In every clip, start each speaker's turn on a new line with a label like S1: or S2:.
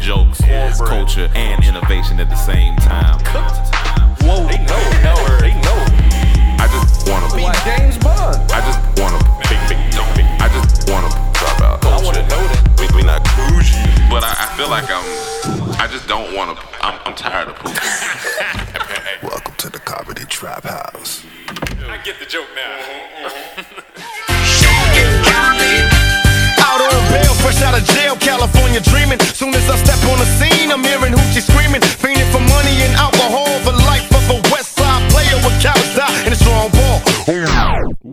S1: jokes, it's culture, and innovation at the same time.
S2: Whoa. They know, know her. They know her.
S3: I just wanna be.
S2: Like James Bond.
S3: I just wanna big big no, big. I just wanna drop out.
S2: I wanna know that.
S3: We, we not bougie, but I, I feel like I'm. I just don't wanna. I'm, I'm tired of pooping.
S4: Welcome to the Comedy Trap House.
S2: I get the joke now.
S5: Out on bail, fresh out of jail, California dreaming. Soon as I step on the scene, I'm hearing hoochie screaming. Fiending for money and alcohol, the life of a West Side player with cowards die and a strong ball.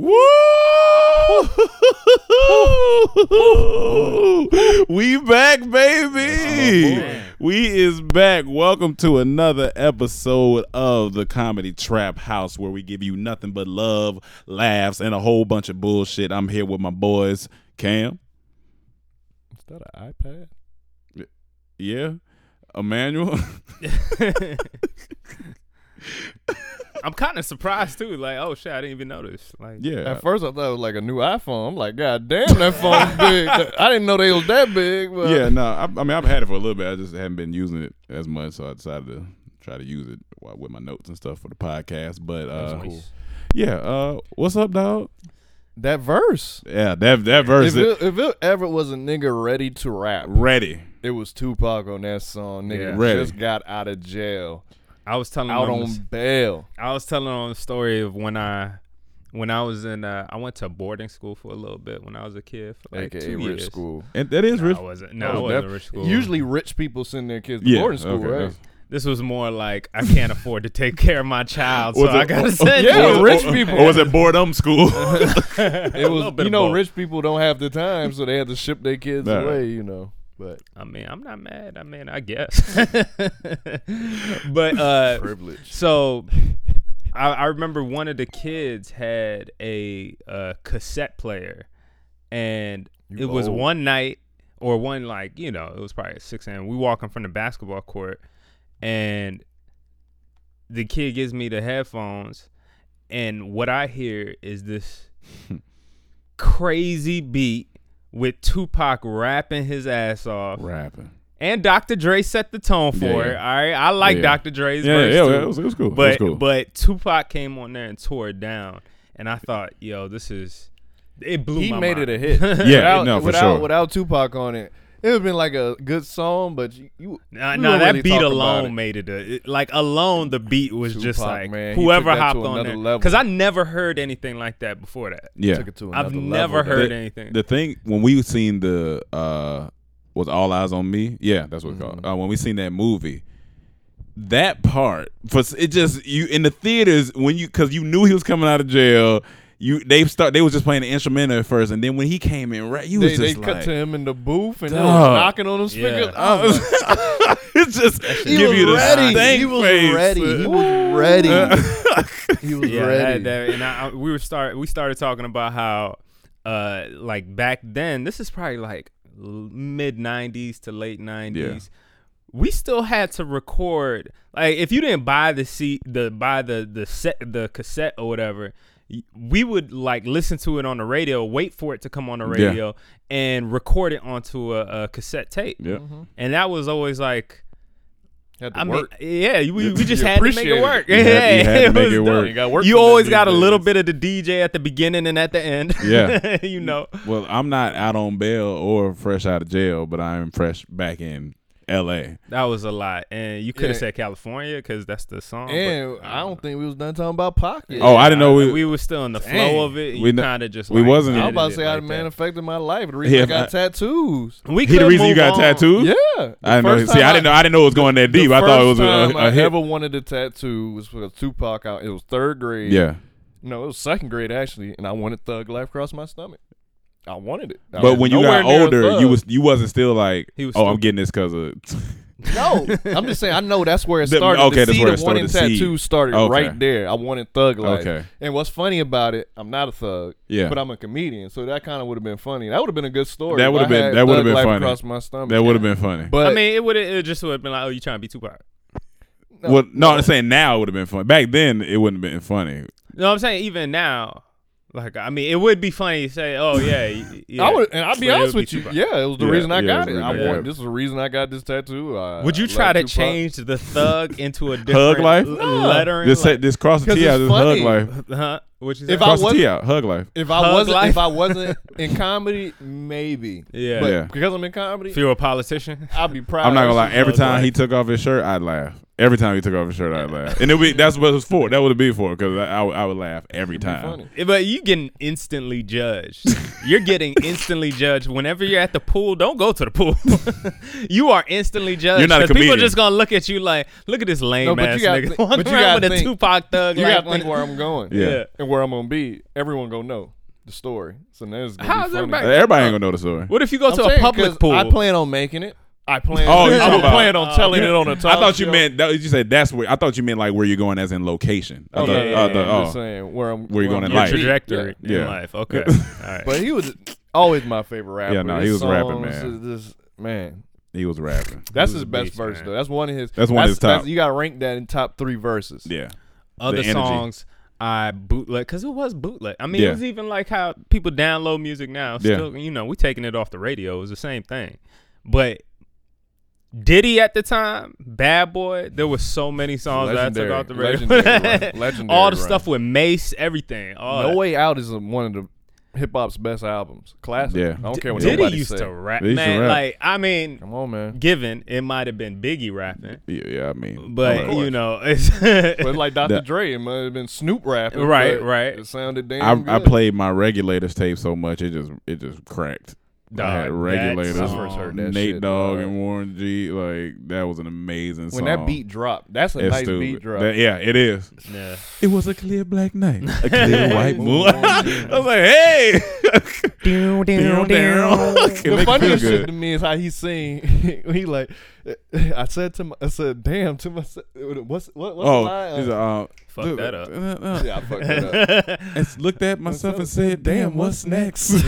S6: Woo! we back, baby. We is back. Welcome to another episode of the Comedy Trap House, where we give you nothing but love, laughs, and a whole bunch of bullshit. I'm here with my boys, Cam.
S7: Is that an iPad?
S6: Yeah, Emmanuel.
S7: I'm kind of surprised too. Like, oh shit, I didn't even notice. Like,
S6: yeah,
S7: At first, I thought it was like a new iPhone. I'm like, god damn, that phone's big. I didn't know they was that big. But
S6: yeah. No, I, I mean I've had it for a little bit. I just haven't been using it as much, so I decided to try to use it while- with my notes and stuff for the podcast. But uh, yeah, uh, what's up, dog?
S7: that verse.
S6: Yeah, that that verse is
S7: If it, if it ever was a nigga ready to rap,
S6: ready.
S7: it was Tupac on that song. Nigga
S6: Yeah.
S7: just got out of jail,
S8: I was telling
S7: out
S8: them
S7: on
S8: this-
S7: bail.
S8: I was telling them a story of when I when I was in uh, I went to boarding school for a little bit when I was a kid for like
S7: AKA
S8: two
S7: rich
S8: years.
S7: school.
S6: And that is
S8: No,
S6: rich.
S8: I wasn't. No,
S7: Oh, That
S8: I
S7: was
S8: wasn't
S7: def-
S8: rich school.
S7: Usually, rich people send their kids to
S6: Yeah,
S7: boarding school,
S6: okay,
S7: right?
S6: that's-
S8: this was more like I can't afford to take care of my child, so
S6: Was
S8: I
S6: it-
S8: gotta
S6: oh,
S8: send
S7: yeah,
S8: you.
S7: or- rich people.
S6: Or was it boredom school?
S7: It was,
S8: little bit
S7: you
S8: of
S7: know,
S8: both.
S7: rich people don't have the time, so they had to ship their kids
S6: Nah.
S7: away. You know, but
S8: I mean, I'm not mad. I mean, I guess. but uh,
S7: privilege.
S8: So I, I remember one of the kids had a, uh cassette player, and it was
S7: old.
S8: one night or one like you know it was probably at six a.m. We walking from the basketball court, and the kid gives me the headphones, and what I hear is this crazy beat with Tupac rapping his ass off
S6: Rapping.
S8: and Dr. Dre set the tone for
S6: Yeah.
S8: it. All right, I like
S6: Yeah.
S8: Dr. Dre's
S6: Yeah,
S8: verse
S6: yeah,
S8: too.
S6: yeah, it was- it was cool. It was
S8: But
S6: cool.
S8: but Tupac came on there and tore it down, and I thought, yo, this is it blew
S7: He
S8: my
S7: made
S8: mind.
S7: it a hit. yeah,
S6: Yeah, no, for
S7: without,
S6: sure.
S7: Without Tupac on it, it would have been like a good song, but you, you
S8: Nah,
S7: you
S8: nah,
S7: don't
S8: that
S7: really
S8: beat
S7: talk about
S8: alone
S7: it.
S8: made it, a, it- like alone. The beat was just
S7: Tupac,
S8: like
S7: man, he took
S8: whoever
S7: that to
S8: hopped on
S7: another
S8: there
S7: level.
S8: because I never heard anything like that before that.
S6: Yeah.
S7: took it to another
S8: I've
S7: level,
S8: never
S7: though.
S8: heard
S6: The-
S8: anything.
S6: The thing when we seen the uh was all eyes on me. Yeah, that's what it's
S7: Mm-hmm.
S6: called. Uh, when we seen that movie, that part for s- it just you in the theaters when you because you knew he was coming out of jail. You they start they was just playing the instrumental at first, and then when he came in, right, you
S7: They,
S6: was
S7: they
S6: just
S7: cut
S6: like.
S7: to him in the booth and they was
S6: Dog.
S7: knocking on his fingers. I was like,
S6: it's just
S7: he
S6: give
S7: was
S6: you the
S7: ready.
S6: stank
S7: he was
S6: face.
S7: ready. He was ready. he was
S8: yeah, that-
S7: ready.
S8: that- and I, I- we were start we started talking about how uh like back then this is probably like l- mid 90s to late 90s we still had to record like if you didn't buy the C the buy the the set the cassette or whatever y- we would like listen to it on the radio wait for it to come on the
S6: Yeah.
S8: radio and record it onto a, a cassette tape
S6: Yeah.
S8: and that was always like
S7: Had to
S8: I mean,
S7: work.
S8: yeah, you- we,
S7: You-
S8: we just
S7: you
S8: had to make
S7: appreciated
S8: it
S7: it.
S8: work.
S6: You
S8: yeah,
S6: had- you had to make
S8: was
S6: it work.
S8: dope.
S6: You
S7: gotta work
S8: You
S7: from
S8: always
S7: these
S8: got a
S7: days.
S8: little bit of the DJ at the beginning and at the end.
S6: Yeah.
S8: you know.
S6: Well, I'm not out on bail or fresh out of jail, but I am fresh back in L.A.
S8: That was a lot, and you could have
S7: Yeah.
S8: said California because that's the song. but-
S7: and I don't think we was done talking about Pac. yet.
S6: Oh, I didn't know we.
S8: we were still in the flow of it. and
S6: We
S8: You
S6: kn-
S8: kind of just
S6: we
S8: like,
S6: wasn't-
S7: I
S6: Yeah,
S7: was
S8: edited
S7: about
S8: it
S7: to say how the
S8: like
S7: man
S8: that.
S7: affected my life. The reason
S6: Yeah,
S7: I Mm-hmm. got
S6: I-
S7: tattoos.
S8: We
S6: he the
S8: could
S6: reason you
S8: move
S6: got
S8: on.
S6: tattoos?
S7: Yeah.
S6: I didn't know.
S7: First
S6: See,
S7: time
S6: I didn't know. I didn't know it was going that deep. I
S7: The
S6: thought it
S7: first
S6: was a,
S7: time
S6: a,
S7: I
S6: a hit.
S7: ever wanted a tattoo was for Tupac. I, it was third grade.
S6: yeah,
S7: No, it was second grade actually, and I wanted Thug Life across my stomach. I wanted it. I
S6: but
S7: was
S6: when you
S7: nowhere
S6: got
S7: near
S6: older,
S7: Thug.
S6: you was you wasn't still like,
S8: He was
S6: oh, I'm
S8: still-
S6: getting this because of.
S7: no. I'm just saying. I know that's where it
S6: The-
S7: started.
S6: okay,
S7: the
S6: that's
S7: seed
S6: where
S7: of
S6: it started,
S7: wanting
S6: the seed.
S7: tattoos started
S6: Okay.
S7: right there. I wanted Thug Life.
S6: Okay.
S7: And what's funny about it? I'm not a thug.
S6: Yeah.
S7: But I'm a comedian, so that kind of would have been funny. That would have been a good story.
S6: That
S7: if
S6: would've
S7: I
S6: been-
S7: had
S6: that would've
S7: Thug
S6: been
S7: Life
S6: funny.
S7: Across my stomach.
S6: that would have been funny.
S7: But
S8: I mean, it would it just would have been like, oh, you trying to be Tupac?
S6: well, no, I'm saying now it would have been funny. Back then, it wouldn't have been funny.
S8: No, I'm saying even now, Like I mean, it would be funny to say, "Oh yeah, y- yeah."
S7: I would, and I'll be
S8: Slayer
S7: honest
S8: would
S7: with you.
S8: Tupac.
S7: Yeah, it was the
S5: Yeah,
S7: reason I
S5: yeah,
S7: got
S5: it
S7: it.
S5: was the
S7: I
S5: reason I
S7: want
S5: got it.
S7: this is the reason I got this tattoo. I,
S8: Would you
S7: I
S8: try
S7: love
S8: to
S7: Tupac.
S8: change the thug into a different
S5: life?
S8: l-
S5: No.
S8: lettering?
S5: This
S8: like,
S5: this cross the
S7: 'Cause
S5: T
S7: it's
S5: out, this hug
S7: funny.
S5: life.
S8: huh? Which is
S7: If I
S5: Cross the
S7: wasn't-
S5: T out, hug life.
S7: If I
S8: Thug
S7: wasn't,
S8: life?
S7: if I wasn't in comedy, maybe.
S8: Yeah.
S7: but
S5: Yeah.
S7: because I'm in comedy,
S8: if you were a politician,
S7: I'll be proud.
S5: I'm not gonna
S7: of
S5: lie.
S7: you.
S5: Every
S8: Hug
S5: time
S8: life.
S5: he took off his shirt, I'd laugh. Every time he took off his shirt, I'd laugh. And it would be, that's what it was for. That would be for because I, I, would- I would laugh every
S7: funny.
S5: time.
S8: but you getting instantly judged. you're getting instantly judged whenever you're at the pool. Don't go to the pool. you are instantly judged.
S5: You're not a
S8: 'cause people
S5: comedian.
S8: just gonna look at you like, "Look at this lame
S7: but
S8: ass
S7: you gotta
S8: nigga
S7: think-
S8: walking
S7: but you
S8: around
S7: gotta
S8: with a
S7: think-
S8: Tupac thug."
S7: You
S8: like,
S7: gotta think where I'm going.
S5: Yeah.
S8: Yeah.
S7: and where I'm gonna be, everyone gonna know the story. So now it's gonna
S8: How's
S7: be funny.
S8: everybody-
S5: Everybody ain't gonna know the story.
S8: What if you go
S7: I'm
S8: to
S7: saying,
S8: a public
S7: 'cause
S8: pool?
S7: I plan on making it. I plan.
S5: Oh, you're
S7: I
S5: talking about-
S7: plan on telling it on a talk
S5: I thought you
S7: show.
S5: meant that, you said that's where I thought you meant like where you're going as in location. I
S7: Oh,
S5: thought,
S7: no, no, no,
S5: uh,
S7: no,
S5: the-
S7: I'm just
S5: oh.
S7: saying where I'm.
S5: Where you going
S7: I'm
S5: in
S8: your
S5: life.
S8: trajectory
S7: Yeah.
S8: in
S5: Yeah.
S8: life. Okay, all right.
S7: But he was always my favorite rapper.
S5: Yeah, no, he
S7: His
S5: was rapping,
S7: songs
S5: man.
S7: is just- man,
S5: he was rapping.
S7: that's
S8: He was
S7: his
S8: a
S7: best
S8: beast,
S7: verse
S8: man.
S7: though. That's one of his.
S5: That's one of his top.
S7: You gotta rank that in top three verses.
S5: Yeah,
S8: other
S5: the energy.
S8: songs I bootleg because it was bootleg. I mean,
S5: Yeah.
S8: it was even like how people download music now.
S5: Yeah.
S8: Still, you know, we taking it off the radio. It was the same thing, but Diddy at the time, Bad Boy, there was so many songs
S7: Legendary.
S8: that I took off the radio.
S7: Legendary run. Legendary
S8: all the
S7: run.
S8: stuff with Mace, everything. All
S7: No
S8: that.
S7: Way Out is a- one of the hip hop's best albums. Classic.
S5: Yeah.
S7: I don't care what
S8: Diddy
S7: nobody
S8: used
S7: say.
S8: to rap,
S5: They used to
S8: man.
S5: rap.
S8: Like I mean,
S7: Come on, man.
S8: given it might have been Biggie rapping,
S5: yeah, yeah. I mean,
S8: but
S5: Alright.
S8: you know, it's
S7: But like Dr.
S5: That-
S7: Dre, it might have been Snoop rapping.
S8: Right,
S7: but
S8: right.
S7: It sounded damn good.
S5: I, I played my regulators tape so much it just it just cracked.
S8: Dog,
S5: I had
S8: that
S5: regulators.
S8: song. I first
S7: heard that
S5: Nate
S7: shit,
S5: Dogg
S7: dog.
S5: and Warren G. Like that was an amazing
S7: when
S5: song.
S7: that beat dropped. That's a
S5: It's
S7: nice
S5: stupid.
S7: beat drop.
S5: That- yeah, it is.
S8: yeah.
S5: It was a clear black night, a clear white moon.
S7: Moon.
S5: I was like, hey,
S8: Down,
S5: down, down. It
S7: the
S5: make you feel
S7: funniest shit
S5: good.
S7: to me is how he sing. he like, I said to my, I said, damn, to myself, what's what? What's the
S5: Oh,
S7: line?
S5: he's a, uh,
S8: Fuck
S5: look-
S8: that up.
S7: yeah, I fucked that up.
S5: And s- looked at myself and said, "Damn, what's next?" and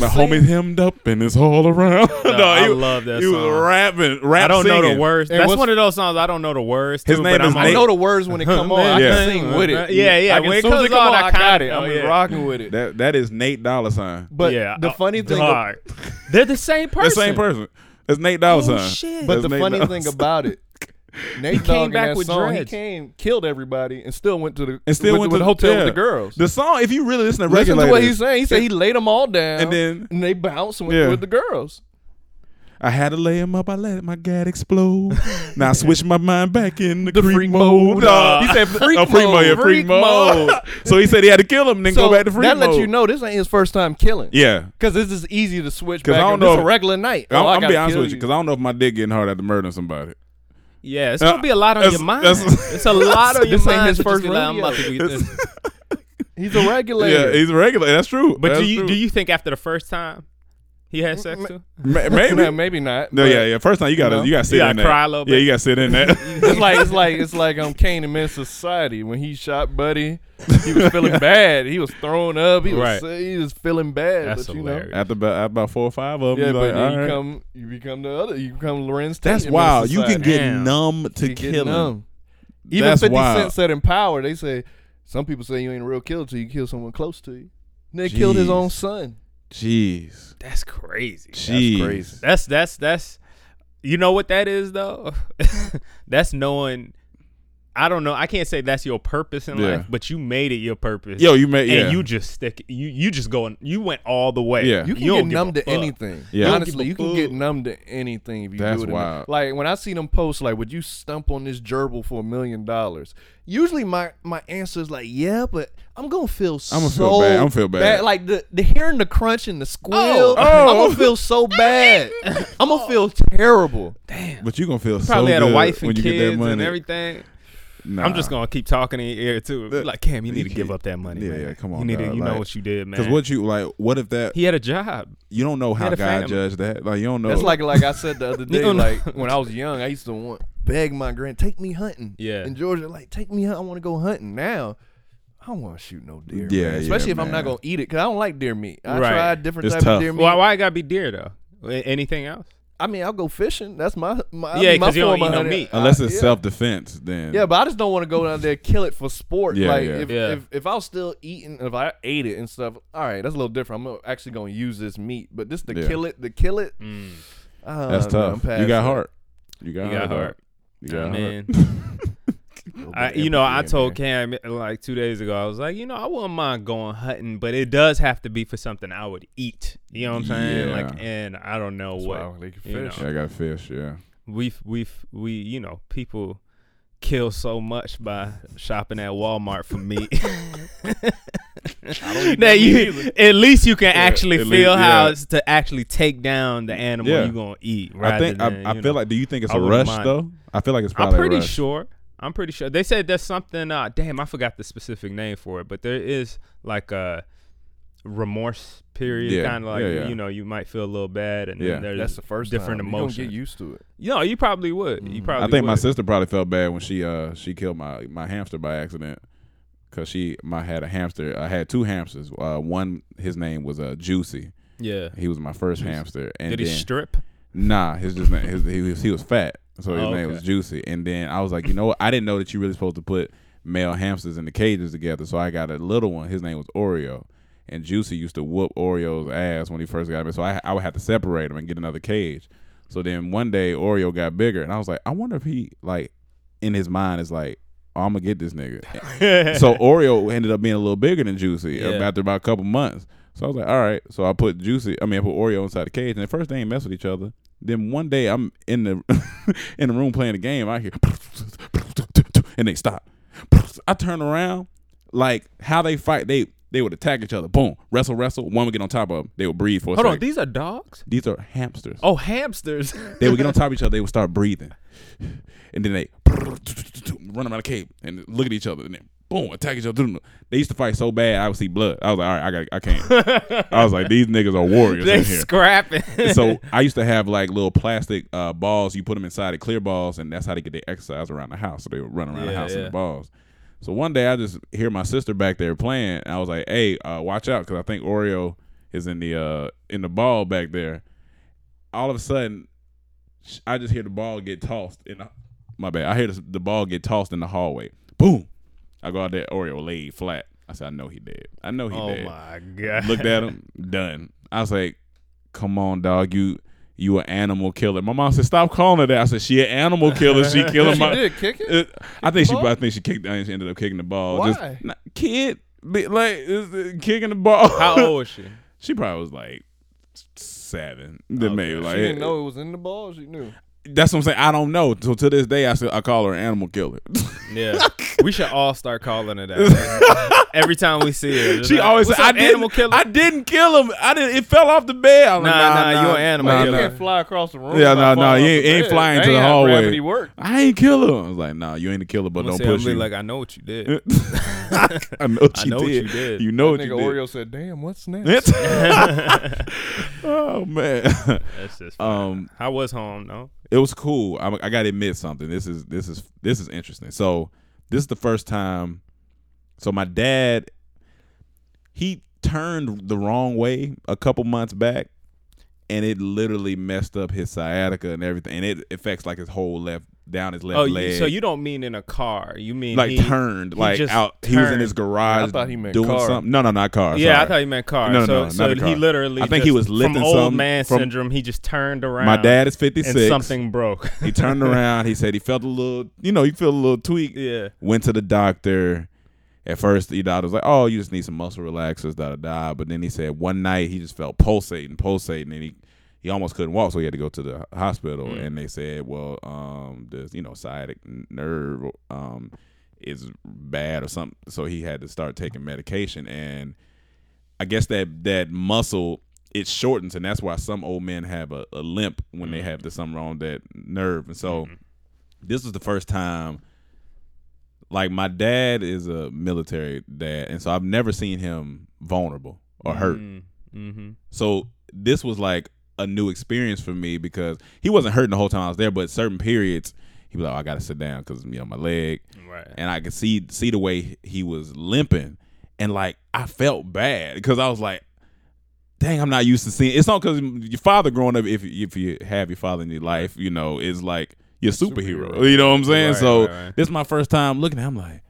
S5: my homie hemmed up and it's all around. no,
S8: I
S5: he,
S8: love that
S5: He
S8: song.
S5: was rapping, rap
S8: I don't know
S5: singing.
S8: the words.
S7: And
S8: That's
S7: what's-
S8: one of those songs I don't know the words.
S5: His
S8: to,
S5: name
S8: but
S5: is
S8: I'm
S7: I
S8: Like,
S5: Nate.
S7: know the words when it come on. I
S5: Yeah.
S7: can sing with it.
S8: Yeah, yeah,
S7: I can,
S8: when
S7: as
S8: it
S7: soon as
S8: comes
S7: it come
S8: on,
S7: on,
S8: I
S7: I got
S8: kinda-
S7: it.
S8: oh,
S7: I'm
S8: yeah.
S7: rocking with it.
S5: That that is Nate Dollar Sign.
S7: But
S8: yeah, uh,
S7: the
S8: I-
S7: funny thing,
S8: dog. they're the same person.
S5: The same person. That's Nate Dollar Sign.
S8: Oh, shit.
S7: but
S5: That's
S7: the
S5: Nate
S7: funny
S5: Dollar
S7: thing
S5: Sign.
S7: about it. Nate
S8: came
S7: Dogg in
S8: back
S7: that
S8: with
S7: song,
S8: dreads.
S7: he came, killed everybody, and still went to the
S5: and still
S7: went,
S5: went
S7: to
S5: to
S7: the hotel
S5: yeah.
S7: with the girls.
S5: The song, if you really listen to
S7: Listen
S5: regulators,
S7: to what he's saying. He said he laid them all down,
S5: And then-
S7: and they bounced and went
S5: Yeah.
S7: with the girls.
S5: I had to lay him up. I let my gad explode. now I switched my mind back in the,
S7: freak
S5: freak mode.
S7: mode.
S5: Uh,
S7: He said freak
S5: oh, freak
S7: mode,
S5: mode. yeah, freak
S7: freak
S5: mode.
S7: mode.
S5: so he said he had to kill him, and then go back to freak
S7: that
S5: mode.
S7: lets you know this ain't his first time killing.
S5: Yeah.
S7: Because this is easy to switch
S5: 'Cause
S7: back.
S5: I
S7: and
S5: don't
S7: this
S5: know-
S7: a regular night.
S5: I'm,
S7: Oh, I
S5: I'm
S7: gotta
S5: be honest
S7: kill
S5: with you because I don't know if my dick getting hard after murdering somebody.
S8: Yeah, it's gonna be a lot on
S5: Uh, That's-
S8: your mind.
S5: that's-
S8: It's a lot on your
S7: This ain't
S8: mind.
S7: his
S8: to just
S7: first
S8: be like, I'm
S7: rodeo.
S8: about to be this.
S7: He's a
S5: Yeah,
S7: regulator.
S5: he's a regular. That's true.
S8: But
S5: That's
S8: do you
S5: true.
S8: do you think after the first time he had sex too?
S7: Nah,
S5: Ma- maybe?
S7: maybe not.
S5: No,
S7: but
S5: yeah, yeah. First time you gotta
S7: No.
S5: you gotta sit
S8: You gotta
S5: in
S8: cry
S5: that.
S8: a little
S5: Yeah,
S8: bit.
S5: you gotta sit in that.
S7: It's like it's like it's like um Kane and Men's Society when he shot Buddy. He was feeling bad. He was thrown up. He was
S8: Right.
S7: he was feeling bad.
S8: That's
S7: but you
S8: hilarious.
S7: know.
S5: after about after about four or five of them,
S7: Yeah,
S5: you
S7: but
S5: like,
S7: then
S5: all
S7: you
S5: right.
S7: become you become the other you become Lorenz.
S5: That's
S7: Tate in
S5: wild.
S7: Men's
S5: You can
S7: Society.
S5: get
S8: Damn.
S5: numb to
S7: You get
S5: killing.
S7: numb. Even
S5: That's
S7: 50
S5: wild.
S7: Cent said in Power, they say some people say you ain't a real killer till you kill someone close to you. And they killed his
S5: Jeez.
S7: own son.
S5: Jeez,
S8: That's crazy.
S5: jeez.
S8: That's that's that's you know what that is though? that's knowing I don't know. I can't say that's your purpose in
S5: Yeah.
S8: life, but you made it your purpose.
S5: Yo, you made- yeah.
S8: And you just stick you you just going you went all the way.
S5: Yeah.
S7: You can
S8: don't
S7: get
S8: give
S7: numb
S8: a
S7: to
S8: fuck.
S7: anything.
S5: Yeah. You don't
S7: Honestly,
S5: give a
S7: you can
S5: fuck.
S7: get numb to anything if you
S5: That's
S7: do it. in-
S5: wild.
S7: Like when I see them posts like, would you stump on this gerbil for a million dollars? Usually my my answer is like, yeah, but I'm gonna feel so
S5: I'ma feel bad. I'm feel bad.
S7: Like the, the hearing the crunch and the squeal,
S8: Oh.
S7: I'm gonna feel so bad. I'm gonna feel terrible.
S5: But you gonna feel
S8: Probably
S5: so
S8: had a
S5: good
S8: wife and
S5: when you get that
S8: kids
S5: money.
S8: and everything.
S5: Nah.
S8: I'm just gonna keep talking in your ear too.
S5: Look,
S8: Like Cam, you need to
S5: you
S8: give
S5: can't-
S8: up that money.
S5: Yeah,
S8: man.
S5: yeah, come on,
S8: You need
S5: dog,
S8: to. You
S5: like-
S8: know what you did, man.
S5: Cause what you like? What if that?
S8: he had a job.
S5: you don't know how
S8: had a
S5: God
S8: family.
S5: judged that. Like you don't know.
S7: That's like like I said the other day.
S8: Oh. No, no.
S7: like when I was young, I used to want beg my grand take me hunting.
S8: Yeah.
S7: In Georgia, like take me. hunt- I want to go hunting now. I don't want to shoot no deer.
S5: Yeah,
S7: Yeah,
S5: yeah,
S7: especially if I'm
S5: man.
S7: not gonna eat it because I don't like deer meat. I
S8: Right.
S7: tried different
S5: It's
S7: types
S5: tough.
S7: of deer meat.
S8: Why? Why it gotta be deer though? A- Anything else?
S7: I mean, I'll go fishing. That's my my
S8: Yeah,
S7: my
S8: 'cause you don't
S7: form of
S8: eat no
S7: hunting.
S8: meat.
S7: I-
S5: Unless it's
S7: yeah.
S5: self defense, then
S7: Yeah, but I just don't want to go down there and kill it for sport.
S5: Yeah,
S7: like
S5: yeah.
S7: If,
S8: Yeah.
S7: if if I was still eating, if I ate it and stuff, all right, that's a little different. I'm actually gonna use this meat, but just to
S5: Yeah.
S7: kill it, to kill it,
S5: Mm.
S7: I
S8: uh,
S7: don't
S5: that's
S7: know, I'm
S5: tough. You
S7: past
S5: got
S7: that.
S5: heart. You got,
S8: You got hurt.
S5: You got heart.
S8: Man.
S7: Little
S8: I,
S7: bit of
S8: you know,
S7: empathy
S8: I
S7: in
S8: told
S7: there.
S8: Cam like two days ago. I was like, you know, I wouldn't mind going hunting, but it does have to be for something I would eat. You know what I'm saying?
S5: Yeah.
S8: Like, and I don't know
S7: That's
S8: what.
S7: why I like
S8: you know.
S7: fish.
S5: Yeah, I got fish. Yeah.
S8: we've we've we you know people kill so much by shopping at Walmart for meat. that you at least you can actually
S5: at
S8: feel
S5: least-
S8: how
S5: yeah.
S8: it's to actually take down the animal
S5: Yeah.
S8: you're gonna eat.
S5: I
S8: Rather
S5: think
S8: than,
S5: I, I
S8: you
S5: feel
S8: know.
S5: like. Do you think it's
S8: I
S5: a
S8: wouldn't
S5: rush
S8: mind.
S5: though? I feel like it's
S8: I'm
S5: probably
S8: pretty
S5: a rush.
S8: sure. I'm pretty sure they said there's something. Uh, damn, I forgot the specific name for it, but there is like a remorse period,
S5: Yeah,
S8: kind of like
S5: yeah, yeah.
S8: you know you might feel a little bad, and
S5: Yeah.
S8: then there's
S7: That's the first
S8: different
S7: time. You Mm. gonna
S8: emotion.
S7: get used to it.
S8: no, you probably would. You probably.
S5: I think my
S8: would.
S5: sister probably felt bad when she uh she killed my my hamster by accident because she my had a hamster. I had two hamsters. Uh, one his name was uh Juicy.
S8: Yeah.
S5: He was my first hamster. And
S8: Did he
S5: then,
S8: strip?
S5: Nah, his just name, his, he was he was fat, so his
S8: Oh,
S5: name
S8: okay.
S5: was Juicy. And then I was like, you know what? I didn't know that you really supposed to put male hamsters in the cages together. So I got a little one. His name was Oreo, and Juicy used to whoop Oreo's ass when he first got him. So I I would have to separate him and get another cage. So then one day Oreo got bigger, and I was like, I wonder if he like in his mind is like. I'm gonna get this nigga. so Oreo ended up being a little bigger than Juicy uh,
S8: Yeah.
S5: after about a couple months. So I was like, all right. So I put Juicy, I mean, I put Oreo inside the cage, and at first they ain't mess with each other. Then one day I'm in the in the room playing the game. I hear and they stop. I turn around, like how they fight. They they would attack each other. Boom, wrestle, wrestle. One would get on top of them. They would breathe for a
S8: Hold on,
S5: second.
S8: these are dogs?
S5: these are hamsters.
S8: Oh, hamsters.
S5: They would get on top of each other. They would start breathing, and then they run around the cave and look at each other, and then boom, attack each other. They used to fight so bad, I would see blood. I was like, all right, I got, I can't. I was like, these niggas are warriors
S8: they
S5: in here.
S8: scrapping.
S5: So I used to have like little plastic uh, balls. You put them inside the clear balls, and that's how they get their exercise around the house. So they would run around the
S8: Yeah,
S5: house in
S8: yeah.
S5: the balls. So one day I just hear my sister back there playing, and I was like, "Hey, uh, watch out, because I think Oreo is in the uh, in the ball back there." All of a sudden, sh- I just hear the ball get tossed in. The, my bad. I hear this, the ball get tossed in the hallway. Boom! I go out there. Oreo laid flat. I said, "I know he dead. I know he
S8: oh
S5: dead."
S8: my god.
S5: looked at him, done. I was like, "Come on, dog, you you an animal killer." My mom said, "Stop calling her that." I said, "She an animal killer. She killing my."
S7: did kick it?
S5: Uh, I think she.
S7: ball?
S5: I think she kicked. I think she ended up kicking the ball.
S7: Why?
S5: Just, nah, kid, be, like it's, uh, kicking the ball.
S8: How old is she?
S5: she probably was like seven. Then maybe like
S7: She didn't know it was in the ball. She knew.
S5: that's what I'm saying. I don't know. So to this day, I still I call her an animal killer.
S8: Yeah. we should all start calling her that. Every time we see her. just
S5: she
S8: like,
S5: always
S8: "What's
S5: said, "I
S8: up,
S5: didn't
S8: animal killer.
S5: I didn't kill him. I didn't. It fell off the bed. I'm like,
S8: Nah, nah, you an animal
S5: nah,
S8: killer."
S5: nah.
S7: Can't fly across the room.
S5: Yeah, no,
S7: without
S5: no,
S7: falling
S5: you
S7: off
S5: ain't,
S7: the
S5: ain't
S7: bed.
S5: flying
S7: That
S5: to the
S7: ain't how
S5: hallway.
S7: gravity work.
S5: I ain't kill her. I was like, nah, you ain't a killer, but
S8: I'm gonna
S5: don't
S8: say, I'm gonna
S5: push
S8: be
S5: you. Uh.
S8: like, I know what you did.
S5: I know what
S8: I
S5: you
S8: know what
S5: did.
S8: you did.
S5: You know what
S7: Nigga
S5: you did.
S7: Oreo said, "Damn, what's next?"
S5: It's- oh man,
S8: That's just
S5: Um,
S8: um I was home, no?
S5: it was cool. I, I gotta admit something. This is this is this is interesting. So this is the first time. So my dad, he turned the wrong way a couple months back, and it literally messed up his sciatica and everything, and it affects like his whole left down his left
S8: Oh,
S5: leg.
S8: you, so you don't mean in a car. You mean
S5: like
S8: he-
S5: turned,
S8: he
S5: like
S8: just
S5: out. He was in
S8: turned.
S5: his garage.
S7: I thought he meant
S5: doing
S7: car.
S5: something. No, no, not car.
S8: Yeah,
S5: sorry.
S8: I thought you meant car.
S5: No, no,
S8: so
S5: no,
S8: so
S5: not a car.
S8: he literally
S5: I think
S8: just-
S5: he was
S8: from
S5: lifting
S8: old
S5: some-
S8: man
S5: from-
S8: syndrome, he just turned around.
S5: My dad is fifty
S8: and
S5: six.
S8: something broke.
S5: He turned around. He said he felt a little. You know, he felt a little tweak.
S8: yeah.
S5: Went to the doctor. At first, the doctor was like, "Oh, you just need some muscle relaxers, da da da." But then he said one night he just felt pulsating, pulsating, and he he almost couldn't walk, so he had to go to the hospital. And they said, "Well, um, this you know sciatic nerve um is bad or something," so he had to start taking medication. And I guess that that muscle it shortens, and that's why some old men have a, a limp when they have the something wrong with that nerve. And so this was the first time like my dad is a military dad and so i've never seen him vulnerable or hurt
S8: Mm-hmm.
S5: so this was like a new experience for me because he wasn't hurting the whole time i was there but certain periods he was like oh, i gotta sit down because you know my leg
S8: Right.
S5: and i could see see the way he was limping and like i felt bad because i was like dang, I'm not used to seeing. It's not because your father growing up, if if you have your father in your life, you know, is like your superhero. You know what I'm saying?
S8: Right,
S5: so
S8: right, right.
S5: this is my first time looking at him like,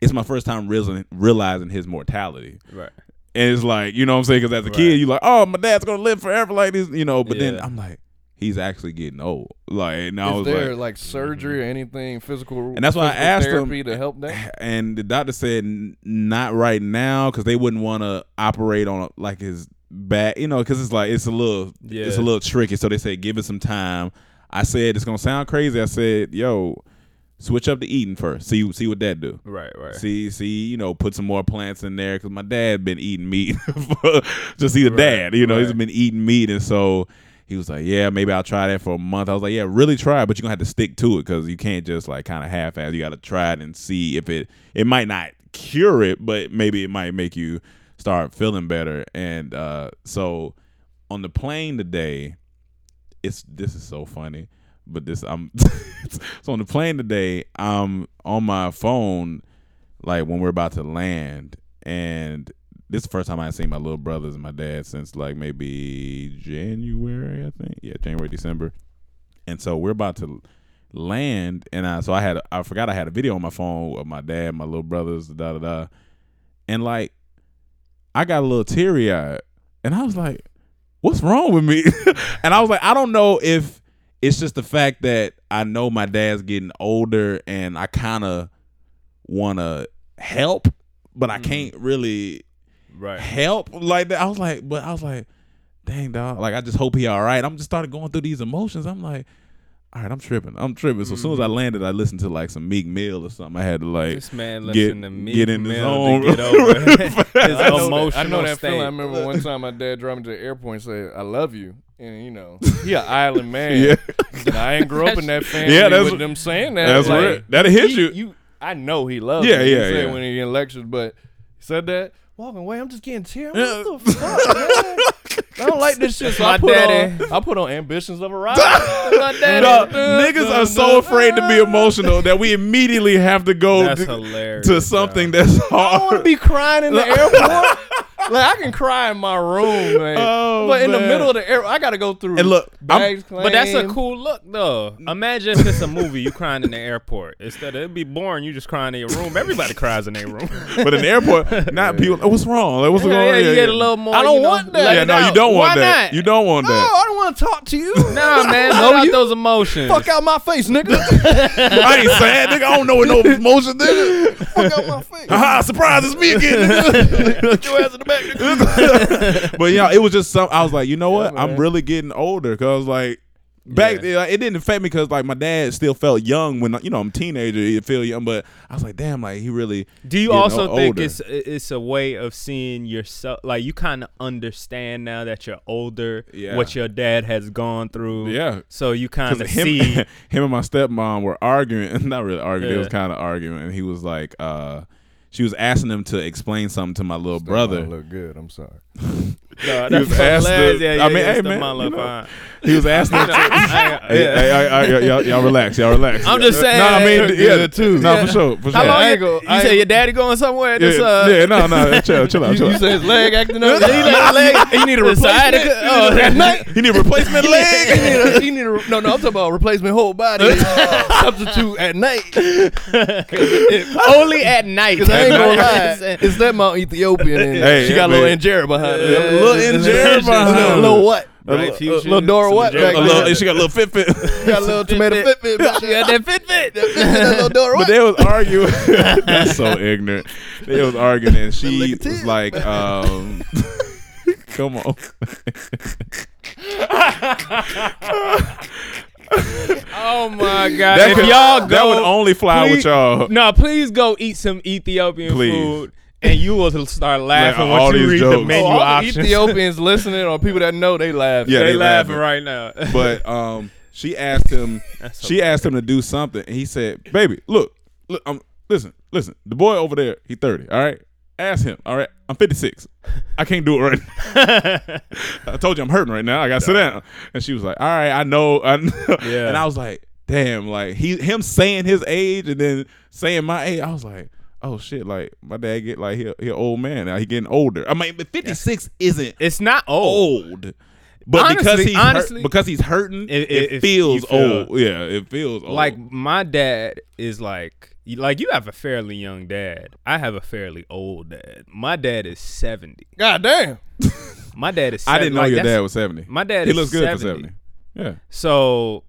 S5: it's my first time realizing, realizing his mortality.
S8: Right.
S5: And it's like, you know what I'm saying? Because as a kid, you're like, oh, my dad's going to live forever like this, you know. But then
S8: Yeah.
S5: I'm like, he's actually getting old. Like, and I
S7: Is
S5: was
S7: there
S5: like, mm-hmm.
S7: like, surgery or anything physical?
S5: and that's why I
S7: physical
S5: asked
S7: therapy
S5: him
S7: to help that.
S5: And the doctor said "N- not right now because they wouldn't want to operate on like his back, you know, because it's like it's a little, it's a
S8: Yeah.
S5: little tricky. So they said give it some time. I said it's gonna sound crazy. I said, yo, switch up the eating first. See, see what that do.
S8: Right. Right.
S5: See, see, you know, put some more plants in there because my dad been eating meat. for- just he's a dad, you know, he's
S8: right.
S5: been eating meat, and so he was like, "Yeah, maybe I'll try that for a month." I was like, "Yeah, really try, it, but you're gonna have to stick to it because you can't just like kind of half-ass. You got to try it and see if it it might not cure it, but maybe it might make you start feeling better." And uh, so on the plane today, it's this is so funny, but this I'm so on the plane today. I'm on my phone, like when we're about to land, and this is the first time I've seen my little brothers and my dad since like maybe January, I think. Yeah, January, December, and so we're about to land, and I so I had I forgot I had a video on my phone of my dad, my little brothers, da da da, and like I got a little teary eyed, and I was like what's wrong with me? and I was like, I don't know if it's just the fact that I know my dad's getting older and I kind of want to help, but
S8: Mm-hmm.
S5: I can't really
S8: Right.
S5: help like that. I was like, but I was like, dang dog, like I just hope he all right. I'm just started going through these emotions. I'm like, all right, I'm tripping. I'm tripping. So as soon as I landed, I listened to like some Meek Mill or something. I had to
S8: Mm-hmm.
S5: like
S8: This man
S5: get-
S8: listened to me
S5: get in his
S8: Mill
S5: own-
S8: to get over his
S7: I know,
S8: emotional
S7: that, I know that
S8: state.
S7: feeling. I remember one time my dad drove me to the airport and said, "I love you," and you know, he an island man.
S5: Yeah.
S7: I ain't grew up in that family
S5: Yeah, that's-
S7: with them saying that.
S5: that's
S7: like,
S5: real. That'll hit
S7: he-
S5: you.
S7: I know he loves.
S5: Yeah,
S7: me. He
S5: yeah,
S7: said
S5: yeah.
S7: When he in lectures, but he said that walking away, I'm just getting teary. I'm like, What the fuck? Man? I don't like this shit. So I
S8: My
S7: put
S8: daddy.
S7: on, I put on ambitions of a rider. my daddy.
S5: No, niggas are so afraid to be emotional that we immediately have to go
S8: That's
S5: to,
S8: hilarious,
S5: to something that's
S7: I don't want
S5: hard.
S7: to be crying in the airport. Like I can cry in my room, man.
S5: Oh,
S7: but in the
S5: man.
S7: middle of the airport, I gotta go through.
S5: And look, I'm-
S7: bags
S8: But that's a
S7: claim.
S8: cool look, though. Imagine if it's a movie, you crying in the airport. Instead, it'd be boring. You just crying in your room. Everybody cries in their room.
S5: but in the airport, not people. "Oh, what's wrong? Like, what's
S8: Yeah,
S5: going on?
S8: yeah, you get a little more,
S7: I don't
S8: Oh, you know,
S7: want
S8: let
S7: that.
S5: Yeah,
S8: it
S5: no, you
S8: out.
S5: don't want
S8: Why
S5: that.
S8: Not?
S5: You don't want
S7: No,
S5: that.
S7: I don't want to talk to you.
S8: Nah, man. Let out those emotions.
S7: Fuck out my face, nigga.
S5: I ain't sad, nigga. I don't know what no emotion, nigga.
S7: Fuck out my face.
S5: Haha, surprise, it's me again, nigga.
S7: Your ass in the back, nigga.
S5: but yeah, it was just some. I was like, you know what? I'm
S7: man.
S5: really getting older because like back then, like, it didn't affect me because like my dad still felt young when you know I'm a teenager. He feel young, but I was like, damn, like he really.
S8: Do you
S5: getting
S8: also
S5: o-
S8: think
S5: older.
S8: it's it's a way of seeing yourself? Like you kind of understand now that you're older,
S5: Yeah.
S8: what your dad has gone through.
S5: Yeah.
S8: So you kind of
S5: Because him,
S8: see.
S5: him and my stepmom were arguing, not really arguing. It was
S8: Yeah.
S5: kind of arguing, and he was like, uh, she was asking him to explain something to my little brother.
S7: look good. I'm sorry.
S8: No,
S5: He was asked
S8: hilarious.
S5: to-
S8: yeah, yeah,
S5: I mean,
S8: yeah,
S5: hey,
S8: it's the
S5: man,
S8: Mala
S5: you know.
S8: Fine.
S5: He was asking. him to,
S8: I-
S5: hey, hey, hey, hey, y'all- y'all, y'all relax, y'all relax.
S8: I'm just saying,
S5: No, I
S8: they
S5: mean,
S8: look
S5: yeah,
S8: good, too.
S5: No,
S8: Yeah.
S5: for sure, for sure.
S8: How long?
S7: I
S8: you-
S7: ain't go-
S8: you
S7: I
S8: say
S7: ain't-
S8: your daddy going somewhere?
S5: yeah,
S8: This uh,
S5: yeah, no, no, chill, chill out, chill
S7: You,
S5: out.
S7: said his leg acting up.
S8: he like, leg, he need a replacement.
S7: At
S8: Oh,
S7: night,
S5: He need a replacement leg.
S7: he need a, he need a, no, no, I'm talking about replacement whole body uh, substitute at night.
S8: only at night.
S7: Cause I ain't gonna lie,
S8: It's-
S7: it's that Mount Ethiopian. And
S5: Hey,
S7: she got a
S5: man.
S7: little Injera behind her.
S5: Yeah, little Injera behind her.
S7: A little what?
S8: Bright
S7: A
S8: future,
S7: little Dora
S8: some
S7: what?
S8: Injera.
S7: Back
S5: A
S7: there.
S5: little, she got a little fit fit.
S7: got a little tomato
S8: Fitbit.
S7: Fitbit. but She got
S8: Got that Fitbit.
S7: that little Dora
S5: But
S7: what?
S5: they was arguing. That's so ignorant. They was arguing, and she was like, um, "Come on."
S8: Oh my god!
S5: That
S8: if
S5: could-
S8: y'all go,
S5: that would only fly with
S8: please-
S5: y'all.
S8: No, please go eat some Ethiopian
S5: Please.
S8: food, and you will start laughing
S5: all
S8: once you
S5: these
S8: read the
S5: jokes.
S8: menu
S7: Oh, all the
S8: options.
S7: Ethiopians listening or people that know they laugh.
S5: Yeah,
S8: they, laughing
S5: laughing.
S8: right now.
S5: But um, she asked him.
S8: That's
S5: she asked him to do something, and he said, "Baby, look, look, um, listen, listen. The boy over there, he thirty. All right, ask him. All right, I'm fifty six. I can't do it right. now. I told you I'm hurting right now. I got to sit down." And she was like, "All right, I know. I know."
S8: Yeah.
S5: And I was like, "Damn, like he him saying his age and then saying my age. I was like." oh shit, like my dad get like he he an old man now. He getting older. I mean, but fifty six isn't
S8: It's not old.
S5: old. But because
S8: Honestly-
S5: he's hurt-
S8: honestly-
S5: because he's hurting,
S8: It-
S5: it,
S8: it- it-
S5: feels
S8: you feel-
S5: old. Yeah, it feels
S7: Oh.
S5: old.
S8: Like my dad is like like you have a fairly young dad. I have a fairly old dad. My dad is seventy.
S7: God damn.
S8: My dad is. 70.
S5: I didn't know
S8: Like,
S5: your
S8: that's-
S5: dad was seventy.
S8: my dad
S5: he
S8: is
S5: looks good for
S8: 70.
S5: seventy. Yeah,
S8: So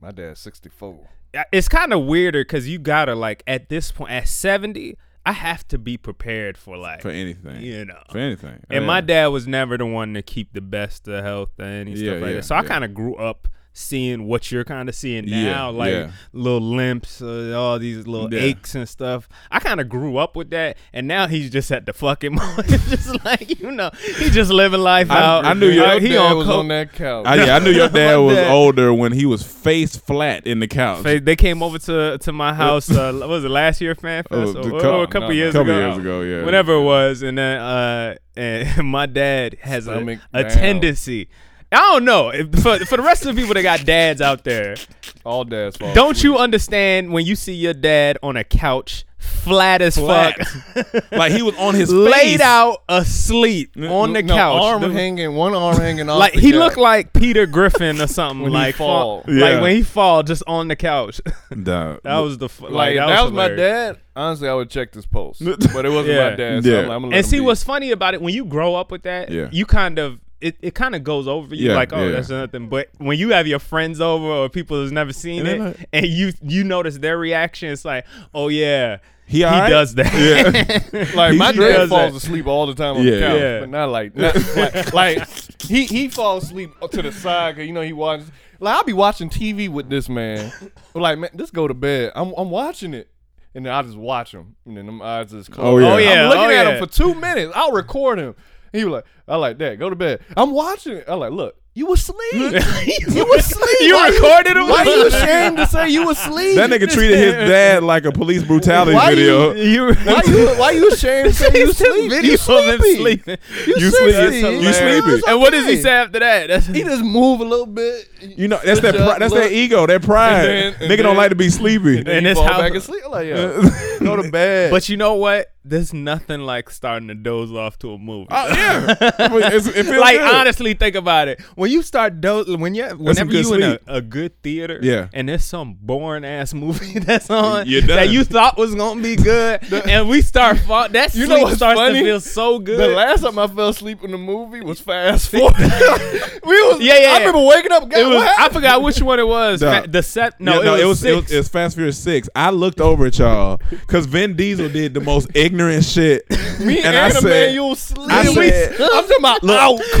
S7: My dad's 64.
S8: it's kind of weirder because you gotta like at this point at seventy, I have to be prepared for like
S5: for anything.
S8: you know.
S5: for anything.
S8: And
S5: Oh, Yeah.
S8: my dad was never the one to keep the best of health and any
S5: Yeah,
S8: stuff like
S5: yeah,
S8: that. So I
S5: yeah.
S8: kind of grew up seeing what you're kind of seeing
S5: Yeah,
S8: now, like
S5: yeah.
S8: little limps, uh, all these little
S5: Yeah.
S8: aches and stuff. I kind of grew up with that, and now he's just at the fucking moment, just like you know, he's just living life
S5: I-
S8: out.
S5: I knew your
S8: Like, he
S7: dad
S8: on
S7: was
S8: coke.
S7: on that couch.
S5: I, yeah, I knew your dad
S8: My
S5: was
S8: dad-
S5: older when he was face flat in the couch.
S8: They, they came over to to my house. Uh, what was it last year, fan
S5: Oh,
S8: fest,
S5: the
S8: or, or
S5: co-
S8: a couple
S5: no,
S8: years
S5: couple
S8: ago?
S5: years ago, yeah.
S8: Whenever it was, and then uh, and my dad has a,
S7: Stomach
S8: a
S7: down.
S8: tendency. I don't know if, for for the rest of the people that got dads out there.
S7: All dads fall
S8: Don't
S7: asleep.
S8: you understand when you see your dad on a couch, flat as
S5: Flat.
S8: fuck,
S5: like he was on his
S8: laid
S5: face.
S8: out asleep on the
S7: no,
S8: couch,
S7: Arm
S8: The-
S7: hanging, one arm hanging off.
S8: like
S7: the
S8: he
S7: couch.
S8: looked like Peter Griffin or something.
S7: When he
S8: like
S7: fall.
S5: Yeah.
S8: like when he fall just on the couch.
S5: Nah.
S8: That was the f- like,
S7: Like,
S8: that,
S7: if that was, my
S8: hilarious.
S7: dad. Honestly, I would check this post, but it wasn't
S8: Yeah.
S7: my dad. So
S5: Yeah.
S7: I'm, like, I'm gonna let
S8: And
S7: him
S8: see
S7: be.
S8: what's funny about it when you grow up with that,
S5: Yeah.
S8: you kind of it, it kind of goes over you
S5: Yeah,
S8: like oh
S5: yeah.
S8: that's nothing. But when you have your friends over or people who's never seen
S5: And
S8: it,
S5: they're like-
S8: and you you notice their reaction, it's like oh yeah,
S5: He alright?
S8: does that.
S7: like
S8: He
S7: my
S8: does
S7: dad falls
S8: that.
S7: asleep all the time on
S5: Yeah.
S7: the couch,
S8: Yeah.
S7: but not like not, like, like, he he falls asleep to the side because you know he watches. Like I'll be watching TV with this man. Like man, just go to bed. I'm I'm watching it. And then I just watch him, and then them eyes just close.
S5: Oh, yeah. Oh,
S8: yeah.
S7: I'm looking
S8: Oh,
S7: at
S8: yeah.
S7: him for two minutes. I'll record him. He was like, "I like that. Go to bed." I'm watching it. I'm like, "Look, you was asleep. you was asleep.
S8: You
S7: Why
S8: recorded him?
S7: Why are you ashamed to say you was asleep?
S5: That nigga treated his dad like a police brutality
S7: Why you-
S5: video.
S8: you
S7: Why you Why you ashamed to say you
S8: It's a
S7: sleep?
S8: video
S7: you
S8: of him
S7: sleepy.
S8: sleeping.
S5: You
S7: sleepy.
S5: sleepy.
S7: That's
S5: You
S7: hilarious.
S5: sleepy.
S7: It's
S8: And what does he
S7: okay.
S8: say after that? That's,
S7: He just move a little bit.
S5: You know, that's that.
S7: Good
S5: Pri-
S7: job,
S5: that's
S7: look.
S5: that ego, that
S7: And
S5: pride.
S7: then- and
S5: nigga don't
S7: then-
S5: like to be sleepy.
S8: then- And
S7: he
S8: it's
S7: fall
S8: how-
S7: back asleep. I'm Like, yo, go to bed.
S8: but you know what? There's nothing like starting to doze off to a movie.
S7: Uh,
S5: Oh, yeah, I mean, it's- it feels
S8: like
S5: good.
S8: honestly think about it when you start do- when you whenever
S5: good
S8: you in a,
S5: sleep.
S8: a good theater
S5: Yeah.
S8: and there's some boring ass movie that's on
S5: You're
S8: that
S5: done.
S8: you thought was gonna be good and we start fall- that
S7: You know
S8: sleep
S7: what's
S8: starts
S7: funny?
S8: to feel so good
S7: the last time I fell asleep in the movie was Fast Forward. we was
S8: Yeah, yeah,
S7: I
S8: yeah.
S7: remember waking up. God,
S8: it was,
S7: what
S8: I
S7: happened?
S8: forgot which one it was
S5: Nah.
S8: Fa- the set
S5: Yeah,
S8: no, it, was
S5: it was,
S8: six.
S5: it was Fast Furious Six. I looked over at y'all because Vin Diesel did the most ignorant shit,
S7: Me and,
S5: I
S7: the
S5: said,
S7: man, you was sleep.
S5: I said-
S7: I'm talking about out
S8: I'm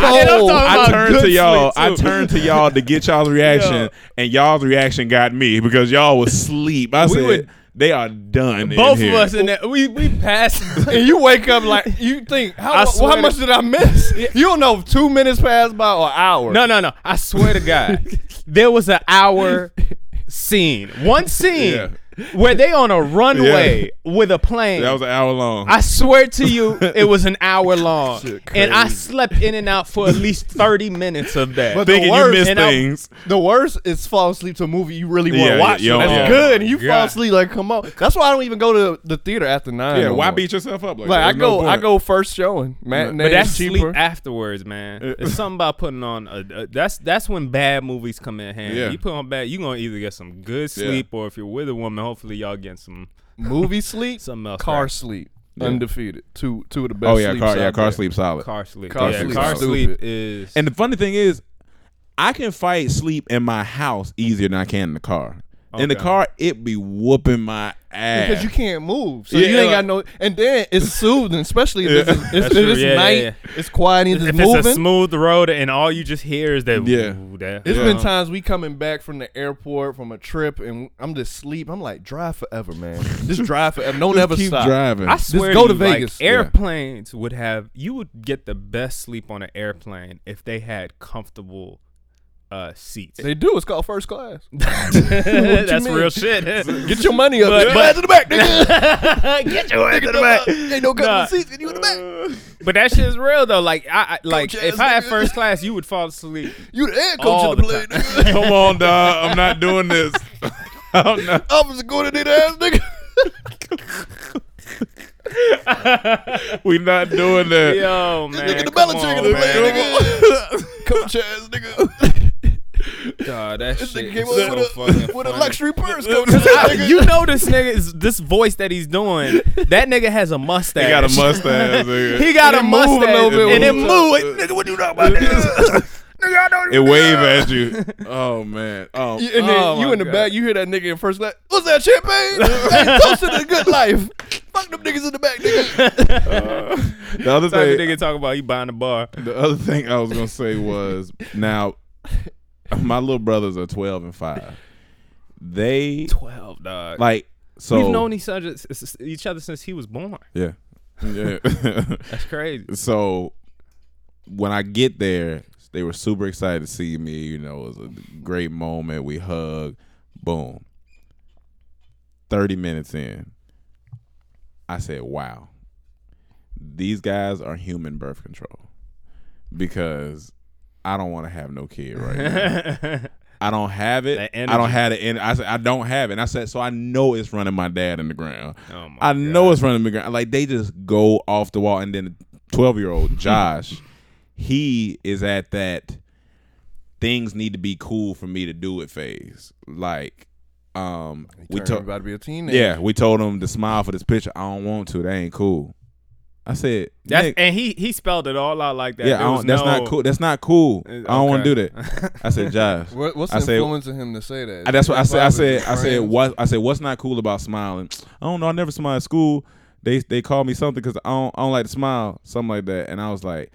S8: talking
S7: cold.
S5: I
S8: about
S5: turned
S8: good
S5: to
S8: sleep,
S5: y'all. I
S8: too.
S5: turned to y'all to get y'all's reaction,
S8: Yo.
S5: and y'all's reaction got me because y'all was sleep. I
S8: We
S5: said
S8: would-
S5: they are done. in
S8: both of
S5: here."
S8: us in that we we passed
S7: and you wake up like you think
S8: I
S7: how, well,
S8: swear
S7: how
S8: to-
S7: much did I miss? You don't know if two minutes passed by or an hour.
S8: No, no, no. I swear to God, there was an hour scene, one scene where they on a runway with a plane.
S5: That was an hour long.
S8: I swear to you, it was an hour long, and I slept in and out for at least thirty minutes of that.
S7: But the
S5: Thinking you
S7: worst-
S5: missed
S8: and I-
S5: things.
S7: The worst is fall asleep to a movie you really want to
S5: Yeah,
S7: watch.
S5: yeah,
S7: That's
S5: yeah.
S7: good. And you
S8: God.
S7: fall asleep like come on. That's why I don't even go to the theater after nine.
S5: yeah,
S7: no
S5: why
S7: more.
S5: beat yourself up
S7: Like
S5: like, that?
S7: I
S5: There's
S7: go,
S5: no
S7: I
S5: point.
S7: go first showing. Matinee
S8: but that's
S7: is cheaper.
S8: sleep afterwards, man. It's something about putting on a, a- that's that's when bad movies come in handy.
S5: Yeah.
S8: You put on bad, you gonna either get some good
S5: Yeah.
S8: sleep, or if you're with a woman, hopefully y'all get some
S7: Movie sleep,
S8: Something else,
S7: car
S8: right?
S7: sleep, undefeated. Two, two of the best.
S5: Oh yeah,
S7: sleeps
S5: car yeah,
S7: out
S5: car
S7: there.
S5: sleep solid.
S8: car sleep.
S7: Car
S8: yeah,
S7: sleep
S8: car
S7: is
S8: sleep
S7: stupid.
S8: is
S5: And the funny thing is, I can fight sleep in my house easier than I can in the car. In the
S8: Okay.
S5: car, it be whooping my ass.
S7: Because you can't move, so
S5: Yeah,
S7: you ain't
S5: like-
S7: got no. And then it's soothing, especially if it's, it's,
S8: That's
S7: if
S8: true.
S7: it's
S8: Yeah, yeah,
S7: night,
S8: yeah.
S7: it's quiet, and it's
S8: if
S7: moving.
S8: it's a smooth road and all you just hear is that
S5: Yeah.
S8: ooh, that
S7: It's
S8: yeah.
S7: been times we coming back from the airport from a trip, and I'm just sleep. I'm like, drive forever, man. just drive forever. Don't ever
S5: keep
S7: stop.
S5: driving.
S8: I swear,
S7: go
S8: you,
S7: to
S8: like,
S7: Vegas. Yeah.
S8: airplanes would have you would get the best sleep on an airplane if they had comfortable uh, seats.
S7: They do. It's called first class.
S8: That's
S7: mean?
S8: real shit.
S7: Get your money up.
S8: But-
S7: Get your
S8: but-
S7: ass in the back, nigga.
S8: Get your ass in the back.
S7: Ain't no
S8: Nah.
S7: comfortable seats. Get you in the back.
S8: But that shit is real though. Like I, I like
S7: Coach
S8: if
S7: ass
S8: I had
S7: nigga.
S8: first class, you would fall asleep.
S7: You the head
S8: All
S7: coach of the
S8: the
S7: play,
S8: time.
S7: nigga.
S5: Come on, dog. I'm not doing this. I'm not.
S7: Officer going to need ass, nigga.
S5: we not doing that.
S8: Yo, man.
S5: Look at the
S8: come on,
S5: Belichick in
S8: man.
S5: the Coach ass nigga.
S9: God, that shit
S5: came
S9: is
S5: up
S9: so fucking
S5: With a
S9: funny.
S5: luxury purse, coach
S8: you know this nigga is this voice that he's doing. That nigga has a mustache.
S5: He got a mustache, nigga.
S8: He got a
S7: move a
S8: mustache,
S7: little bit
S8: and it
S7: when he
S8: moved. Nigga, what you know about this?
S5: it wave at you. Oh man. Oh,
S7: You- and then
S8: Oh,
S7: you
S8: my
S7: in the
S8: God.
S7: back, you hear that nigga in first class. What's that champagne? hey, toast to the good life. Fuck them niggas in the back, nigga.
S5: the other
S8: Type of
S5: thing.
S8: nigga talk about he buying a bar.
S5: The other thing I was gonna say was now, my little brothers are twelve and five. They
S8: Twelve, dog.
S5: like so.
S8: We've known each other, each other since he was born.
S5: yeah, yeah.
S8: That's crazy.
S5: so when I get there, they were super excited to see me. You know, it was a great moment. We hugged. Boom. Thirty minutes in, I said, "Wow, these guys are human birth control," because I don't want to have no kid right now. I don't have it.
S8: That
S5: I don't
S8: energy.
S5: have it. And I said, I don't have it. And I said, so I know it's running my dad in the ground.
S8: Oh my
S5: I know it's running the ground. Like they just go off the wall. And then twelve year old Josh, he is at that things need to be cool for me to do it phase. Like, um, we
S7: Turn
S5: took
S7: about to be a teenager.
S5: yeah, we told him to smile for this picture. I don't want to. That ain't cool. I said,
S8: That's,
S5: "Nick,
S8: and he he spelled it all out like that.
S5: yeah, I
S8: There was
S5: don't, that's
S8: no-
S5: not cool. That's not cool. I don't want
S8: okay.
S5: to do that. I said, Josh.
S7: What, what's
S5: I said-
S7: influencing him to say that?
S5: I- that's what I said. I said. I said.
S7: Friends?
S5: What I said. What's not cool about smiling? I don't know. I never smile at school. They they call me something because I don't I don't like to smile, something like that. And I was like,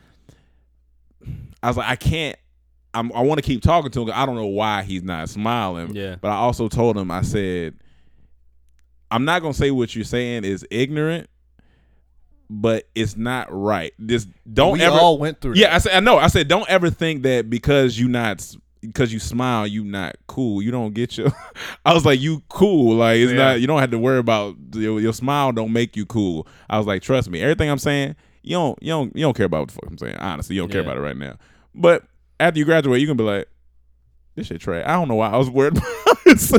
S5: I was like, I can't. I'm, I want to keep talking to him. 'cause I don't know why he's not smiling.
S8: Yeah.
S5: But I also told him. I said, I'm not gonna say what you're saying is ignorant, but it's not right. Just don't
S7: we
S5: ever.
S7: all went through.
S5: Yeah, I said I know. I said don't ever think that because you not because you smile you not cool. You don't get your. I was like you cool. Like it's
S8: Yeah.
S5: not. You don't have to worry about your, your smile. Don't make you cool. I was like trust me. Everything I'm saying you don't you don't you don't care about what the fuck I'm saying. Honestly, you don't care
S8: Yeah.
S5: about it right now. But after you graduate, you can be like. This shit trash. I don't know why I was worried about this.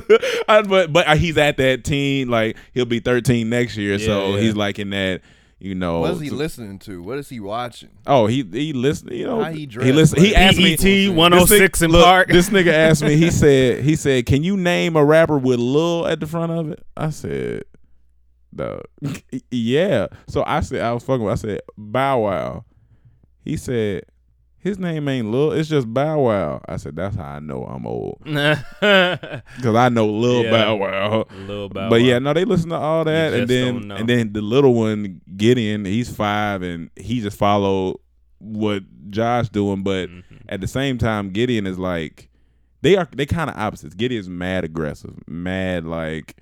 S5: I- but but he's at that teen, like he'll be 13 next year, so
S8: yeah.
S5: he's like in that, you know.
S7: What is he
S5: so-
S7: listening to? What is he watching?
S5: Oh, he he listened. You know,
S7: How he
S5: he,
S7: dressed,
S5: listened. He
S7: like, E
S5: asked me.
S8: PET
S5: this
S8: 106
S5: nigga-
S8: in
S5: look,
S8: Park.
S5: This nigga asked me. He said. He said, "Can you name a rapper with Lil at the front of it?" I said, "Dog, yeah." So I said, "I was fucking." With, I said, "Bow Wow." He said, "His name ain't Lil. It's just Bow Wow." I said, "That's how I know I'm old because I know Lil
S8: Yeah.
S5: Bow Wow."
S8: Little Bow
S5: but
S8: Wow.
S5: yeah, no, they listen to all that,
S8: just
S5: and
S8: don't
S5: then
S8: know.
S5: and then the little one Gideon, he's five, and he just followed what Josh doing. But
S8: Mm-hmm.
S5: at the same time, Gideon is like they are they kind of opposites. Gideon's mad aggressive, mad like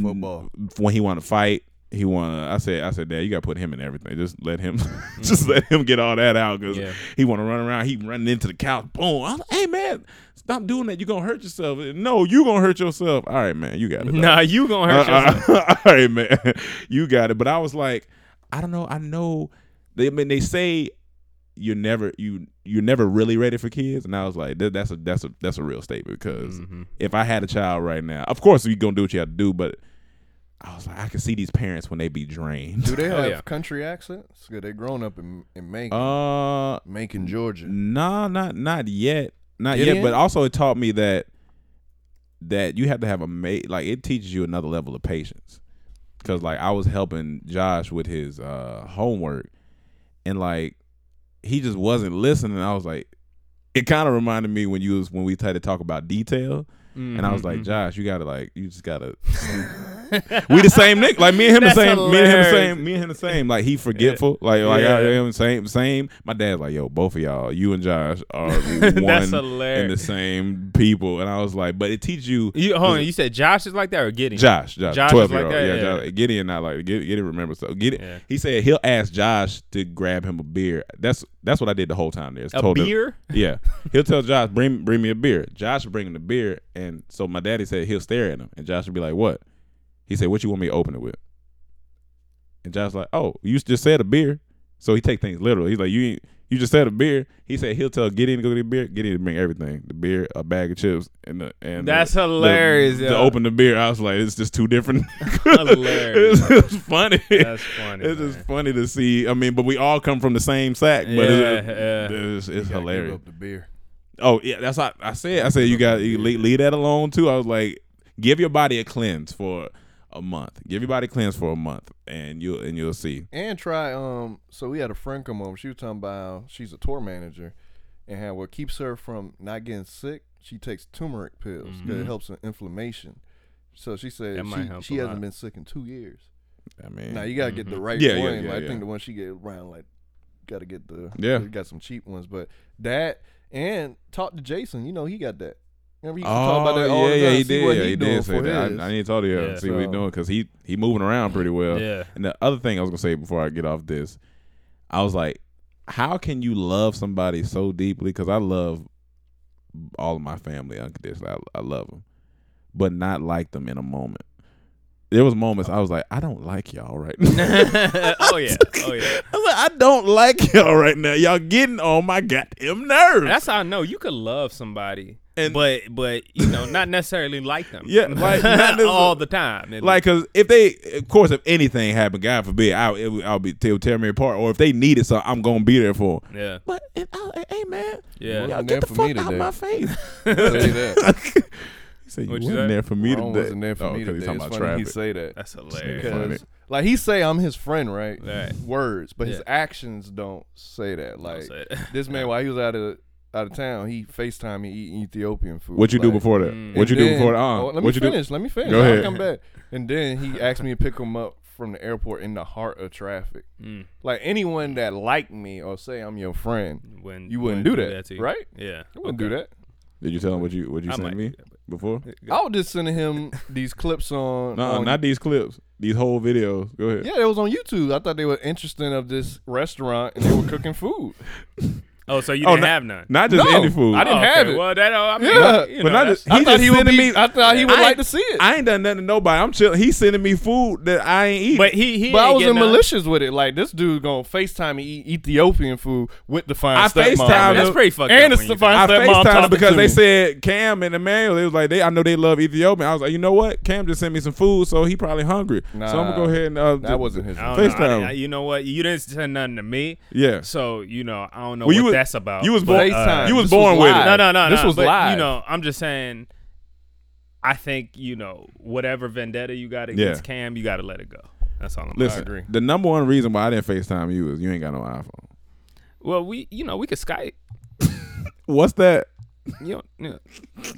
S7: Football.
S5: when he want to fight. He want. I said. I said, Dad, you got to put him in everything. Just let him. just let him get all that out because
S8: Mm-hmm. Yeah.
S5: he want to run around. He running into the couch. Boom. I was like, hey man, stop doing that. You gonna hurt yourself. No, you gonna hurt yourself. All right, man. You got it. dog.
S8: Nah, you gonna hurt yourself.
S5: Uh, all right, man. You got it. But I was like, I don't know. I know. They I mean they say you're never you you're never really ready for kids, and I was like, that, that's a that's a that's a real statement because if I had a child right now, of course you're gonna do what you have to do, but I was like, I can see these parents when they be
S7: Do
S5: drained.
S7: they have
S8: yeah.
S7: country accents? Cause they grown up in, in Macon,
S5: Uh,
S7: Macon, Georgia.
S5: nah, not not yet, not
S7: Gideon?
S5: yet. But also, it taught me that that you have to have a mate. Like it teaches you another level of patience. Cause like I was helping Josh with his uh homework, and like he just wasn't listening. I was like, it kind of reminded me when you was when we tried to talk about detail. And I was
S8: Mm-hmm,
S5: like, Josh, you gotta like, you just gotta. we the same Nick, like me and him the
S8: That's
S5: same, me and him the
S8: hilarious.
S5: same, me and him the same. Like he forgetful, like like I
S8: Yeah.
S5: am same same. My dad's like, yo, both of y'all, you and Josh are
S8: Mm-hmm. That's
S5: one and the
S8: hilarious.
S5: same people. And I was like, but it teaches you,
S8: You hold on. You said Josh is like that or Gideon?
S5: Josh, Josh,
S8: Josh is
S5: twelve year
S8: like
S5: old,
S8: that?
S5: yeah,
S8: Yeah.
S5: Josh, Gideon not like Gide- Gideon remembers stuff. Gideon,
S8: Yeah.
S5: he said he'll ask Josh to grab him a beer. That's that's what I did the whole time there. It's
S8: A
S5: told him-
S8: beer?
S5: yeah, he'll tell Josh, bring bring me a beer. Josh will bring him the beer, and so my daddy said he'll stare at him, and Josh would be like, "What?" He said, "What you want me to open it with?" And Josh like, "Oh, you just said a beer," so he take things literal. He's like, "You ain't, You just said a beer. He said he'll tell Gideon to go get a beer. Gideon to bring everything: the beer, a bag of chips, and the and the-
S8: That's
S5: the-
S8: hilarious,
S5: To
S8: yo.
S5: open the beer, I was like, it's just two different.
S8: Hilarious.
S5: it's, it's funny.
S8: That's funny,
S5: It's just
S8: man.
S5: funny to see. I mean, but we all come from the same sack. But it's,
S8: Yeah, yeah.
S5: it's, it's hilarious.
S7: the beer.
S5: Oh yeah, that's what I said. I said you got you leave, leave that alone too. I was like, give your body a cleanse for a month. Give your body a cleanse for a month, and you will and you'll see.
S7: And try um so we had a friend come over. She was talking about how she's a tour manager and how what keeps her from not getting sick, she takes turmeric pills 'cause
S5: Mm-hmm.
S7: it helps with inflammation. So she said
S8: That might
S7: she,
S8: help
S7: she
S8: a
S7: hasn't
S8: lot.
S7: been sick in two years.
S5: I mean,
S7: Now you gotta get the right
S5: Mm-hmm. Yeah, yeah,
S7: one.
S5: yeah,
S7: like, I
S5: yeah.
S7: think the one she get around like gotta get the
S5: Yeah.
S7: you got some cheap ones, but that and talk to Jason. You know he got that. Remember he used
S5: oh
S7: to talk about that all
S5: yeah,
S7: the
S5: yeah,
S7: time.
S5: he
S7: see what
S5: did. Yeah,
S7: he,
S5: he
S7: doing
S5: did say
S7: for
S5: that.
S7: his.
S5: I, I need to talk to him
S8: Yeah,
S5: and see what he
S7: so-
S5: doing because he he moving around pretty well.
S8: Yeah.
S5: And the other thing I was gonna say before I get off this, I was like, how can you love somebody so deeply? Because I love all of my family unconditionally. I, I love them, but not like them in a moment. There was moments I was like, I don't like y'all right now.
S8: oh yeah, oh yeah.
S5: I was like, I don't like y'all right now. Y'all getting on my goddamn nerves.
S8: That's how I know you could love somebody,
S5: And-
S8: but but you know not necessarily like them.
S5: Yeah, like, not
S8: all the time. At
S5: Like, cause if they, of course, if anything happened, God forbid, I, it, would- I'll be they'll tear me apart. Or if they needed something, I'm gonna be there for. 'em.
S8: least. yeah,
S5: But and I was like, hey man,
S8: Yeah.
S5: y'all
S7: Wasn't
S5: get
S7: there
S5: the
S7: for me
S5: fuck out
S7: today.
S5: my face.
S7: Say that.
S5: he said you
S8: What'd you
S5: wasn't
S8: say?
S5: there for me
S7: Ron
S5: today.
S7: wasn't there for
S5: oh,
S7: me
S5: 'cause
S7: today.
S5: He's talking
S7: It's
S5: about
S7: funny he
S5: traffic.
S7: say that
S8: that's
S5: Yeah.
S8: hilarious.
S5: funny.
S7: because like he say I'm his friend, right?
S8: Right.
S7: Words, but his
S8: Yeah.
S7: actions don't say that. Like
S8: say that.
S7: this man, while he was out of out of town, he Facetime me eating Ethiopian food.
S5: What you do
S7: Like,
S5: before that?
S8: Mm.
S5: What you
S7: and
S5: do
S7: then-
S5: before that? Uh,
S7: oh, let me
S5: what you
S7: finish.
S5: do?
S7: Let me finish.
S5: Go
S7: I'll
S5: ahead.
S7: come back. And then he asked me to pick him up from the airport in the heart of traffic.
S8: Mm.
S7: Like anyone that like me or say I'm your friend,
S8: When
S7: You wouldn't do that,
S8: to you.
S7: right?
S8: Yeah,
S7: I wouldn't
S8: Okay.
S7: do that.
S5: Did you tell him what you what you
S8: I
S5: sent
S8: might
S5: me
S8: do that,
S5: before?
S7: I was just sending him these clips on.
S5: No,
S7: on
S5: not these clips. These whole videos. Go ahead.
S7: Yeah, it was on YouTube. I thought they were interesting of this restaurant and they were cooking food.
S8: Oh, so you
S5: Oh,
S8: didn't
S5: not-
S8: have none.
S5: Not just
S7: No,
S5: any food.
S7: I didn't
S8: Oh,
S7: have
S8: okay.
S7: it.
S8: Well, that uh, I mean,
S7: Yeah,
S8: you
S5: but
S8: know,
S5: not
S8: that's-
S5: just, he
S7: I thought
S5: just
S7: he would
S5: sending
S7: be.
S5: me.
S7: I thought he would
S5: I
S7: like
S5: ain't-
S7: to see it.
S5: I ain't done nothing to nobody. I'm chilling. He's sending me food that I ain't eating.
S8: But he he.
S7: but I
S8: ain't
S7: was in
S8: getting none.
S7: malicious with it. Like this dude gonna Facetime and eat Ethiopian food with the fine
S5: I
S7: stepmom.
S5: FaceTimed
S8: That's
S5: him.
S8: pretty fucked
S7: and
S8: up.
S7: the
S8: when you
S7: fine
S5: I
S7: stepmom
S5: FaceTimed
S7: talking
S5: because
S7: to
S5: they
S7: me.
S5: said Cam and Emmanuel. It was like they. I know they love Ethiopia. I was like, you know what? Cam just sent me some food, so he probably hungry. so I'm gonna
S7: Nah,
S5: go ahead and uh,
S7: that wasn't his
S8: I
S7: fault.
S8: don't know. I
S5: FaceTime.
S8: didn't- I- you know what? You didn't send nothing to me.
S5: Yeah.
S8: So you know, I don't know
S5: Well,
S8: what
S5: you was-
S8: that's about.
S5: you was
S8: but, uh,
S5: born-
S7: FaceTime.
S5: Uh, you was
S7: This
S5: born with it.
S7: live.
S8: No, no, no.
S7: This
S8: no,
S7: was
S8: but,
S7: live.
S8: You know, I'm just saying. I think you know whatever vendetta you got
S5: Yeah.
S8: against Cam, you got to let it go. That's all I'm.
S5: Listen,
S8: saying.
S5: the number one reason why I didn't FaceTime you is you ain't got no iPhone.
S8: Well, we you know we could Skype.
S5: What's that?
S8: You don't, you know,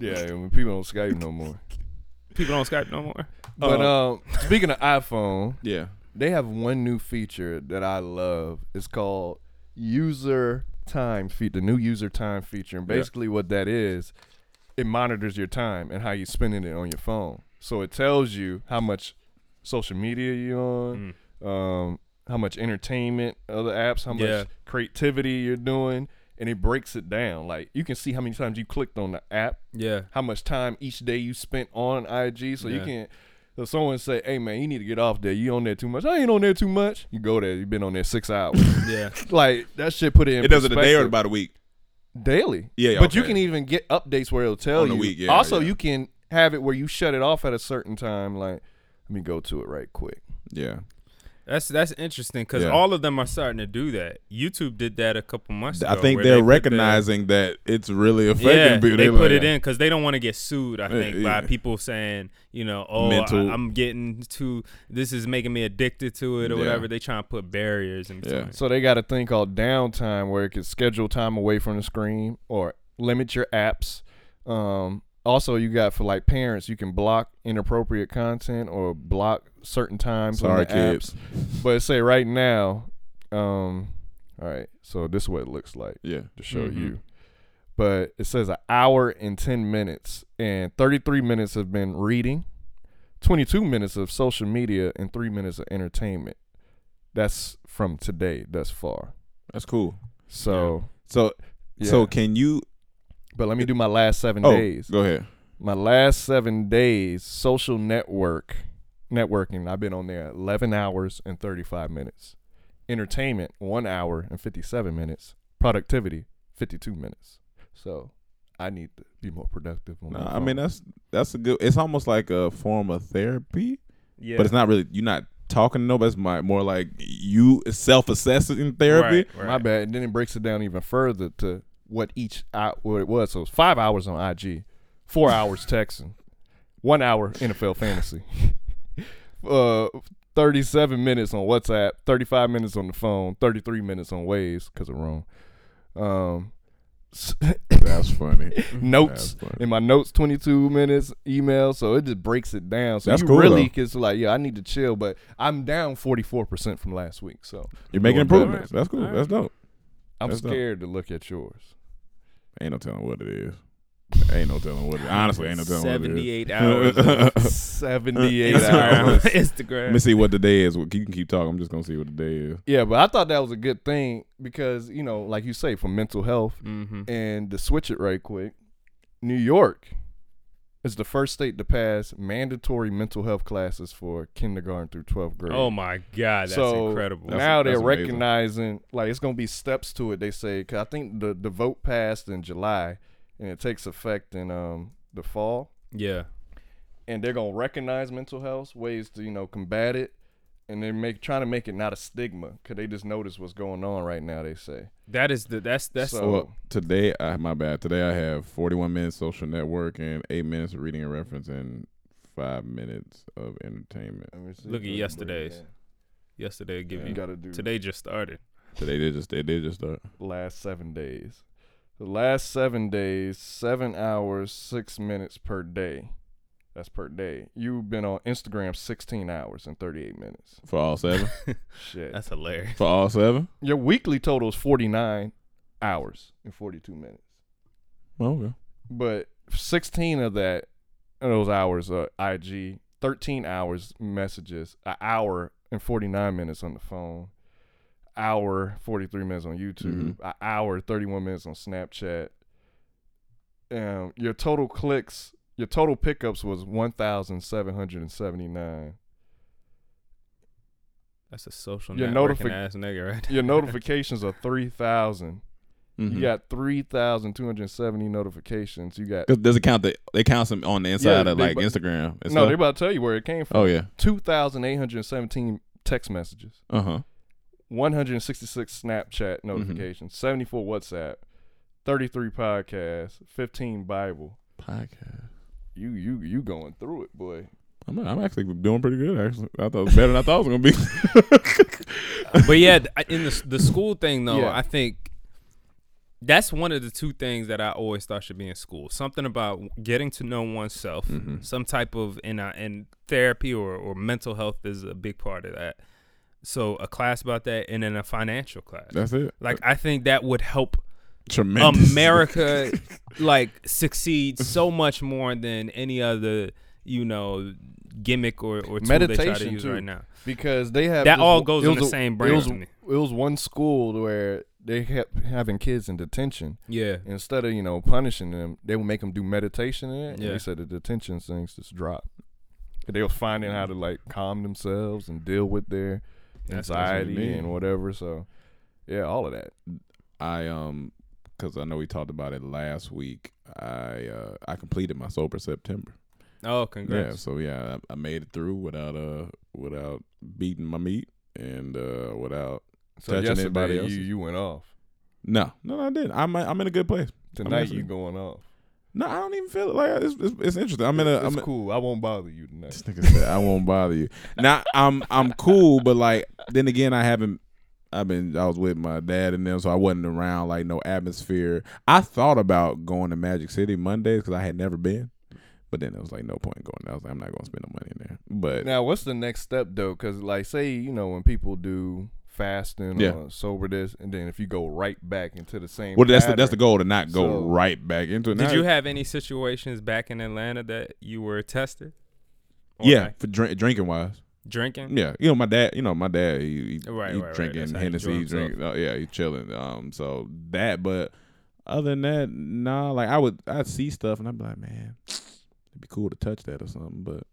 S7: Yeah, when people don't Skype no more.
S8: people don't Skype no more.
S7: But
S5: Uh-huh.
S7: um, speaking of iPhone,
S5: Yeah.
S7: they have one new feature that I love. It's called user time feed the new user time feature. And basically what that is, it monitors your time and how you're spending it on your phone. So it tells you how much social media you're on, um, how much entertainment, other apps, how much
S8: Yeah.
S7: creativity you're doing, and it breaks it down. Like you can see how many times you clicked on the app
S8: Yeah.
S7: how much time each day you spent on IG. So you
S8: Yeah.
S7: can so someone say, Hey man, you need to get off there. You on there too much. I ain't on there too much. You go there, you've been on there six hours.
S8: Yeah.
S7: like that shit put it in
S5: It does it a day or
S7: perspective.
S5: about a week.
S7: daily.
S5: Yeah, yeah,
S7: But you
S5: okay.
S7: can even get updates where it'll tell
S5: On the
S7: you.
S5: week, yeah,
S7: also
S5: yeah.
S7: you can have it where you shut it off at a certain time, like let me go to it right quick.
S5: Yeah.
S8: That's that's interesting because
S5: Yeah.
S8: all of them are starting to do that. YouTube did that a couple months ago.
S5: I think
S8: where
S5: they're
S8: they put the-
S5: recognizing that it's really affecting
S8: Yeah,
S5: people.
S8: they
S5: like-
S8: put it in because they don't want to get sued. I think
S5: yeah.
S8: by people saying, you know, oh,
S5: Mental.
S8: I, am getting too. This is making me addicted to it or
S5: Yeah.
S8: whatever. They trying to put barriers in between.
S5: Yeah.
S7: So they got a thing called downtime where it can schedule time away from the screen or limit your apps. Um, also, you got for like parents, you can block inappropriate content or block certain times. on
S5: Sorry,
S7: the apps.
S5: kids.
S7: But it say right now, um, all right. So this is what it looks like
S5: Yeah.
S7: to show you. But it says an hour and ten minutes, and thirty-three minutes have been reading, twenty-two minutes of social media, and three minutes of entertainment. That's from today thus far.
S5: That's cool.
S7: So,
S5: So,
S7: Yeah.
S5: so can you?
S7: but let me do my last seven
S5: Oh,
S7: days.
S5: go ahead.
S7: My last seven days, social network networking. I've been on there eleven hours and thirty-five minutes. Entertainment, one hour and fifty-seven minutes. productivity, 52 minutes. So I need to be more productive. On my
S5: Nah, I mean
S7: phone.
S5: that's that's a good. It's almost like a form of therapy,
S8: Yeah.
S5: but it's not really. You're not talking to nobody. It's my, more like you self-assessing therapy.
S8: right, right.
S7: my bad. And then it breaks it down even further to what each hou- what it was. So it's five hours on IG, four hours texting, one hour NFL fantasy, uh, thirty-seven minutes on WhatsApp, thirty-five minutes on the phone, thirty-three minutes on Waze because of wrong. Um, s-
S5: That's funny.
S7: notes
S5: That's funny.
S7: in my notes 22 minutes email so it just breaks it down so
S5: That's
S7: you
S5: cool,
S7: really
S5: though.
S7: it's like yeah i need to chill but i'm down 44% from last week so
S5: You're making
S7: Doing better.
S5: improvements. That's cool. That's dope.
S7: i'm
S5: That's dope.
S7: scared to look at yours
S5: Ain't no telling what it is. Ain't no telling what it is. Honestly, ain't no telling
S8: Seventy-eight
S5: what
S8: hours.
S5: it is.
S8: on
S7: 78
S8: Instagram.
S7: hours.
S5: Let me
S8: Instagram.
S5: see what the day is. You can keep talking. I'm just gonna see what the day is.
S7: Yeah, but I thought that was a good thing because, you know, like you say, for mental health
S8: Mm-hmm.
S7: and to switch it right quick, New York is the first state to pass mandatory mental health classes for kindergarten through 12th grade.
S8: Oh my God, that's
S7: so
S8: incredible.
S7: Now
S5: That's-
S7: they're
S5: that's amazing.
S7: recognizing like it's gonna be steps to it. They say because I think the the vote passed in July and it takes effect in um the fall,
S8: yeah.
S7: and they're gonna recognize mental health ways to you know combat it, and they make trying to make it not a stigma because they just notice what's going on right now. They say
S8: That is the that's that's
S7: So-
S5: Well, today, I my bad. Today I have 41 minutes social network and eight minutes of reading and reference and five minutes of entertainment.
S7: Let me see.
S8: Look at
S7: Yeah.
S8: yesterday's. yesterday. Give
S7: You
S8: you
S7: gotta do
S8: today just started.
S5: Today they just they did just start.
S7: last seven days. The last seven days, seven hours, six minutes per day. That's per day. You've been on Instagram 16 hours and 38 minutes.
S5: For all seven?
S7: Shit.
S8: That's hilarious.
S5: For all seven?
S7: Your weekly total is 49 hours and 42 minutes.
S5: Oh, Okay.
S7: But 16 of that, of those hours are IG, 13 hours messages, an hour and 49 minutes on the phone, hour 43 minutes on YouTube, an hour 31 minutes on Snapchat. Um, your total clicks, your total pickups was 1,779.
S8: That's a social
S7: Your
S8: networking
S7: notific-
S8: ass nigga right
S7: Your notifications are 3,000. You
S5: Mhm.
S7: got 3,270 notifications. You got
S5: 'Cause Does it count the they count some on the inside
S7: Yeah,
S5: of
S7: they
S5: like
S7: bu-
S5: Instagram? and
S7: No,
S5: stuff?
S7: they're about to tell you where it came from.
S5: Oh yeah.
S7: 2,817 text messages,
S5: Uh huh.
S7: 166 Snapchat
S8: Mm-hmm.
S7: notifications, 74 WhatsApp, 33 podcasts, 15 Bible.
S5: Podcast.
S7: You you you going through it, boy.
S5: I'm, I'm actually doing pretty good. Actually, I thought it was better than I thought it was gonna be.
S8: but yeah, th- I- in the s- the school thing though,
S7: Yeah.
S8: I think that's one of the two things that I always thought should be in school. Something about getting to know oneself,
S7: Mm-hmm.
S8: some type of and uh, and therapy or or mental health is a big part of that. So a class about that, and then a financial class.
S5: That's it.
S8: Like I think that would help
S5: Tremendous.
S8: America like succeed so much more than any other you know gimmick or, or tool they try to
S7: Meditation
S8: use
S7: too,
S8: right now.
S7: because they have
S8: That
S7: this-
S8: all goes
S7: it
S8: in
S7: was
S8: the
S7: a-
S8: same
S7: It
S8: brain
S7: was,
S8: to me.
S7: it was one school where they kept having kids in detention.
S8: Yeah.
S7: Instead of you know punishing them, they would make them do meditation in it. And
S8: Yeah.
S7: they said the detention things just drop. They were finding how to like calm themselves and deal with their
S8: That's- that's what
S5: you
S7: anxiety
S5: need.
S7: and whatever. So, yeah, all of that.
S5: I um because I know we talked about it last week. I uh I completed my sober September.
S8: Oh,
S5: Yeah,
S8: congrats.
S5: so yeah, I, I made it through without uh without beating my meat and uh without
S7: So
S5: Touching
S7: yesterday
S5: anybody
S7: you,
S5: else's.
S7: you went off.
S5: no no I didn't. I'm I'm in a good place.
S7: Tonight you
S5: listening.
S7: going off.
S5: No, I don't even feel it. Like it's it's, it's interesting. I'm in a
S7: It's
S5: I'm in-
S7: cool. I won't bother you tonight.
S5: This nigga said, "I won't bother you." Now I'm I'm cool, but like then again, I haven't. I've been I was with my dad and them, so I wasn't around like no atmosphere. I thought about going to Magic City Mondays because I had never been, but then it was like no point in going. I was like, I'm not gonna spend no money in there. But
S7: Now, what's the next step though? Because like, say you know when people do fasting
S5: Yeah.
S7: or sober this, and then if you go right back into the same.
S5: well, that's the, that's the
S7: pattern-
S5: goal to not go
S7: So-
S5: right back into it.
S8: Did
S5: Now-
S8: you have any situations back in Atlanta that you were tested? Or,
S5: yeah
S8: like,
S5: for drink, drinking wise?
S8: drinking.
S5: Yeah, you know my dad. You know my dad. He, he,
S8: Right,
S5: he
S8: right, right.
S5: drinking
S8: That's how he
S5: Hennessy.
S8: enjoy
S5: He drinking. Oh, yeah, he chilling. Um, so that. But other than that, nah. Like I would, I'd see stuff and I'd be like, man, it'd be cool to touch that or something. But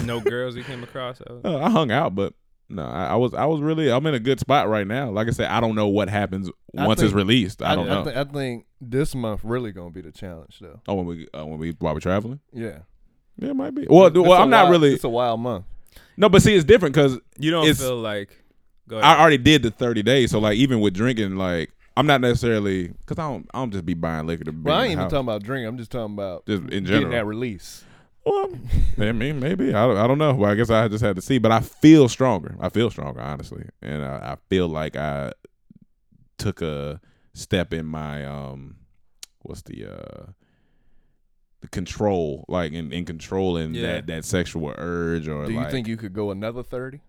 S8: No girls you came across. That was-
S5: uh, I hung out, but No, I, I was I was really I'm in a good spot right now. Like I said, I don't know what happens
S7: I
S5: once it's
S7: think-
S5: released. I, don't know.
S7: thi- I think this month really gonna be the challenge though.
S5: oh, when we uh, when we while we're traveling,
S7: Yeah.
S5: yeah, it might be. Well,
S7: It's
S5: well,
S7: a
S5: I'm not
S7: wild-
S5: really.
S7: It's a wild month.
S5: No, but see, it's different because
S8: You don't
S5: It's-
S8: feel like. Go ahead.
S5: I already did the 30 days. So like even with drinking, like I'm not necessarily because I don't I don't just be buying liquor to.
S7: But I
S5: be
S7: ain't
S5: in the
S7: even
S5: house.
S7: talking about drinking. I'm just talking about
S5: Just in
S7: getting
S5: general.
S7: that release.
S5: Well, I mean, maybe I don't, I don't know. Well, I guess I just had to see, but I feel stronger. I feel stronger, honestly, and I, I feel like I took a step in my um, what's the uh, the control, like in, in controlling
S8: Yeah.
S5: that that sexual urge or
S7: Do you
S5: like
S7: think you could go another thirty?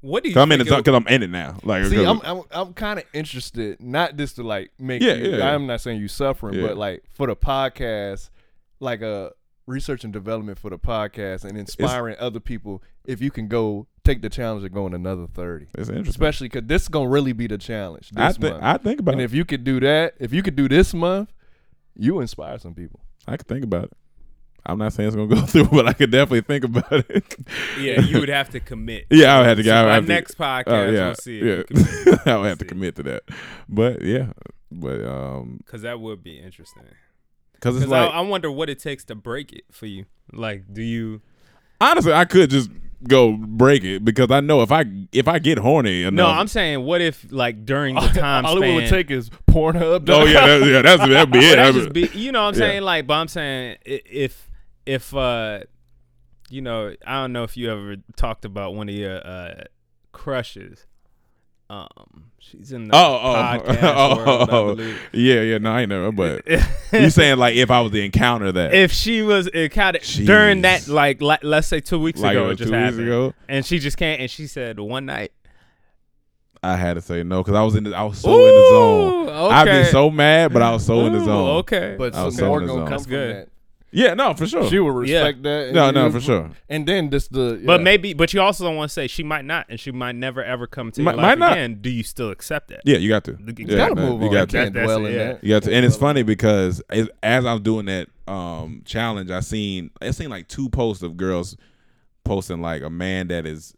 S8: what do you?
S5: i I'm in
S8: think it-
S5: because I'm in it now. Like,
S7: See,
S5: 'cause-
S7: I'm I'm, I'm kind of interested, not just to like make
S5: Yeah,
S7: you.
S5: yeah.
S7: I'm not saying you suffering,
S5: Yeah.
S7: but like for the podcast, like uh, research and development for the podcast and inspiring other people. If you can go take the challenge of going another thirty,
S5: it's interesting.
S7: especially because this gonna really be the challenge this
S5: I think
S7: month.
S5: I think about
S7: and
S5: it.
S7: if you could do that, if you could do this month, you inspire some people.
S5: I could think about it. I'm not saying it's gonna go through, but I could definitely think about it.
S8: Yeah, you would have to commit.
S5: Yeah, I would have to.
S8: So
S5: I would
S8: by
S5: have to-
S8: next podcast,
S5: Oh, yeah,
S8: we'll see. if you
S5: yeah.
S8: can commit.
S5: I would have to commit to that. But yeah, but um,
S8: Cause that would be interesting.
S5: because it's
S8: Cause
S5: like
S8: I, I wonder what it takes to break it for you. Like, do you?
S5: honestly, I could just go break it because I know if I if I get horny enough.
S8: No, I'm saying, what if like during the time
S7: All it
S8: span?
S7: would take is Pornhub.
S5: Oh yeah, that, yeah, that's that'd be
S8: That
S5: it. That'd
S8: just
S5: be-
S8: be, you know, what I'm
S5: Yeah.
S8: saying like, but I'm saying i- if if uh, you know, I don't know if you ever talked about one of your uh crushes. Um, she's in the
S5: Oh, oh,
S8: podcast
S5: oh,
S8: world, I
S5: oh, oh.
S8: believe.
S5: yeah, yeah. No, I ain't never. But you saying like if I was to encounter that,
S8: if she was encountered during that, like, le- let's say two weeks
S5: Like,
S8: ago,
S5: uh,
S8: it just
S5: two weeks
S8: happened,
S5: ago?
S8: and she just can't, and she said one night,
S5: I had to say no because I was in. The, I was so in the zone.
S8: Ooh,
S5: I've been
S8: okay.
S5: so mad, but I was so in the
S8: Ooh,
S5: zone.
S8: okay,
S7: But
S5: I was
S7: some more
S5: selling this
S7: gonna
S5: on.
S7: come
S5: That's
S7: from
S8: good.
S5: Yeah, no, for sure.
S7: that. She will
S8: Yeah.
S7: respect that. and
S5: No,
S7: you-
S5: no, for sure.
S7: And then just the
S8: But
S7: yeah.
S8: maybe, but you also don't want to say she might not, and she might never ever come to
S5: Might-
S8: your life
S5: might not.
S8: again. Do you still accept that?
S5: Yeah, you got to.
S8: You
S5: yeah,
S7: gotta
S5: man,
S7: move
S5: you
S7: on.
S5: Got
S7: You
S5: to.
S7: can't
S8: That- that's
S7: dwell
S8: it,
S7: in
S8: yeah.
S7: that.
S5: You got to, and it's funny because as, as I'm doing that um challenge, I seen I seen like two posts of girls posting like a man that is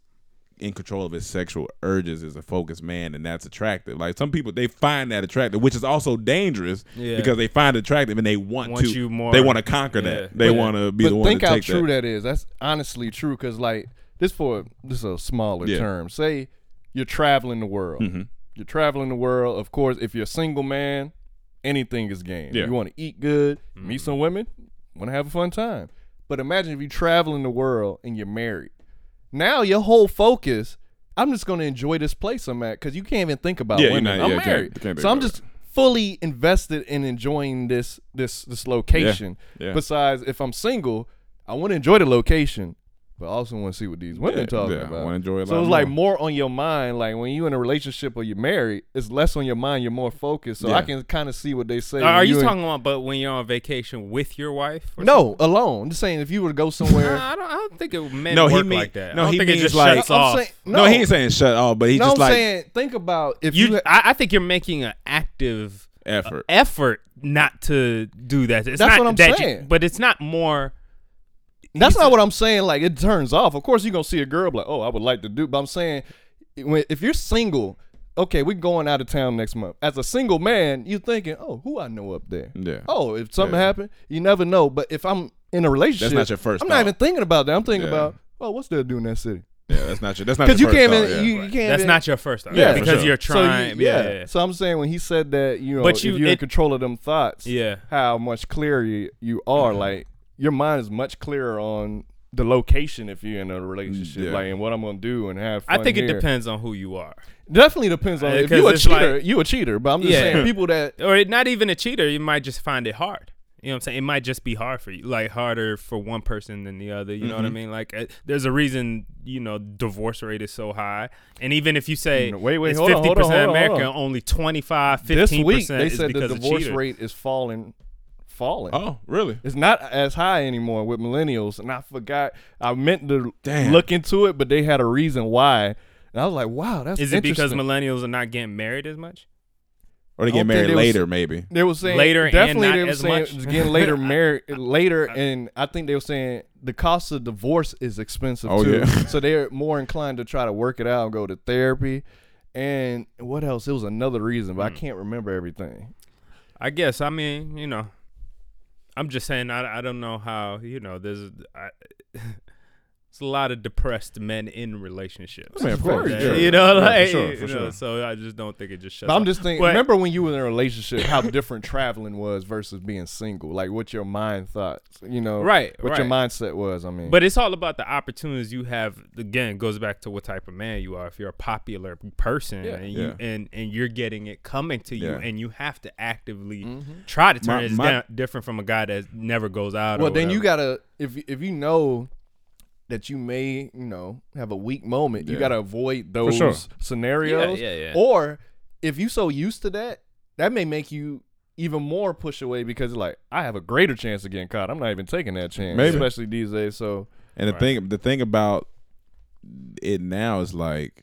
S5: in control of his sexual urges is a focused man, and that's attractive. Like some people, they find that attractive, which is also dangerous
S8: Yeah.
S5: because they find it attractive and they want,
S8: Want
S5: to.
S8: you more-
S5: they want to conquer
S8: Yeah.
S5: that. They
S8: But-
S5: want to be
S7: but
S5: the one
S7: think
S5: to
S7: how
S5: take
S7: true
S5: that.
S7: that is. That's honestly true because like this for this is a smaller
S5: Yeah. Mm-hmm.
S7: term. Say you're traveling the world. You're traveling the world. Of course, if you're a single man, anything is game.
S5: Yeah.
S7: You want to eat good, meet some women, want to have a fun time. But imagine if you're traveling the world and you're married. Now your whole focus. I'm just gonna enjoy this place I'm at because you can't even think about
S5: Yeah, you're
S7: women.
S5: not-
S7: I'm
S5: yeah, can't-
S7: married,
S5: can't think
S7: so I'm
S5: about
S7: just fully invested in enjoying this this this location.
S5: Yeah.
S7: Besides, if I'm single, I want to enjoy the location, but I also want to see what these women
S5: Yeah,
S7: talking
S5: yeah, I
S7: about.
S5: wanna enjoy a
S7: so
S5: lot
S7: it's like
S5: more.
S7: more on your mind. Like when you in a relationship or you're married, it's less on your mind. You're more focused. So
S5: Yeah.
S7: I can kind of see what they say.
S8: Are, are
S7: when
S8: you
S7: in-
S8: talking about but when you're on vacation with your wife? or something?
S7: No, alone. I'm just saying if you were to go somewhere.
S8: I don't. I don't think it meant
S5: No,
S8: no,
S5: he
S8: work
S5: mean-
S8: like that.
S5: no,
S8: I don't
S5: he
S8: think it
S5: means
S8: just
S5: like-
S8: shuts
S7: I'm
S8: off.
S7: saying-
S5: No, he ain't saying shut off, but he's
S7: no,
S5: just
S7: I'm
S5: like
S7: saying think about if you.
S8: you, I, I think you're making an active
S5: effort.
S8: effort not to do that. It's
S7: That's
S8: not
S7: what I'm
S8: that you-
S7: saying.
S8: but it's not more.
S7: That's not what I'm saying. Like it turns off. Of course, you're gonna see a girl be like, oh, I would like to do. But I'm saying, when if you're single, okay, we're going out of town next month. As a single man, you're thinking, oh, who I know up there.
S5: Yeah.
S7: Oh, if something
S5: Yeah.
S7: happened, you never know. But if I'm in a relationship,
S5: not your first
S7: I'm
S5: thought.
S7: not even thinking about that. I'm thinking
S5: Yeah.
S7: about, oh, what's there to do in that city?
S5: Yeah, that's not your. That's not
S7: Because you
S5: your
S7: can't.
S5: first
S7: even,
S5: thought, yeah.
S7: you, you can't.
S8: That's
S7: even-
S8: not your first idea.
S5: Yeah, for
S8: because
S5: sure.
S8: you're
S7: So you-
S8: trying. yeah. yeah, yeah.
S7: So I'm saying when he said that, you know,
S8: But
S7: if
S8: you-
S7: you're in
S8: it-
S7: control of them thoughts,
S8: Yeah. Mm-hmm.
S7: how much clearer you, you are. Like your mind is much clearer on the location if you're in a relationship,
S5: Yeah.
S7: like and what I'm gonna do and have.
S8: I
S7: fun
S8: think it
S7: here.
S8: depends on who you are,
S7: Definitely depends on
S8: Uh,
S7: if
S8: 'cause
S7: you a
S8: it's
S7: cheater,
S8: like-
S7: you a cheater. But I'm just
S8: Yeah.
S7: saying people that
S8: or it- not even a cheater. You might just find it hard. You know what I'm saying? It might just be hard for you, like harder for one person than the other. You know
S7: Mm-hmm.
S8: what I mean? Like, uh, there's a reason you know divorce rate is so high, and even if you say
S7: No, Mm, wait, wait,
S8: it's
S7: hold on,
S8: 50%
S7: hold on, hold on, hold
S8: America,
S7: on.
S8: only 25, 15%
S7: this week they
S8: is
S7: said the
S8: because of
S7: divorce
S8: cheaters.
S7: rate is falling, falling.
S5: Oh, really?
S7: It's not as high anymore with millennials, and I forgot I meant to
S5: Damn.
S7: look into it, but they had a reason why, and I was like, "Wow, that's
S8: Is it because
S7: interesting.
S8: millennials are not getting married as much?
S5: Or they get
S7: don't think
S5: married
S7: they was-
S5: later, maybe.
S7: They were saying
S8: Later and
S7: Definitely,
S8: not
S7: they were
S8: as
S7: saying
S8: much?
S7: it was getting later married later, and I think they were saying the cost of divorce is expensive
S5: Oh,
S7: too.
S5: yeah.
S7: so they're more inclined to try to work it out and go to therapy. And what else? It was another reason,
S8: Hmm.
S7: but I can't remember everything.
S8: I guess. I mean, you know, I'm just saying. I, I don't know how. You know, there's. I, it's a lot of depressed men in relationships.
S5: I mean, of course,
S8: Uh,
S5: yeah.
S8: You know,
S5: Yeah, for
S8: like
S5: sure,
S8: you
S5: for
S8: know,
S5: sure.
S8: so I just don't think it just shuts.
S7: But I'm
S8: off.
S7: just thinking.
S8: But-
S7: remember when you were in a relationship, how different traveling was versus being single. Like what your mind thought, you know,
S8: Right,
S7: What your
S8: right.
S7: mindset was. I mean,
S8: But it's all about the opportunities you have. Again, it goes back to what type of man you are. If you're a popular person and you
S5: Yeah.
S8: and and you're getting it coming to you,
S5: Yeah. Mm-hmm.
S8: and you have to actively try to turn
S5: My-
S8: it
S5: my-
S8: down, different from a guy that never goes out.
S7: well,
S8: or
S7: then you
S8: whatever.
S7: gotta if if you know that you may you know have a weak moment, you
S5: Yeah.
S7: gotta avoid those
S5: sure.
S7: scenarios.
S8: Yeah, yeah, yeah.
S7: Or if you so used to that, that may make you even more push away because like I have a greater chance of getting caught. I'm not even taking that chance,
S5: Maybe.
S7: especially these days. So
S5: And the thing the thing about it now is like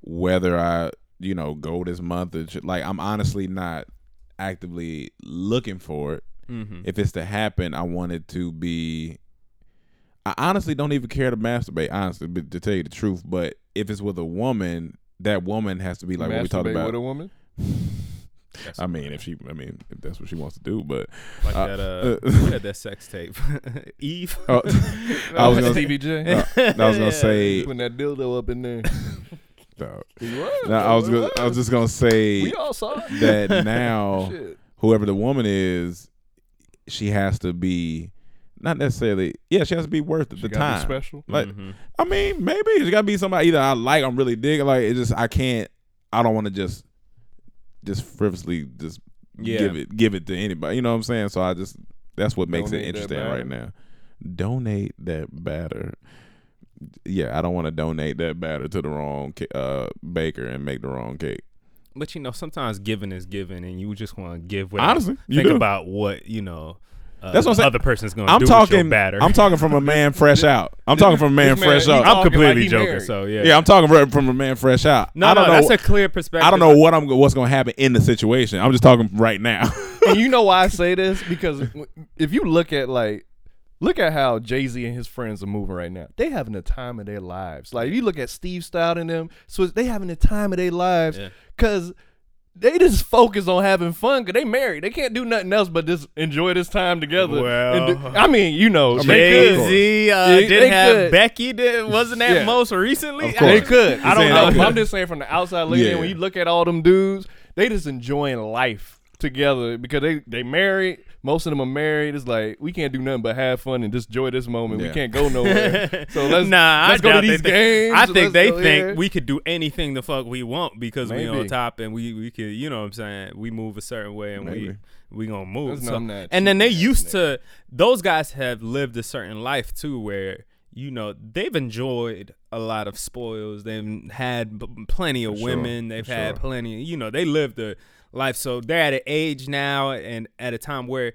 S5: whether I, you know, go this month or shit, like I'm honestly not actively looking for it.
S7: Mm-hmm.
S5: If it's to happen, I want it to be I honestly don't even care to masturbate, honestly, but to tell you the truth, but if it's with a woman, that woman has to be like what we talked
S7: masturbate
S5: about.
S7: with a woman.
S5: I mean, if she, I mean, if that's what she wants to do, but
S8: like
S5: uh,
S8: that.
S5: uh,
S8: Uh, who had that sex tape, Eve.
S5: oh, I was gonna,
S7: Stevie J.
S5: uh, I was gonna say,
S7: Putting that dildo up in there.
S5: no,
S7: What?
S5: No, I was gonna, I was just gonna say
S7: We all saw it.
S5: that now,
S7: Shit.
S5: whoever the woman is, she has to be not necessarily, yeah, she has to be worth the
S7: gotta be
S5: time.
S7: special.
S5: Like,
S8: Mm-hmm.
S5: I mean, maybe it's gotta be somebody either I like, I'm really digging. Like, it's just I can't, I don't want to just, just frivolously just
S8: Yeah.
S5: give it, give it to anybody. You know what I'm saying? So I just that's what makes
S7: Donate
S5: it
S7: that
S5: interesting
S7: batter.
S5: right now. Donate that batter. Yeah, I don't want to donate that batter to the wrong ca- uh, baker and make the wrong cake.
S8: But you know, sometimes giving is giving, and you just want to give. without
S5: Honestly, you
S8: think
S5: do.
S8: about what you know. Uh,
S5: That's what I'm saying.
S8: Other person's gonna
S5: I'm
S8: do with your
S5: talking.
S8: batter.
S5: I'm talking from a man fresh out. I'm talking from a man
S7: man-
S5: fresh
S7: he
S5: out.
S7: talking
S8: I'm
S7: like
S8: completely
S7: he
S8: joking.
S7: married.
S8: So yeah,
S5: yeah, I'm talking from- from a man fresh out.
S8: No,
S5: I don't
S8: no,
S5: know.
S8: that's a clear perspective.
S5: I don't know what I'm what's gonna happen in the situation. I'm just talking right now.
S7: and you know why I say this because w- if you look at like look at how Jay Z and his friends are moving right now. They having the time of their lives. Like if you look at Steve Stout and them, so they having the time of their lives because. They just focus on having fun because they married. They can't do nothing else but just enjoy this time together.
S8: Well-
S7: And do- I mean, you know, they
S8: Jay
S7: could.
S8: Z uh,
S7: Yeah, they
S8: did have
S7: could.
S8: Becky. Did, wasn't that
S7: Yeah.
S8: most recently?
S5: Of course.
S7: They could. I don't
S5: saying they
S7: know.
S5: could.
S7: I'm just saying from the outside looking in,
S5: Yeah.
S7: when you look at all them dudes, they just enjoying life together because they they married. Most of them are married. It's like we can't do nothing but have fun and just enjoy this moment.
S5: Yeah.
S7: We can't go nowhere. so let's
S8: nah,
S7: let's
S8: I
S7: go
S8: doubt
S7: to these
S8: they
S7: games.
S8: think, I think
S7: let's
S8: they
S7: go
S8: think
S7: here.
S8: we could do anything the fuck we want because we on
S7: Maybe.
S8: top and we we could you know what I'm saying we move a certain way and
S5: Maybe.
S8: we we gonna move.
S7: That's
S8: So-
S7: not- I'm not
S8: and then they
S7: cheating ass
S8: used to those guys have lived a certain life too where. You know they've enjoyed a lot of spoils. They've had b- plenty of women. They've had plenty. You know they lived a life. So they're at an age now and at a time where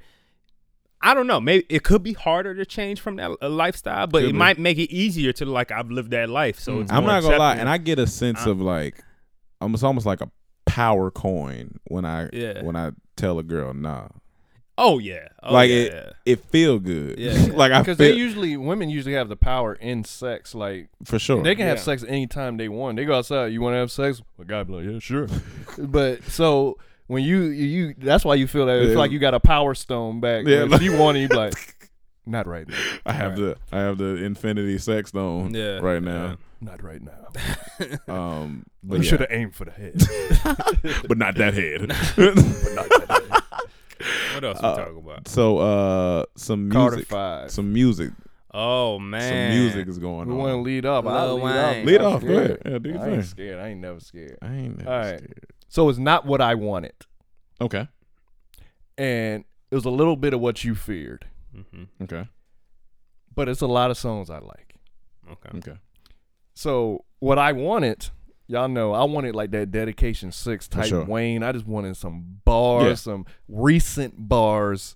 S8: I don't know. Maybe it could be harder to change from that uh, lifestyle, but it might make it easier to like I've lived that life. So it's
S5: Mm. I'm
S8: more
S5: not gonna lie,
S8: acceptable.
S5: and I get a sense
S7: Uh.
S5: of like, um, it's almost like a power coin when I
S8: Yeah.
S5: when I tell a girl nah.
S8: oh yeah, oh,
S5: like
S8: yeah.
S5: it, it feel good.
S8: Yeah, yeah.
S5: like I
S7: because they
S5: feel
S7: usually women usually have the power in sex. Like
S5: for sure.
S7: they can have sex anytime they want. They go outside. You want to have sex? A guy be like, yeah, sure. but so. When you, you you that's why you feel that it's
S5: Yeah.
S7: like you got a power stone back.
S5: Yeah,
S7: Yeah,
S5: like-
S7: if you want it, you be like, not right now.
S5: I have the I have the infinity sex stone
S8: Yeah,
S5: right now.
S7: Not right now.
S5: Um, but
S7: You
S5: yeah.
S7: should have aimed for the head.
S5: but not that head.
S8: What else we talking about?
S5: so uh, some
S7: Carter
S5: music,
S7: Five.
S5: some music,
S8: Oh
S5: some
S8: man,
S5: music is going
S7: We
S5: on.
S7: want to lead off. I'll
S8: Lil
S7: lead off.
S8: Wayne.
S5: Lead
S7: I'm
S5: off, go
S7: scared.
S5: ahead. Yeah, do your
S7: I
S5: thing.
S7: ain't scared. I ain't never scared.
S5: I ain't never
S7: All right.
S5: scared.
S7: So it's not what I wanted,
S5: Okay.
S7: and it was a little bit of what you feared,
S5: Okay.
S7: but it's a lot of songs I like.
S8: Okay.
S5: Okay.
S7: So what I wanted, y'all know, I wanted like that dedication six type
S5: sure.
S7: Wayne. I just wanted some bars,
S5: Yeah.
S7: some recent bars.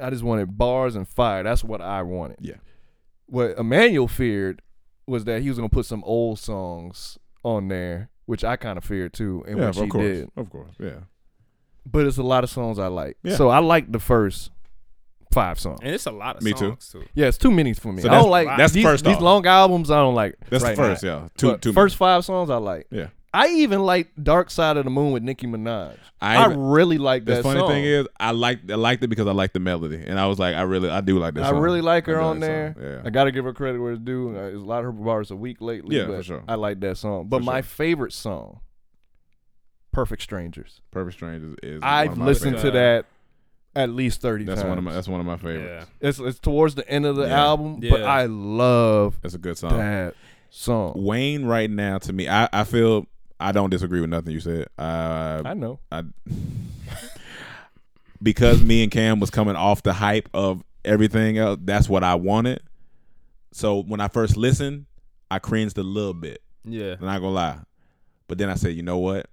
S7: I just wanted bars and fire. That's what I wanted.
S5: Yeah.
S7: What Emmanuel feared was that he was gonna put some old songs on there, which I kind of feared too, and
S5: Yeah,
S7: which
S5: of
S7: he
S5: course.
S7: did.
S5: Of course. Yeah.
S7: but it's a lot of songs I like.
S5: Yeah.
S7: So I like the first five songs.
S8: and it's a lot of
S5: Me too.
S8: songs too.
S7: Yeah, it's too many for me.
S5: So
S7: I
S5: that's-
S7: don't like
S5: that's
S7: these,
S5: first
S7: these
S5: off.
S7: long albums. I don't like.
S5: That's
S7: right
S5: the first,
S7: now.
S5: yeah. Two,
S7: But
S5: two
S7: first five songs I like.
S5: Yeah.
S7: I even like Dark Side of the Moon with Nicki Minaj.
S5: I
S7: I,
S5: even-
S7: really like
S5: The
S7: that
S5: funny
S7: song.
S5: thing is, I liked I liked it because I liked the melody, and I was like, I really, I do like this.
S7: I
S5: song.
S7: really like
S5: I
S7: her
S5: do
S7: on
S5: this song.
S7: there. I
S5: Yeah,
S7: got to give her credit where it's due. Uh, There's a lot of her bars a week lately.
S5: Yeah,
S7: but
S5: for sure.
S7: I like that song. But
S5: For
S7: my
S5: sure.
S7: favorite song, Perfect Strangers.
S5: Perfect Strangers is. one
S7: I've
S5: of my
S7: listened to
S5: favorites.
S7: that at least 30
S5: That's
S7: times.
S5: one of my. That's one of my favorites.
S7: it's, it's towards the end of the
S5: Yeah.
S7: album, but
S8: Yeah.
S7: I love
S5: That's a good song.
S7: that song.
S5: Wayne, right now, to me, I, I feel I don't disagree with nothing you said. Uh, I
S7: I know.
S5: I because me and Cam was coming off the hype of everything else. That's what I wanted. So when I first listened, I cringed a little bit.
S8: Yeah.
S5: I'm not gonna lie. But then I said, you know what?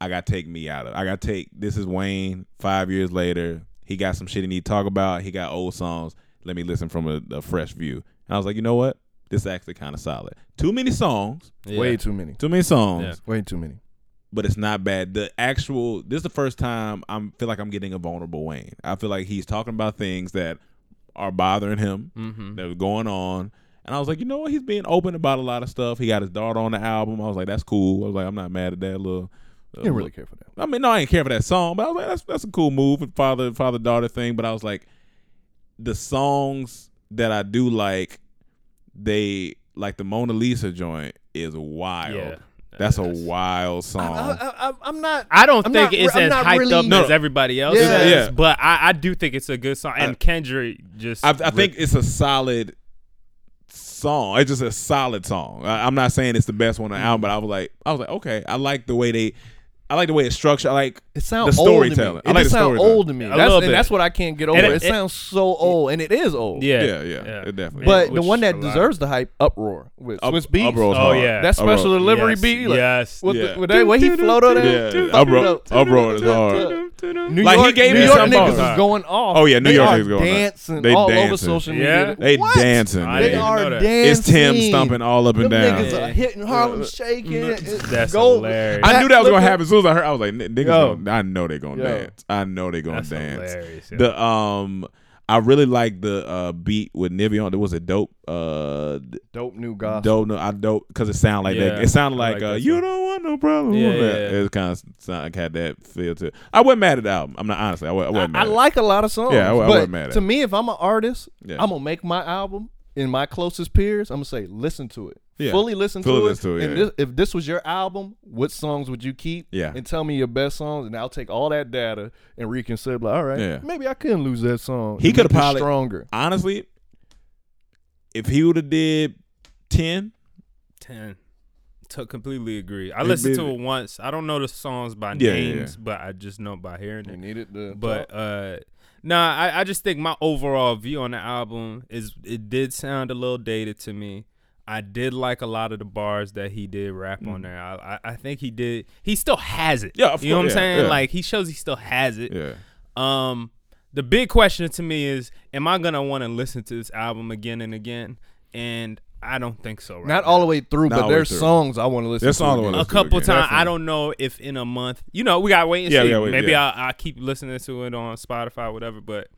S5: I gotta take me out of. I gotta take. This is Wayne. Five years later, he got some shit he need to talk about. He got old songs. Let me listen from a, a fresh view. And I was like, you know what? This is actually kind of solid. Too many songs.
S8: yeah.
S7: Way too many.
S5: Too many songs
S8: Yeah.
S7: Way too many.
S5: but it's not bad. The actual this is the first time I am feel like I'm getting a vulnerable Wayne. I feel like he's talking about things that are bothering him
S8: Mm-hmm.
S5: that was going on. And I was like, you know what? He's being open about a lot of stuff. He got his daughter on the album. I was like, that's cool. I was like, I'm not mad at that little.
S7: You didn't really care for that.
S5: I mean, no, I didn't care for that song, but I was like, that's that's a cool move, and father father daughter thing. But I was like, the songs that I do like, they like the Mona Lisa joint is wild.
S8: Yeah.
S5: That's a wild song.
S7: I, I, am not.
S8: I don't
S7: I'm
S8: think
S7: not-
S8: it's
S7: I'm
S8: as
S7: not
S8: hyped
S7: really-
S8: up
S7: No.
S8: as everybody else
S7: Yeah.
S8: is,
S5: Yeah.
S8: but I, I do think it's a good song. And Kendrick just
S5: I, I think it's a solid song. It's just a solid song. I, I'm not saying it's the best
S8: Mm-hmm.
S5: one on the album, but I was like, I was like, okay, I like the way they, I like the way it's structured. I like
S7: It sounds
S5: the
S7: Old to
S5: storytelling.
S7: me.
S5: I like
S7: it
S5: the
S7: sounds
S5: storytelling.
S7: old to me.
S8: A
S7: That's,
S8: little
S7: and
S8: bit.
S7: that's what I can't get over. It,
S8: it- it-
S7: sounds so old, and it is old.
S8: yeah,
S5: Yeah, yeah, it definitely
S7: But the
S8: Which
S7: one that
S8: a lot.
S7: deserves the hype, uproar with
S5: Up-
S7: Swiss Beats. Uh,
S5: Uproar is
S8: Oh,
S5: hard.
S8: yeah.
S7: That special
S5: Uproar-
S7: delivery
S8: Yes,
S7: beat, like,
S8: yes,
S7: with,
S5: yeah.
S7: the, with that way he flowed on that,
S5: Yeah, uproar, uproar is hard.
S7: New York,
S5: Like, he gave
S7: New
S5: me
S7: York
S5: some
S7: niggas
S5: bars.
S7: is going off.
S5: Oh, yeah, New
S7: They
S5: York
S7: are
S5: niggas going off.
S7: dancing
S5: They
S7: all over
S5: dancing.
S7: social
S8: Yeah.
S7: media.
S5: They
S7: What?
S5: dancing.
S8: I
S7: They
S8: didn't
S7: are
S8: know that.
S7: dancing.
S5: it's Tim stomping all up and
S7: Them
S5: down.
S7: niggas are hitting Harlem shaking. It's
S8: Mm-hmm. That's
S7: gold.
S8: hilarious.
S5: I knew that was gonna
S7: Backflipping.
S5: happen. As soon as I heard, I was like, "N- "Niggas,
S7: Yo.
S5: gonna, I know they're gonna
S7: Yo.
S5: dance. I know they're gonna
S8: That's
S5: dance."
S8: hilarious, yeah.
S5: The um, I really like the uh beat with Nivea on. It was a dope uh
S7: Dope new gospel.
S5: dope. No, I dope because it sounded like
S8: Yeah,
S5: that. It sounded
S8: I
S5: like,
S8: like
S5: uh,
S8: that
S5: you
S8: song.
S5: don't want no problem.
S8: Yeah,
S5: with that.
S8: yeah, yeah.
S5: It kind of sound, like had that feel to it. I wasn't mad at the album. I'm not honestly. I wa- I wasn't,
S7: I,
S5: mad.
S7: I like a lot of songs.
S5: Yeah, I wa- I
S7: but
S5: wasn't mad at
S7: To
S5: it.
S7: me, if I'm an artist,
S5: Yeah.
S7: I'm gonna make my album in my closest peers. I'm gonna say, listen to it,
S5: Yeah.
S7: fully listen
S5: Fully
S7: to
S5: listen to
S7: it.
S5: it,
S7: and
S5: yeah.
S7: this, if this was your album, what songs would you keep?
S5: Yeah.
S7: and tell me your best songs, and I'll take all that data and reconsider. Like, all right,
S5: Yeah.
S7: maybe I couldn't lose that song.
S5: He
S7: It
S5: coulda
S7: make me
S5: probably-
S7: stronger.
S5: honestly. If he would have did ten,
S8: ten. To completely agree. I listened to it once. I don't know the songs by
S5: Yeah, yeah, yeah. Mm-hmm.
S8: names, but I just know by hearing
S7: You
S8: it.
S7: needed the
S8: But uh nah, I, I just think my overall view on the album is it did sound a little dated to me. I did like a lot of the bars that he did rap on there. I, I I think he did. He still has it.
S5: Mm. Yeah, of
S8: you know what
S5: course,
S8: I'm
S5: yeah,
S8: saying.
S5: yeah.
S8: Like he shows he still has it.
S5: yeah,
S8: Um, the big question to me is, am I gonna want to listen to this album again and again? And I don't think so. Right
S7: not
S8: now.
S7: all the way through,
S5: Not all
S7: but
S5: the way
S7: there's
S5: through.
S7: songs I want to listen.
S5: There's
S7: to
S5: songs I
S7: again.
S5: wanna
S8: a
S5: Let's do it
S8: couple
S5: again.
S8: times. I don't know if in a month, you know, we gotta wait and
S5: Yeah, we
S8: see.
S5: gotta wait,
S8: Maybe
S5: yeah.
S8: I I keep listening to it on Spotify, whatever. But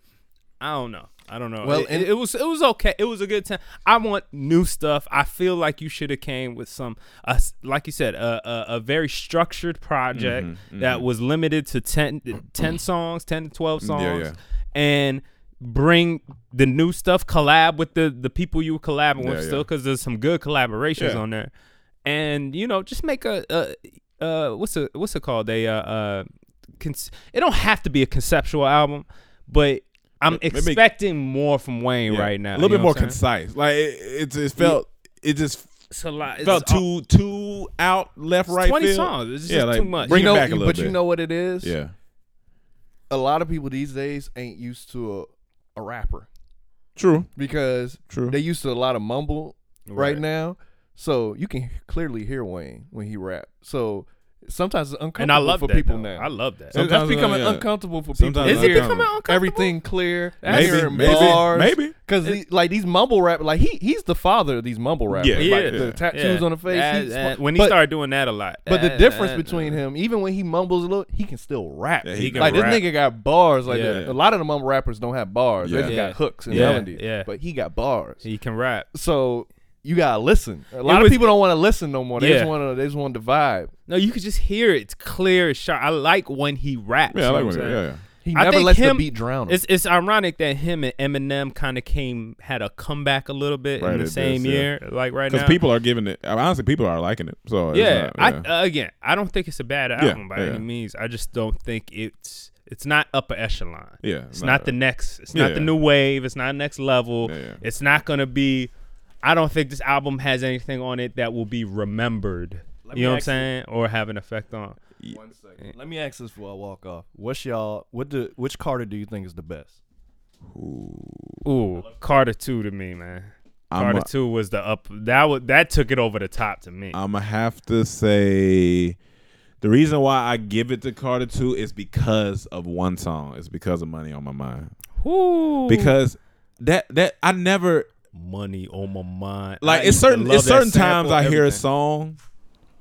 S8: I don't know. I don't know.
S7: Well,
S8: Well, it,
S7: and-
S8: it was it was okay. It was a good time. I want new stuff. I feel like you should have came with some, uh, s- like you said, a a, a very structured project
S5: Mm-hmm,
S8: that was limited to 10, 10 songs, ten to twelve songs,
S5: yeah.
S8: and bring the new stuff. Collab with the the people you were collabing
S5: Yeah,
S8: with
S5: yeah.
S8: still because there's some good collaborations
S5: Yeah.
S8: on there and you know just make a, a uh what's a what's it called a uh, uh cons- it don't have to be a conceptual album but i'm
S5: Maybe-
S8: expecting more from wayne
S5: yeah.
S8: right now
S5: A little
S8: you
S5: bit
S8: know
S5: more
S8: what I'm saying?
S5: concise. Like it, it's it felt it just
S8: it's a lot it's
S5: felt
S8: all-
S5: too too out left right.
S8: 20
S5: field.
S8: songs. It's just
S5: yeah,
S8: too
S5: like,
S8: much.
S7: you
S5: Bring
S7: know,
S5: it back a little
S7: but
S5: bit.
S7: you know what it is.
S5: yeah.
S7: a lot of people these days ain't used to a, a rapper
S5: True.
S7: because
S5: True.
S7: they used to a lot of mumble right,
S8: Right.
S7: now. So you can clearly hear Wayne when he rap. So sometimes it's uncomfortable
S8: and i love
S7: for
S8: that
S7: people
S8: though.
S7: now.
S8: i love that
S5: Sometimes
S7: That's
S5: it's
S7: becoming
S5: like, yeah.
S7: uncomfortable for
S5: Sometimes
S7: people.
S5: it's Is it
S7: Hearing
S5: becoming
S8: uncomfortable?
S7: Everything clear.
S5: Maybe,
S7: hearing
S5: maybe,
S7: bars,
S5: maybe.
S7: Cause he, like these mumble rap, like he he's the father of these mumble rappers.
S5: Yeah,
S7: like,
S5: he
S8: is.
S7: the tattoos
S8: Yeah.
S7: on the face.
S9: That-
S7: he's-
S9: that-
S8: when he
S7: but-
S8: started doing that a lot.
S7: But the
S9: that-
S7: difference
S9: that-
S7: between him, even when he mumbles a little, he can still rap.
S5: Yeah, he can
S7: like
S5: rap.
S7: this nigga got bars. Like
S8: Yeah.
S7: that. a lot of the mumble rappers don't have bars.
S5: Yeah.
S7: They just
S9: Yeah.
S7: got hooks and
S8: Yeah.
S7: melodies.
S8: Yeah.
S7: But he got bars.
S8: he can rap.
S7: so you gotta listen. A lot
S8: was-
S7: of people don't want to listen no more. They
S8: Yeah.
S7: just want to. They just want to vibe.
S8: No, you could just hear it. It's clear, it's sharp. I like when he raps.
S5: Yeah, I
S8: you
S5: like
S8: know
S5: when
S8: what I'm
S5: yeah,
S8: saying?
S5: yeah.
S7: He
S8: I
S7: never
S8: think
S7: lets the
S8: him-
S7: beat drown him.
S8: It's it's ironic that him and Eminem kind of came had a comeback a little bit
S5: Right,
S8: in
S5: it
S8: the
S5: is,
S8: same
S5: yeah.
S8: year, like right now.
S5: Because people are giving it. I mean, honestly, people are liking it. So it's
S8: yeah,
S5: not- yeah.
S8: I uh, again, I don't think it's a bad album by
S5: yeah.
S8: any means. I just don't think it's it's not upper echelon.
S5: Yeah,
S8: it's
S5: no.
S8: not, the next. It's not
S5: Yeah.
S8: the new wave. It's not next level.
S5: Yeah, yeah.
S8: It's not gonna be. I don't think this album has anything on it that will be remembered.
S7: Let me
S8: You know what I'm
S7: ask
S8: saying, or have an effect on.
S7: One second. Let me ask this before I walk off. What's y'all? What do? Which Carter do you think is the best?
S8: Ooh, Carter Two to me, man.
S5: I'm
S8: Carter
S5: a-
S8: Two was the up. That was that took it over the top to me.
S5: I'm gonna have to say the reason why I give it to Carter Two is because of one song. It's because of Money on My Mind.
S8: Ooh.
S5: Because that that I never
S8: money on my mind.
S5: like.
S8: I
S5: it's
S8: used to
S5: certain
S8: love
S5: it's
S8: that
S5: certain
S8: sample,
S5: times I hear a
S8: everything.
S5: song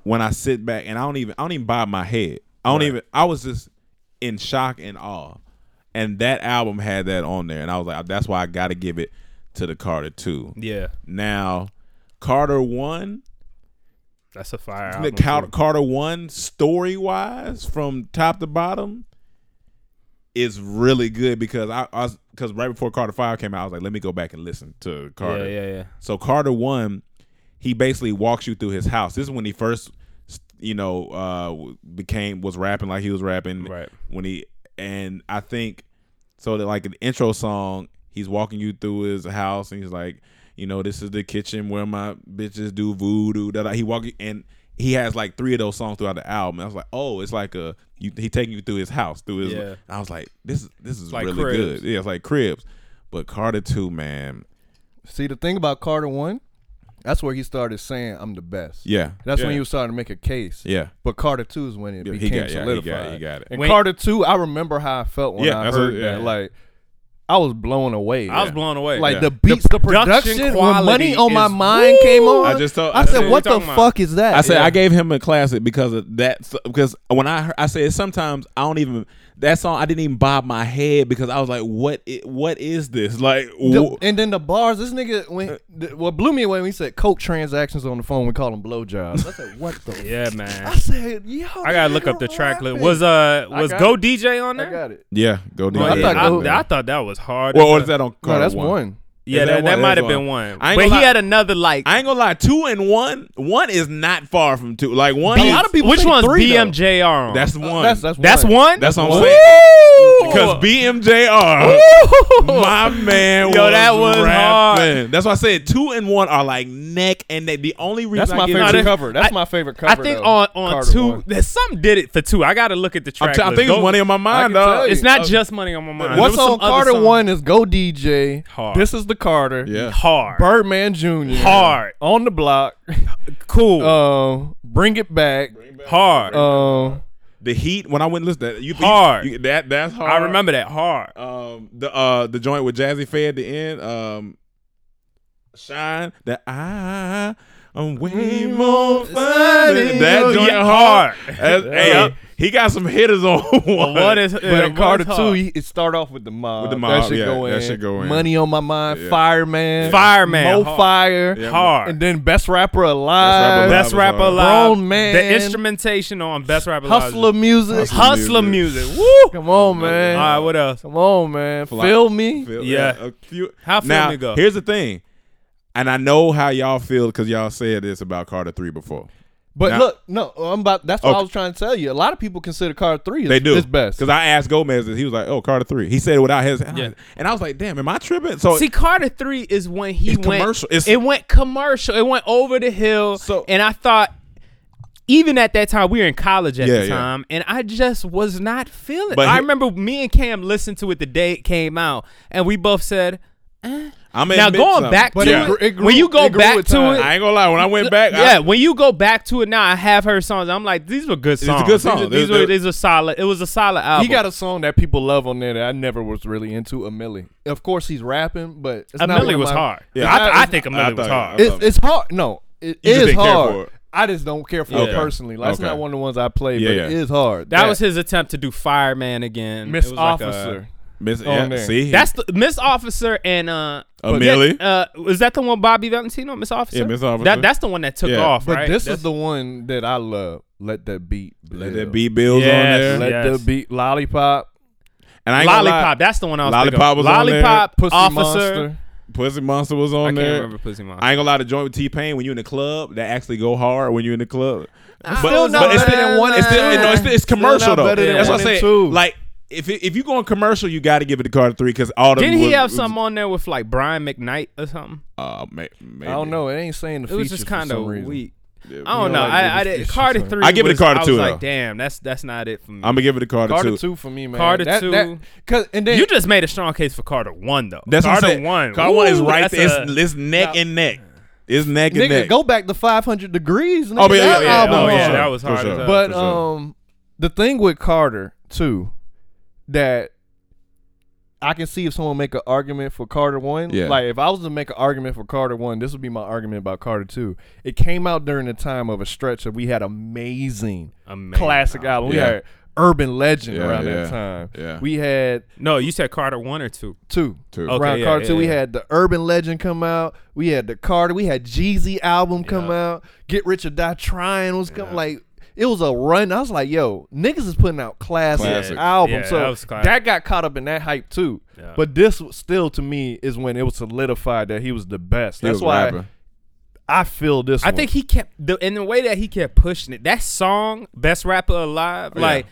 S5: when I sit back and I don't even I don't even bob my head. I don't even. I was just in shock and awe. And that album had that on there, and I was like, that's why I got to give it to the Carter Two.
S8: Yeah,
S5: Now, Carter One.
S8: that's a fire.
S5: the
S8: Album
S5: Cal-
S8: too.
S5: Carter one story wise from top to bottom is really good because I because right before Carter five came out, I was like, let me go back and listen to Carter.
S8: Yeah, yeah, yeah.
S5: So Carter one, he basically walks you through his house. This is when he first, you know, uh, became was rapping like he was rapping.
S8: Right.
S5: When he and I think so that like the intro song, he's walking you through his house and he's like, you know, this is the kitchen where my bitches do voodoo. That he walk and he has like three of those songs throughout the album. I was like, oh, it's like a you, he taking you through his house through his.
S8: Yeah.
S5: I was like, this is this is
S8: like
S5: really
S8: Cribs.
S5: good. Yeah, it's like Cribs, but Carter two man,
S7: See, the thing about Carter one, that's where he started saying, "I'm the best."
S5: yeah,
S7: That's
S5: yeah.
S7: when he was starting to make a case.
S5: Yeah.
S7: But Carter two is when it
S5: Yeah, he
S7: became
S5: got- yeah, he got-
S7: solidified.
S5: he got it.
S7: And
S8: When-
S7: Carter two, I remember how I felt when
S5: Yeah,
S7: I
S5: that's what-
S7: heard
S5: yeah.
S7: that. Like, I was blown away.
S8: I was blown away.
S7: Like
S5: yeah.
S7: the beats, the production, when
S8: quality
S7: money on my
S8: is-
S7: mind came on.
S5: I just told-
S7: I
S5: that's
S7: said,
S5: what
S7: "What
S8: we're
S7: the
S8: talking about."
S7: fuck is that?"
S5: I said
S7: Yeah.
S5: I gave him a classic because of that. Because when I heard, I said sometimes I don't even that song. I didn't even bob my head because I was like, "What? i- what is this? Like,
S7: The-
S5: wh-
S7: and then the bars, this nigga when th- what blew me away when he said coke transactions on the phone, we call them blowjobs. I said, "What the?"
S8: Yeah, man.
S7: I said, "Yo."
S8: I gotta look
S7: nigga
S8: up the track list.
S7: rapping."
S8: Was uh was
S7: got
S8: Go
S7: it.
S8: DJ on
S7: I
S8: there?
S7: got it.
S5: yeah, go
S8: Oh,
S5: down.
S8: yeah, I,
S7: I thought
S8: thought
S7: that-
S8: I, thought that was hard.
S5: well,
S8: as
S5: what is
S8: hell.
S5: that on?
S7: No,
S5: Carter
S7: that's one.
S8: Yeah,
S5: Is that
S8: that, that
S5: one?
S8: might
S5: That's
S8: have been
S5: one.
S8: one.
S5: I ain't
S8: But he
S5: gonna lie.
S8: had another like.
S5: I ain't gonna lie, two and one. One is not far from two. Like one,
S8: B-
S5: is-
S7: lot of people
S8: Which
S7: think
S8: one's
S7: three, though.
S8: BMJR on?
S5: that's one.
S7: Uh, That's
S5: that's,
S7: that's
S8: that's one.
S5: that's what I'm
S8: Woo!
S5: saying. Because BMJR, my man,
S8: Yo, that was hard.
S5: rapping. That's why I said two and one are like neck and neck. The only reason
S7: That's
S5: I
S7: my
S5: give
S7: favorite
S5: it-
S8: that-
S7: cover. That's
S8: I-
S7: my favorite cover.
S8: I think
S7: though.
S8: on on
S7: Carter
S8: two,
S7: one.
S8: there's something did it for two. I gotta look at the
S5: I'm
S8: track.
S5: t- I
S8: list.
S5: think
S8: Go-
S5: it's money on my mind, dog.
S8: It's not just money on my mind.
S7: What's
S8: There was
S7: on
S8: some other
S7: Carter
S8: song.
S7: one is Go DJ.
S8: Hard.
S7: This is the Carter.
S5: Yeah.
S8: hard,
S7: Birdman Junior.
S8: hard,
S7: On the block.
S8: cool,
S7: Um, bring it back.
S8: hard.
S7: Um,
S5: The heat when I went and listened to that you,
S8: Hard.
S5: you- that that's hard.
S8: I remember that hard.
S5: um the uh the joint with Jazzy Faye at the end um shine that I I'm way more fun than that
S8: you.
S5: joint
S8: Yeah,
S5: hard.
S8: hard.
S5: That's- hey,
S8: Yeah. Oh,
S5: uh, he got some hitters on one.
S8: What is
S7: but in Carter two, he, it start off with the mob.
S5: With the
S7: that
S5: mob,
S7: should
S5: yeah,
S7: go in.
S5: that should go in.
S7: Money on my mind.
S5: Yeah.
S7: Fireman.
S8: Fireman,
S7: Mo
S8: hard.
S7: fire.
S5: Yeah.
S8: hard.
S7: And then best rapper alive.
S5: Best
S8: Best
S5: Rapper
S8: rapper
S5: Alive.
S8: alive.
S7: Grown man.
S8: The instrumentation on Best Rapper Alive.
S7: hustler music.
S5: Hustler.
S8: Hustler
S5: Music.
S8: music. Woo!
S7: Come on, man.
S8: All right, what else?
S7: Come on, man.
S5: Fly-
S7: Feel me.
S5: Feel-
S8: Yeah.
S5: a few-
S8: How feel
S5: now,
S8: me go?
S5: Here's the thing. And I know how y'all feel because y'all said this about Carter three before.
S7: But
S5: Now-
S7: look, no, I'm about. That's what
S5: Okay.
S7: I was trying to tell you. A lot of people consider Carter Three. Is,
S5: They do.
S7: Is best.
S5: Because I asked Gomez, and he was like, "Oh, Carter three. He said it without his,
S8: Yeah.
S5: and I was like, "Damn, am I tripping?" So
S8: See, Carter Three is when he
S5: It's
S8: went
S5: commercial. It's-
S8: it went commercial. It went over the hill.
S5: So-
S8: and I thought, even at that time, we were in college at
S5: Yeah,
S8: the
S5: yeah.
S8: time, and I just was not feeling.
S5: But
S8: I
S5: he-
S8: remember me and Cam listened to it the day it came out, and we both said,
S5: I'm
S8: now
S5: admit
S8: going
S5: something.
S8: back
S7: But
S8: to
S7: it
S8: it,
S7: gr- it grew-
S8: when you go
S7: it grew
S8: back
S7: with
S8: to
S7: time.
S8: it,
S5: I ain't gonna lie. When I went back, I-
S8: yeah, when you go back to it now, I have heard songs. I'm like, these were good
S5: a
S8: songs.
S5: good song.
S8: These, are-
S5: They're-
S8: these were
S5: they're-
S8: these are solid. It was a solid album.
S7: He got a song that people love on there that I never was really into. A Millie, of course, he's rapping, but it's
S8: a
S7: not one
S8: Millie
S7: of
S8: was
S7: my-
S8: hard.
S5: Yeah,
S8: I, I
S5: I-
S8: think a
S5: I
S8: Millie was
S5: thought-
S8: hard.
S5: I
S7: It's, it's hard. No, it
S5: just
S7: is
S5: didn't care
S7: hard.
S5: for it.
S7: I just don't care for it
S5: Okay.
S7: personally. Like it's
S5: Okay.
S7: not one of the ones I play,
S5: Yeah,
S7: but
S5: yeah.
S7: it is hard.
S8: that was his attempt to do Fireman again.
S7: Miss
S8: It was like a-
S7: Officer.
S5: Miss,
S7: on
S5: yeah,
S7: there.
S5: see,
S8: that's the Miss Officer and uh
S5: A Millie?
S8: Uh, was that the one Bobby Valentino? Miss Officer.
S5: Yeah, Miss Officer.
S8: That, that's the one that took
S5: Yeah.
S8: off,
S7: but
S8: right?
S7: this
S8: That's-
S7: is the one that I love. Let that beat.
S5: let
S7: build.
S5: that B bills
S8: Yes.
S5: on there,
S7: Let
S8: Yes.
S7: that beat. Lollipop.
S5: and I ain't gonna lie,
S8: Lollipop. That's the one I was thinking of.
S5: Lollipop was on there.
S8: Lollipop,
S7: Pussy
S8: Officer.
S7: Monster.
S5: Pussy Monster was
S8: I
S5: on
S8: can't
S5: there.
S8: remember Pussy Monster.
S5: I ain't gonna lie to joint with T Pain when you in the club. That actually go hard when you in the club. But,
S7: still not
S5: it's
S7: better than one
S5: It's
S7: and
S5: still,
S7: two.
S5: no, it's, it's
S7: Still
S5: commercial
S7: not
S5: though.
S7: better than
S5: That's
S7: one
S5: what I'm
S7: and
S5: saying.
S7: two.
S5: Like if it, if you go on commercial, you got to give it a card three because all the
S8: Didn't
S5: was,
S8: he have
S5: was-
S8: something on there with like Brian McKnight or something?
S5: Uh, may, maybe.
S7: I don't know. It ain't saying the
S8: It was just
S7: kind of
S8: weak.
S5: Yeah,
S8: I don't
S7: you know,
S8: know.
S7: like, it
S8: I, I
S7: was-
S8: did
S7: it's
S8: Carter
S7: just-
S8: three.
S5: I give it
S8: was-
S5: Carter
S8: I
S5: two,
S8: was like,
S5: though.
S8: damn, that's that's not it for me.
S5: I'm gonna give it a card
S7: Carter
S5: two.
S7: two. for me, man.
S8: Carter
S7: That-
S8: two.
S7: that- Cause and then
S8: you just made a strong case for Carter one though.
S5: That's
S8: Carter
S5: what I'm saying.
S8: one.
S5: Carter one is
S8: Ooh,
S5: right
S8: that's
S5: there.
S8: a-
S5: It's, it's neck and neck. It's neck and
S7: nigga
S5: neck.
S7: go back to 500 degrees. Nigga.
S5: Oh, but yeah,
S7: that
S5: yeah, yeah.
S7: album
S8: Oh, yeah,
S7: hard.
S8: that was hard as hell.
S7: But
S5: For sure.
S7: um, the thing with Carter too, that I can see if someone make an argument for Carter one.
S5: Yeah.
S7: Like if I was to make an argument for Carter one, this would be my argument about Carter two. It came out during the time of a stretch that we had amazing,
S8: Amazing
S7: classic album.
S5: Yeah.
S7: We had Urban Legend
S5: Yeah,
S7: around
S5: yeah,
S7: that time.
S5: yeah.
S7: We had
S8: no, you said Carter one or two.
S7: two.
S5: Two.
S8: Okay,
S7: Around
S8: yeah,
S7: Carter two,
S8: yeah,
S7: we
S8: yeah.
S7: had the Urban Legend come out. We had the Carter. We had Jeezy album come out. Get Rich or Die Trying was coming. Like it was a run. I was like, yo, niggas is putting out classic,
S5: Classic.
S7: albums.
S8: Yeah,
S7: so
S8: that
S7: that,
S8: was classic.
S7: got caught up in that hype too. But this was- still to me is when it was solidified that he was the best.
S5: He
S7: That's
S5: was
S7: why
S5: rapping.
S7: I feel this.
S8: I think he kept the in the way that he kept pushing it. That song, best rapper alive, like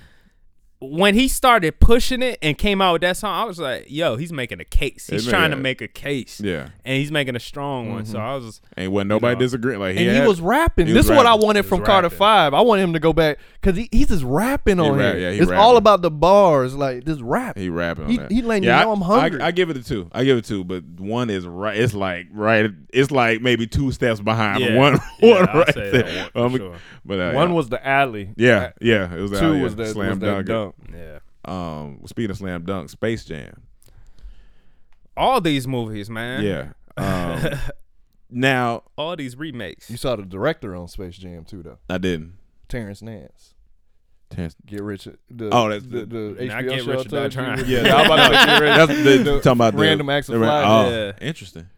S8: when he started pushing it and came out with that song, I was like, yo, he's making a case. He's
S5: Yeah.
S8: trying to make a case.
S5: Yeah.
S8: and he's making a strong one. So I was. just-
S5: Ain't what nobody
S8: know.
S5: disagreeing. Like he
S7: and he
S5: had-
S7: was rapping.
S5: he
S7: this
S5: was
S7: is what I
S5: rapping.
S7: wanted from
S8: was
S7: Carter
S8: rapping.
S7: Five. I wanted him to go back because he, he's just rapping on
S5: rap-
S7: here.
S5: yeah, he
S7: it's
S5: rapping.
S7: all about the bars, like this rap.
S5: He rapping on
S7: He-
S5: that.
S7: he letting you know
S5: I-
S7: I'm hungry.
S5: I, I give it a two. I give it two, but one is right. It's like right. It's like maybe two steps behind. from
S8: Yeah.
S5: One,
S8: Yeah,
S5: one
S8: I'll
S5: right
S8: say that
S5: there.
S8: one for
S5: Um,
S8: sure.
S5: But uh,
S7: One
S5: yeah.
S7: was the alley.
S5: yeah, yeah. It was
S7: Two
S5: out, yeah,
S7: was that
S5: slam
S7: was that
S5: dunk.
S7: dunk.
S8: Yeah.
S5: Um, speaking of slam dunk, Space Jam.
S8: All these movies, man.
S5: Yeah. Um, now
S8: All these remakes.
S7: You saw the director on Space Jam too, though.
S5: I didn't.
S7: Terrence Nance.
S5: Terrence-
S7: Get rich. The,
S5: Oh, that's-
S7: the, the
S8: Now
S7: HBO
S8: Get
S7: show.
S8: Rich
S7: I
S8: or
S7: told
S8: Die
S7: you
S8: Trying.
S7: was-
S5: Yeah,
S7: Yeah, I was about to say Get Rich.
S5: That's the, talking about the-
S7: random acts of
S5: the ra-
S7: fly.
S5: oh,
S8: Yeah.
S5: interesting.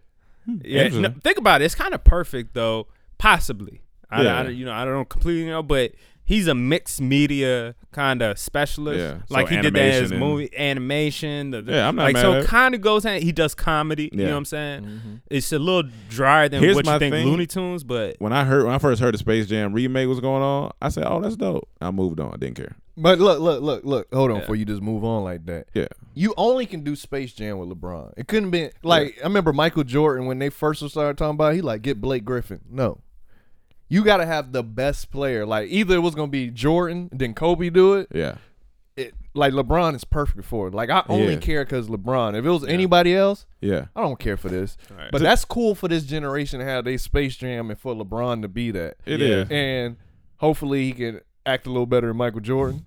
S8: Yeah.
S5: Interesting.
S8: no, think about it. It's kind of perfect though. Possibly. I,
S5: Yeah.
S8: I- you know, I don't completely know, but he's a mixed media kind of specialist.
S5: Yeah, so
S8: Like he did that in his
S5: animation and-
S8: movie animation. The, the-
S5: Yeah, I'm not
S8: like
S5: mad
S8: so
S5: at it.
S8: kind of goes hand. He does comedy. You
S5: Yeah.
S8: know what I'm saying? It's a little drier than
S5: Here's
S8: what you
S5: my
S8: think
S5: thing.
S8: Looney Tunes, but
S5: When I heard when I first heard the Space Jam remake was going on, I said, "Oh, that's dope." I moved on. I didn't care.
S7: But look, look, look, look. Hold on, before you just move on like that.
S5: Yeah.
S7: You only can do Space Jam with LeBron. It couldn't be like I remember Michael Jordan when they first started talking about. It, he like get Blake Griffin. No, you got to have the best player. Like either it was gonna be Jordan, then Kobe do it.
S5: Yeah.
S7: it like LeBron is perfect for it. Like I only
S5: Yeah.
S7: care because LeBron. If it was anybody else,
S5: Yeah.
S7: I don't care for this. But that's cool for this generation to have they Space Jam and for LeBron to be that.
S5: It is.
S7: And hopefully he can act a little better than Michael Jordan.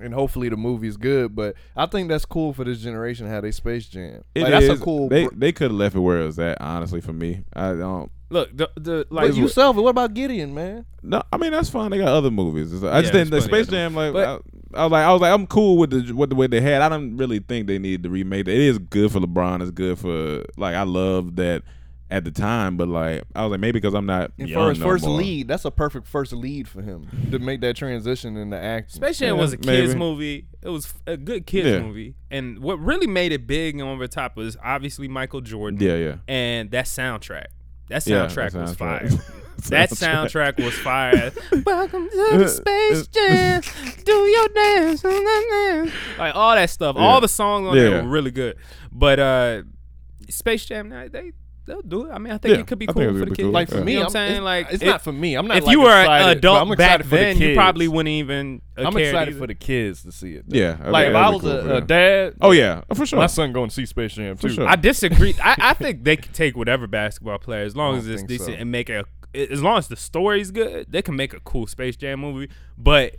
S7: And hopefully the movie's good, but I think that's cool for this generation how they Space Jam.
S5: It
S7: like, that's
S5: is.
S7: a cool.
S5: They
S7: br-
S5: they could have left it where it was at. Honestly, for me, I don't.
S8: look, the the like
S7: but you yourself, what about Gideon, man?
S5: No, I mean that's fine. They got other movies. It's- I just
S8: Yeah,
S5: didn't. The
S8: there's plenty
S5: Space
S8: of them.
S5: Jam, like
S8: But-
S5: I, I was like, I was like, I'm cool with the with the way they had. I don't really think they need to remake. It It is good for LeBron. It's good for like I love that at the time, but like I was like maybe because I'm not
S7: And
S5: young
S7: for his
S5: no
S7: first
S5: more.
S7: lead, that's a perfect first lead for him to make that transition in the act.
S8: Space Jam
S5: Yeah,
S8: was a kids
S5: maybe.
S8: movie. It was f- a good kids
S5: Yeah.
S8: movie, and what really made it big and over the top was obviously Michael Jordan.
S5: Yeah, yeah.
S8: and that soundtrack. That
S5: Yeah,
S8: soundtrack
S5: that
S8: was
S5: soundtrack.
S8: fire. that soundtrack was fire. Welcome to the Space Jam. Do your dance, like all that stuff. All the songs on
S5: Yeah.
S8: there were really good. But uh Space Jam, now, they they'll do it. I mean, I think
S5: Yeah,
S8: it could be
S5: I think
S8: cool
S5: it
S8: for
S5: could
S8: the
S5: be
S8: kids.
S5: cool.
S7: Like for
S5: Yeah.
S7: me,
S8: you know
S7: I'm,
S8: what I'm saying, like
S7: it's
S8: if-
S7: not for me. I'm not.
S8: if
S7: like,
S8: you were
S7: excited,
S8: an
S7: but
S8: adult
S7: I'm
S8: back
S7: excited for the
S8: then, you
S7: kids.
S8: probably wouldn't even. Uh,
S7: I'm
S8: cared
S7: excited
S8: either.
S7: for the kids to see it. though.
S5: Yeah, I
S7: Like
S5: think
S7: if
S5: that'd
S7: I
S5: be
S7: was
S5: cool for
S7: a, a
S5: them.
S7: dad,
S5: Oh yeah, for sure.
S7: my son going to see Space Jam
S5: For
S7: too.
S5: sure.
S8: I disagree. I, I think they can take whatever basketball player as long as it's
S7: think
S8: decent
S7: so.
S8: and make a. As long as the story's good, they can make a cool Space Jam movie. But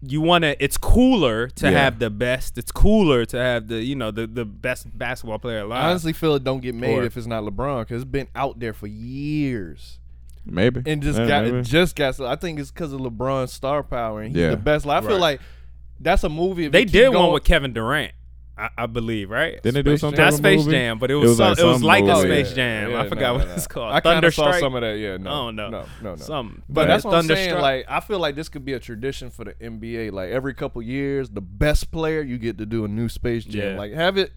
S8: you want to. It's cooler to
S5: Yeah.
S8: have the best. It's cooler to have the you know the the best basketball player alive.
S7: I honestly feel it don't get made
S8: Or-
S7: if it's not LeBron because it's been out there for years
S5: maybe
S7: and just
S5: Yeah,
S7: got
S5: maybe.
S7: it just got. So I think it's because of LeBron's star power and he's
S5: Yeah.
S7: the best. Like, I feel like that's a movie. If
S8: they
S7: you keep
S8: did one
S7: going-
S8: with Kevin Durant, I, I believe, right?
S5: Didn't they do some type
S8: Not
S5: of
S8: Space
S5: movie?
S8: Jam, but it was some- it was
S5: some
S8: like a
S5: movie.
S8: Space
S7: Yeah,
S8: Jam. I
S7: yeah,
S8: forgot
S7: no,
S8: what
S7: no,
S8: it's
S7: no.
S8: called.
S7: I kinda saw
S8: uh, Thunderstrike?
S7: some of that. Yeah, no,
S8: I don't know.
S7: no, no, no.
S8: Some-
S7: but that's what I'm saying.
S8: Thunderstruck.
S7: Like, I feel like this could be a tradition for the NBA. Like every couple years, the best player you get to do a new Space Jam.
S8: Yeah.
S7: Like have it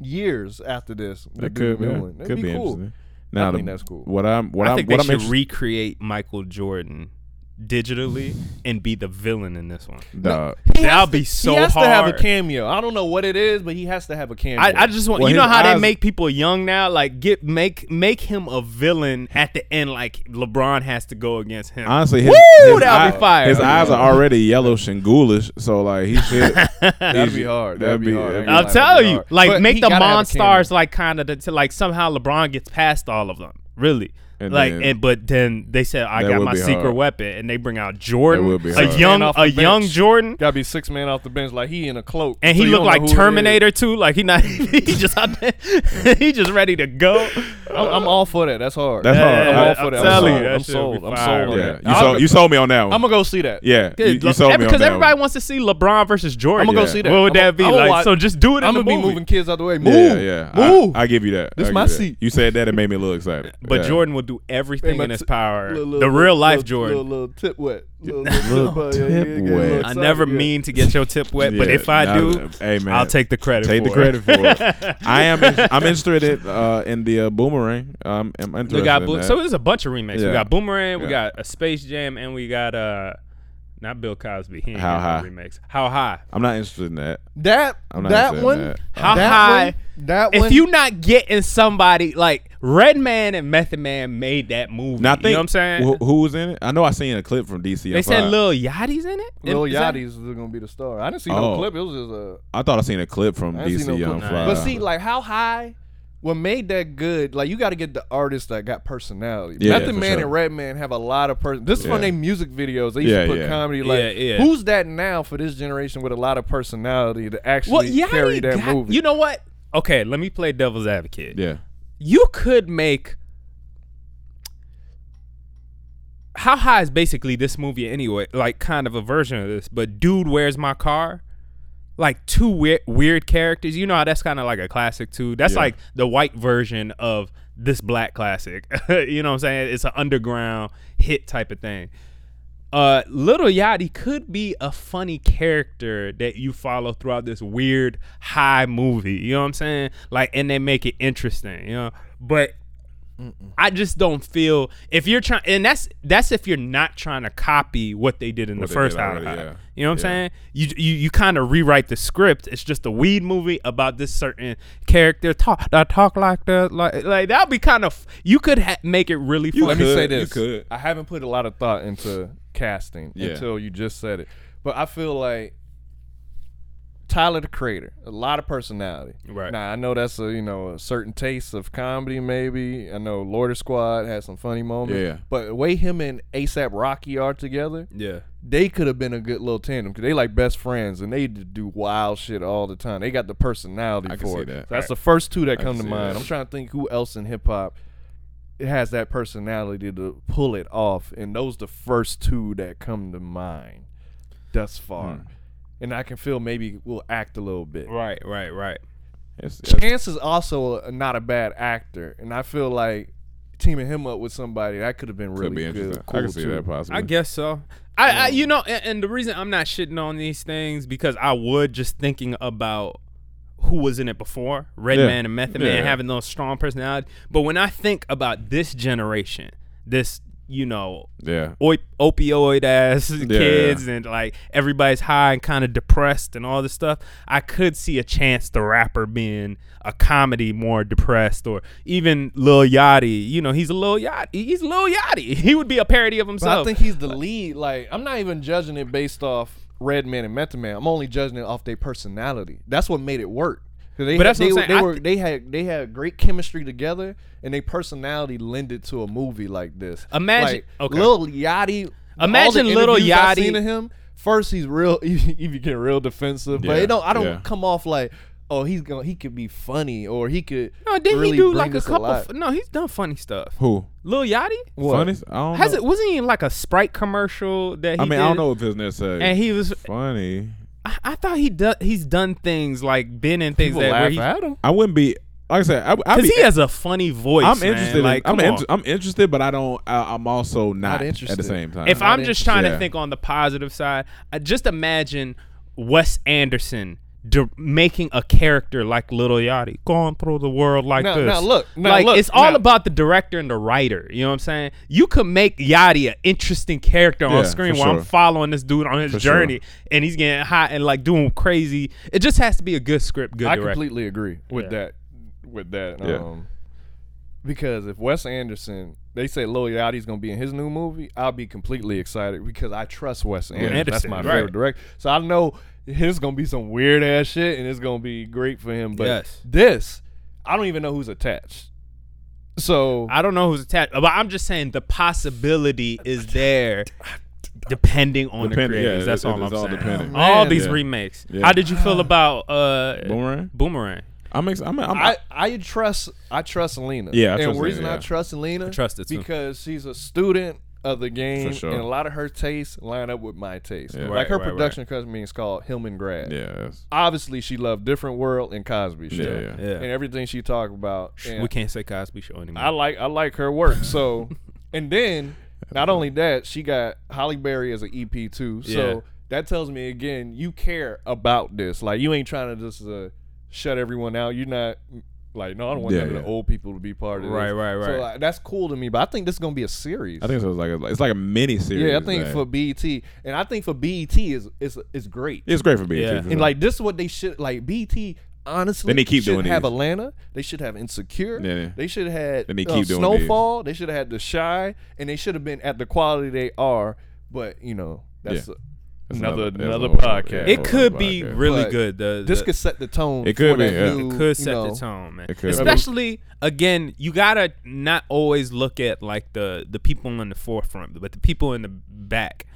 S7: years after this.
S5: That
S7: do
S5: could,
S7: the new
S5: yeah,
S7: one. That'd
S5: could be,
S7: cool.
S5: interesting. Now,
S7: I
S5: the-
S7: think that's cool.
S5: What I'm, what
S8: I
S5: I'm,
S8: think
S5: what
S8: they
S5: I'm
S8: should
S5: interested.
S8: recreate Michael Jordan digitally and be the villain in this one.
S5: Dog.
S8: That'll be so
S7: he has
S8: hard.
S7: to have a cameo. I don't know what it is, but he has to have a cameo.
S8: I, I just want
S5: Well,
S8: you know
S5: his
S8: how they
S5: eyes-
S8: make people young now, like get make make him a villain at the end, like LeBron has to go against him.
S5: Honestly, his,
S8: Woo,
S5: his,
S8: that'd be
S5: eye-
S8: fire.
S5: his eyes are already yellowish and ghoulish, so like he should.
S7: that'd be hard. That'd, be hard.
S5: that'd
S8: I'll
S7: That'd be
S8: tell you,
S7: hard.
S8: like
S7: But
S8: make
S7: he
S8: the
S7: gotta have a
S8: monsters like kind of to like somehow LeBron gets past all of them, really.
S5: And
S8: like,
S5: then-
S8: and but then they said I
S5: That
S8: got
S5: would
S8: my
S5: be
S8: secret
S5: hard.
S8: weapon, and they bring out Jordan,
S5: would be
S8: a
S5: hard.
S8: young
S7: Man off
S8: a
S7: the
S8: young
S7: bench.
S8: Jordan,
S7: Gotta be six man off the bench, like he in a cloak,
S8: and
S7: so
S8: he
S7: you
S8: looked
S7: don't
S8: like
S7: know who it is.
S8: Terminator too. Like he not he just out there, he just ready to go.
S7: I'm, I'm all for that. That's hard.
S5: That's hard.
S7: I'm
S5: Yeah,
S7: all for
S5: I'm
S7: that.
S5: telling
S8: you, that
S7: I'm
S8: shit
S7: sold.
S8: would be
S7: I'm sold. I'm
S8: fire.
S7: sold on
S5: yeah,
S7: that.
S5: you sold, you sold me on that one.
S7: I'm gonna go see that.
S5: yeah, you, you
S8: Look,
S5: sold me on
S8: because
S5: that
S8: everybody
S5: one.
S8: wants to see LeBron versus Jordan.
S7: I'm gonna go
S5: Yeah.
S7: see that.
S8: What would
S7: I'ma-
S8: that be
S7: I'ma
S8: like?
S7: watch-
S8: so just do it in
S7: I'm
S8: the
S7: gonna be
S8: movie.
S7: moving kids out the way. Move.
S5: Yeah, yeah. I-
S7: Move.
S5: I, give you that.
S7: This
S5: I give
S7: my
S5: you that.
S7: seat.
S5: You said that it made me a little excited.
S8: But
S5: Yeah.
S8: Jordan will do everything
S7: my
S8: in his
S7: t-
S8: power.
S7: Little- little-
S8: the real life
S7: little-
S8: Jordan.
S7: Little, little tip wet. Little, little tip, on your
S5: tip
S7: head, get a little
S5: wet. I
S8: I
S7: excited,
S8: never
S7: yeah.
S8: mean to get your tip wet, but
S5: Yeah,
S8: if I
S5: nah,
S8: do,
S5: hey, man.
S8: I'll take the credit.
S5: Take
S8: for
S5: the credit for it. I am. I'm interested uh, in the uh, boomerang. Um, I'm interested.
S8: We got
S5: in
S8: Bo-
S5: that.
S8: so there's a bunch of remakes. We
S5: Yeah.
S8: got Boomerang, we
S5: Yeah.
S8: got a Space Jam, and we got uh, not Bill Cosby. He ain't got
S5: How
S8: no
S5: high?
S8: remakes? How high?
S5: I'm not interested in that.
S7: that.
S5: I'm not
S7: that
S5: saying
S7: one.
S5: that.
S8: How
S7: that
S8: high?
S7: One, that
S8: if
S7: one.
S8: you not getting somebody like Redman and Method Man made that movie,
S5: Now I think
S8: you know what I'm saying?
S5: Who, who was in it? I know I seen a clip from DC.
S8: they said Lil Yachty's in it.
S7: Lil
S8: Is that-
S7: Yachty's is gonna be the star. I didn't see
S5: Oh.
S7: no clip. It was just a.
S5: I thought I seen a clip from
S7: I didn't
S5: DC
S7: see no
S5: Young
S7: clip.
S5: Fly.
S7: But see, like how high? What made that good? Like you got to get the artists that got personality.
S5: Yeah,
S7: Method
S5: for
S7: Man
S5: sure.
S7: and Redman have a lot of person. This is
S5: Yeah.
S7: from their music videos. They used
S5: Yeah,
S7: to put
S5: yeah.
S7: comedy like,
S8: Yeah, yeah.
S7: who's that now for this generation with a lot of personality to
S8: well,
S7: actually
S8: Yachty
S7: carry that
S8: got-
S7: movie?
S8: You know what? Okay, let me play devil's advocate.
S5: yeah,
S8: you could make how high is basically this movie anyway like kind of a version of this but dude where's my car like two weird, weird characters you know how that's kind of like a classic too that's
S5: Yeah.
S8: like the white version of this black classic you know what i'm saying it's an underground hit type of thing uh little yachty could be a funny character that you follow throughout this weird high movie you know what i'm saying like and they make it interesting you know but I just don't feel if you're trying, and that's that's if you're not trying to copy what they did in
S5: What
S8: the
S5: they
S8: first
S5: did
S8: Out of
S5: already,
S8: High.
S5: yeah.
S8: You know what I'm
S5: Yeah.
S8: saying? You you, you kind of rewrite the script. It's just a weed movie about this certain character talk that talk like that like like that'd be kind of you could ha- make it really funny.
S7: Let me say this.
S5: could.
S7: I haven't put a lot of thought into casting
S5: Yeah.
S7: until you just said it. But I feel like Tyler the Creator, a lot of personality.
S8: Right.
S7: Now I know that's a you know a certain taste of comedy maybe. I know Lorder Squad had some funny moments.
S5: Yeah.
S7: But the way him and ASAP Rocky are together,
S8: yeah.
S7: they could have been a good little tandem because they like best friends and they do wild shit all the time. They got the personality
S5: I can
S7: for
S5: see
S7: it.
S5: that.
S7: So that's the first two that
S5: I
S7: come to
S5: can see
S7: mind.
S5: that.
S7: I'm trying to think who else in hip hop has that personality to pull it off, and those the first two that come to mind thus far.
S5: Hmm.
S7: And I can feel maybe we'll act a little bit.
S8: Right, right, right.
S5: It's- it's-
S7: Chance is also a, not a bad actor, and I feel like teaming him up with somebody that could have been really
S5: could be interesting.
S7: good. Cool
S5: I can see
S7: too.
S5: that possibly.
S8: I guess so. I, I you know, and, and the reason I'm not shitting on these things because I would just thinking about who was in it before, Redman
S5: Yeah.
S8: and Method
S5: Yeah.
S8: Man having those strong personality. But when I think about this generation, this you know,
S5: Yeah.
S8: oi- opioid ass kids and like everybody's high and kind of depressed and all this stuff, I could see a chance the rapper being a comedy more depressed or even Lil Yachty. You know, he's a Lil Yachty. He's Lil Yachty. He would be a parody of
S7: But I
S8: himself.
S7: think he's the lead. Like, I'm not even judging it based off Redman and Method Man. I'm only judging it off their personality. That's what made it work. 'Cause They
S8: But
S7: had-
S8: that's what
S7: they,
S8: I'm
S7: were-
S8: saying.
S7: they
S8: I
S7: were
S8: thi-
S7: they had they had great chemistry together, and their personality lended to a movie like this.
S8: Imagine-
S7: like,
S8: okay.
S7: Lil Yachty.
S8: Imagine
S7: all the
S8: Lil
S7: interviews I've
S8: Yachty-
S7: seen of him. First, he's real. He, he be getting real defensive, but
S5: Yeah,
S7: it don't. I don't
S5: yeah.
S7: come off like, oh, he's going. to He could be funny, or he could.
S8: no, didn't
S7: really
S8: he do
S7: bring
S8: like a
S7: this
S8: couple?
S7: lot.
S8: f- no, he's done funny stuff.
S5: Who?
S8: Lil Yachty?
S5: Funny? I don't
S8: Has
S5: know.
S8: it wasn't he in like a Sprite commercial that he
S5: I mean, I don't
S8: did?
S5: know if it's necessarily
S8: And he was
S5: funny.
S8: I, I thought he do, he's done things like been in things that where he,
S7: him.
S5: I wouldn't be like I said. I, I'd
S8: Cause
S5: be,
S8: he has a funny voice.
S5: I'm
S8: man.
S5: interested. in-
S8: Like,
S5: I'm,
S8: come on.
S5: inter- I'm interested, but I don't. I, I'm also not, at
S7: interested.
S5: the same time.
S8: if I'm just trying to
S5: Yeah.
S8: think on the positive side, I just imagine Wes Anderson de- making a character like Little Yachty, going through the world like
S7: Now-
S8: this.
S7: now look, now
S8: like
S7: look,
S8: it's all
S7: now-
S8: about the director and the writer. You know what I'm saying? You could make Yachty an interesting character
S5: Yeah,
S8: on screen
S5: for
S8: where I'm
S5: sure.
S8: following this dude on his
S5: For sure.
S8: journey and he's getting hot and like doing crazy. It just has to be a good script, good
S7: I
S8: director.
S7: completely agree with that. With that,
S5: Yeah.
S7: um, because if Wes Anderson, they say Lil Yachty's gonna be in his new movie, I'll be completely excited because I trust Wes Anderson.
S8: Anderson,
S7: That's my
S8: right.
S7: favorite director. So I know his gonna be some weird ass shit, and it's gonna be great for him. But
S8: Yes.
S7: this, I don't even know who's attached. So
S8: I don't know who's attached, but I'm just saying the possibility is there, depending on
S5: Depending,
S8: the
S5: yeah,
S8: creators. That's
S5: it-
S8: all
S5: it's
S8: I'm
S5: all
S8: saying.
S5: depending. Oh,
S8: All
S7: man.
S8: these
S5: Yeah.
S8: remakes.
S5: Yeah.
S8: How did you feel about uh,
S5: Boomerang?
S8: Boomerang.
S5: I'm. Ex- I'm, I'm,
S7: I, I trust I trust Alina.
S5: Yeah, I
S7: and
S5: trust
S7: the reason
S5: Alina, yeah.
S7: I trust Alina, I
S8: trust her too.
S7: because she's a student of the game,
S5: sure.
S7: and a lot of her tastes line up with my taste.
S5: Yeah.
S7: Like
S5: Right,
S7: her
S8: right, right.
S7: production company is called Hillman Grad.
S5: yeah. that's-
S7: Obviously, she loved Different World and Cosby Show,
S5: Yeah, yeah.
S8: Yeah.
S7: and everything she talked about. And
S8: We can't say Cosby Show anymore.
S7: I like I like her work. So, and then not only that, she got Holly Berry as an EP too. So
S8: Yeah.
S7: that tells me again, you care about this. Like you ain't trying to just uh, shut everyone out. You're not like no, I don't want
S5: Yeah,
S7: none of
S5: yeah.
S7: the old people to be part of
S8: Right,
S7: this.
S8: right, right.
S7: So like, that's cool to me. But I think this is gonna be a series.
S5: I think so. It's like a, it's like a mini series.
S7: yeah, I think
S5: like-
S7: for BET, and I think for BET is is is great.
S5: it's great for BET.
S8: Yeah.
S5: for
S8: And
S5: sure.
S7: And like this is what they should like BT honestly
S5: Then they keep
S7: should
S5: doing
S7: have
S5: these.
S7: Atlanta. They should have Insecure.
S5: Yeah, yeah.
S7: They should have had
S5: Then they
S7: uh,
S5: keep doing these.
S7: Snowfall. They should have had The Shy and they should have been at the quality they are, but you know, that's
S5: Yeah.
S7: uh,
S5: That's
S7: another-
S5: that's
S7: another
S5: whole-
S7: podcast.
S5: whole
S8: it could be
S5: podcast.
S8: really
S7: But
S8: good. The,
S7: this
S8: the-
S7: could set the tone.
S5: It could
S7: for that
S5: be, yeah.
S7: new,
S8: it could set
S7: you know,
S8: the tone, man.
S5: It could.
S8: Especially again, you gotta not always look at like the the people in the forefront, but the people in the back.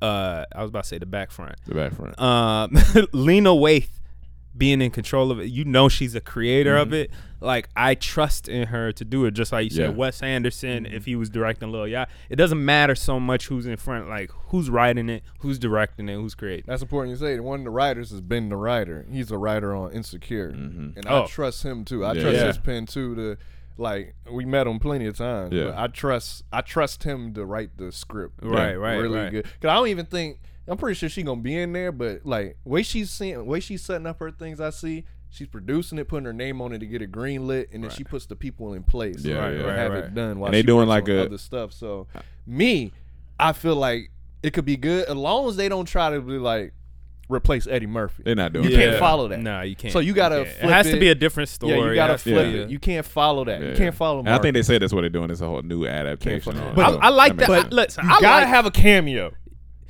S8: Uh, I was about to say the back front.
S5: The back front.
S8: um, Lena Waith being in control of it. You know she's a creator of
S7: Mm-hmm.
S8: it. Like I trust in her to do it. Just like you
S5: Yeah.
S8: said, Wes Anderson,
S7: Mm-hmm.
S8: if he was directing Lil Yachty, it doesn't matter so much who's in front, like who's writing it, who's directing it, who's creating. it.
S7: That's important you say. One of the writers has been the writer. He's a writer on Insecure, and
S8: Oh.
S7: I trust him too. I
S5: Mm-hmm. Yeah.
S7: trust
S5: Yeah.
S7: his pen too. To like, we met him plenty of times.
S5: Yeah.
S7: but I trust I trust him to write the script.
S8: Right,
S7: like,
S8: right,
S7: really
S8: right.
S7: good. Cause I don't even think I'm pretty sure she gonna be in there. But like, way she's seeing, way she's setting up her things, I see. She's producing it, putting her name on it to get it green lit, and then she puts the people in place
S5: Yeah, Right,
S7: to
S5: yeah.
S7: have
S8: right,
S7: it
S8: right.
S7: done while
S5: And they
S7: she
S5: doing
S7: works
S5: like
S7: on
S5: a-
S7: other stuff. So, me, I feel like it could be good as long as they don't try to be like replace Eddie Murphy.
S5: They're not doing.
S7: You
S5: that.
S7: can't follow that.
S8: No, you can't.
S7: So you gotta
S8: can't.
S7: flip
S8: it has to
S7: it.
S8: be a different story.
S7: yeah, you gotta
S8: It has to
S7: flip
S8: be a-
S7: it. You can't follow that.
S5: Yeah.
S7: You can't follow.
S5: And I
S7: Mark.
S5: think they say that's what they're doing. It's a whole new adaptation. on it.
S8: I,
S5: So,
S8: I like that.
S5: makes
S8: I,
S5: sense.
S8: listen,
S7: you
S8: I
S7: gotta
S8: like,
S7: have a cameo.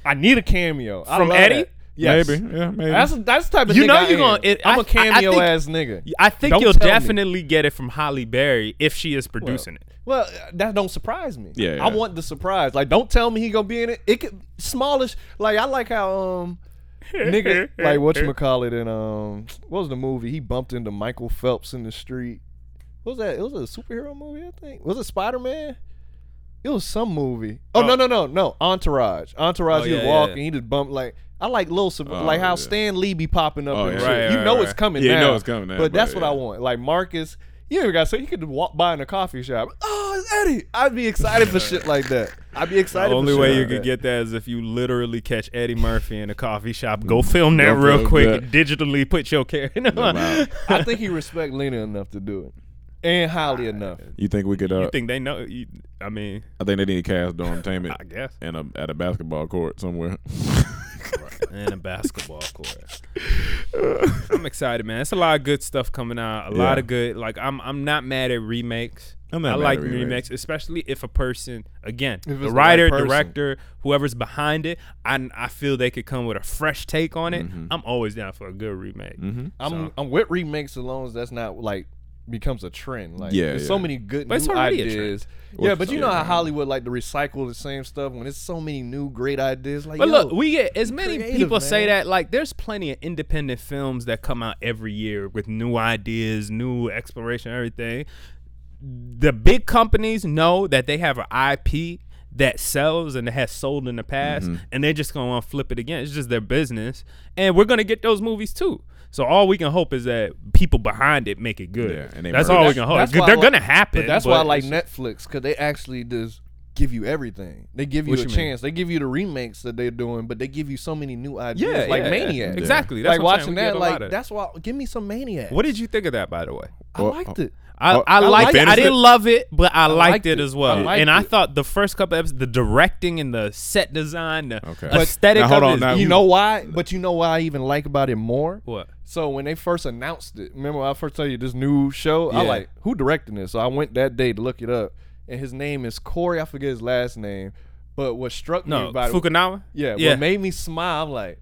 S7: I need a cameo I
S8: From
S7: love
S8: Eddie?
S7: that. Yes.
S5: Maybe. Yeah. Maybe.
S7: That's that's the type of
S8: You
S7: nigga
S8: know
S7: I
S8: you gonna-
S7: am.
S8: it-
S7: I'm
S8: I-
S7: a
S8: I- I
S7: cameo
S8: think-
S7: ass nigga.
S8: I think
S7: Don't
S8: you'll
S7: tell me.
S8: definitely get it from Holly Berry if she is producing it.
S7: Well, that don't surprise me.
S5: Yeah,
S7: I
S5: yeah.
S7: want the surprise. Like, don't tell me he gonna be in it. It could smallish. Like, I like how um, nigga, like what you call it in um, what was the movie? He bumped into Michael Phelps in the street. What was that? It was a superhero movie, I think. Was it Spider Man? It was some movie. Oh, no, no, no, no. Entourage. Entourage.
S8: Oh,
S7: he was
S8: yeah, yeah.
S7: walking. He just bumped like. I like little, sub-
S5: Oh,
S7: like how
S5: yeah.
S7: Stan Lee be popping up
S5: Oh,
S7: and
S5: yeah.
S7: shit.
S8: Right,
S7: you
S8: right,
S7: know
S8: right.
S7: it's coming.
S5: Yeah, you
S7: now,
S5: know it's coming now,
S7: But,
S5: but
S7: that's what
S5: yeah.
S7: I want. Like Marcus, you even got so he could walk by in a coffee shop. Oh, it's Eddie. I'd be excited for shit like that. I'd be excited.
S8: The only
S7: for
S8: way
S7: shit
S8: you
S7: like
S8: could
S7: that.
S8: get that is if you literally catch Eddie Murphy in a coffee shop, go film that
S5: Mm. Go
S8: real
S5: film
S8: quick,
S5: that.
S8: and digitally put your character.
S5: Wow.
S7: I think he respect Lena enough to do it, and Holly enough.
S5: You think we could? Uh,
S8: You think they know? You, I mean,
S5: I think they need to cast Dorm Tainment
S8: I guess
S5: in a, at a basketball court somewhere.
S8: and a basketball court. I'm excited, man. It's a lot of good stuff coming out. A lot
S5: Yeah.
S8: of good. Like I'm, I'm not mad at remakes.
S5: I'm not
S8: I
S5: mad
S8: like
S5: at remakes.
S8: especially if a person, again,
S7: If it's
S8: the
S7: the
S8: writer,
S7: right person.
S8: director, whoever's behind it, I, I feel they could come with a fresh take on it.
S5: Mm-hmm.
S8: I'm always down for a good remake.
S7: I'm I'm with remakes as long as that's not like becomes a trend. Like
S5: Yeah,
S7: there's
S5: yeah.
S7: so many good
S8: But it's
S7: new
S8: already a
S7: ideas.
S5: Well,
S7: Yeah, but you know
S5: yeah.
S7: how Hollywood like to recycle the same stuff when it's so many new great ideas. Like,
S8: But
S7: yo,
S8: look, we get as many
S7: creative,
S8: people say
S7: man.
S8: that. Like, there's plenty of independent films that come out every year with new ideas, new exploration, everything. The big companies know that they have an IP that sells and that has sold in the past,
S5: Mm-hmm.
S8: and they're just gonna flip it again. It's just their business, and we're gonna get those movies too. So all we can hope is that people behind it make it good.
S5: Yeah, and they
S8: that's
S5: merge.
S8: all we
S5: That's-
S8: can hope.
S7: why I
S8: They're
S7: like-
S8: gonna happen.
S7: But that's why I
S8: but
S7: like
S8: it's-
S7: Netflix because they actually just give you everything. They give you
S8: What
S7: a
S8: you mean?
S7: chance. They give you the remakes that they're doing, but they give you so many new ideas.
S8: yeah,
S7: like
S8: yeah, yeah.
S7: Maniac.
S8: Exactly. That's
S7: Like
S8: what I'm
S7: watching
S8: saying. We get
S7: that,
S8: a lot
S7: like
S8: of-
S7: that's why. Give me some Maniac.
S8: What did you think of that, by the way?
S7: I liked it.
S8: I,
S5: Oh,
S8: I
S5: oh,
S8: liked it. I
S5: fantasy?
S8: didn't love it, but I, liked, it,
S7: it.
S8: as well.
S7: I liked
S8: and I
S7: it.
S8: thought the first couple episodes, the directing and the set design, the
S5: Okay. But-
S8: aesthetic
S5: Now, hold
S8: of
S5: on,
S8: it.
S5: now-
S8: you-
S7: You know why? But you know why I even like about it more.
S8: What?
S7: So when they first announced it, remember when I first tell you this new show? I
S8: Yeah.
S7: like who directing this. So I went that day to look it up, and his name is Corey. I forget his last name, but what struck me
S8: No,
S7: about it,
S8: Fukunawa?
S7: yeah,
S8: yeah.
S7: what made me smile, I'm like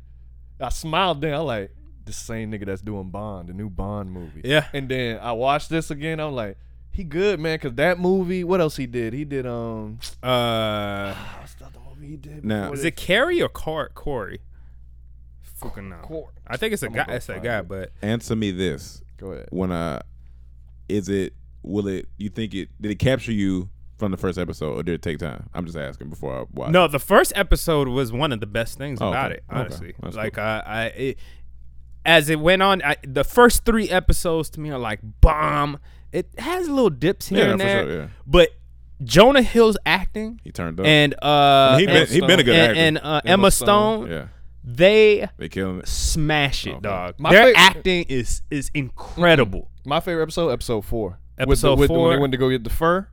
S7: I smiled then. I'm like the same nigga that's doing Bond, the new Bond movie.
S8: Yeah.
S7: and then I watched this again. I'm like. He good man, cause that movie. What else he did? He did um.
S8: uh,
S7: What's the other movie he did?
S5: Now-
S7: before
S8: is
S7: this?
S8: it Carrie or Car- Corey? Fukunawa.
S7: Cor-
S8: I think it's a guy. It's a guy, but
S5: Answer me this:
S7: Go ahead.
S5: when uh, is it? Will it? You think it? Did it capture you from the first episode, or did it take time? I'm just asking before I watch.
S8: No, the first episode was one of the best things
S5: Uh, Oh,
S8: about
S5: okay.
S8: it.
S5: Okay.
S8: Honestly,
S5: That's
S8: like
S5: cool.
S8: I, I it, as it went on, I, the first three episodes to me are like bomb. It has little dips here
S5: Yeah,
S8: and
S5: for
S8: there,
S5: sure, yeah.
S8: but Jonah Hill's acting
S5: he turned up.
S8: and uh,
S5: he been,
S8: and,
S5: he been a good
S8: and,
S5: actor.
S8: and, uh, Emma Stone,
S5: yeah,
S8: they
S5: they killing it.
S8: smash it, dog.
S7: My
S8: Their
S7: favorite-
S8: acting is is
S5: Mm-hmm.
S8: incredible.
S7: My favorite episode, episode four.
S8: Episode
S7: with the, With the, when
S8: four.
S7: they went to go get the fur.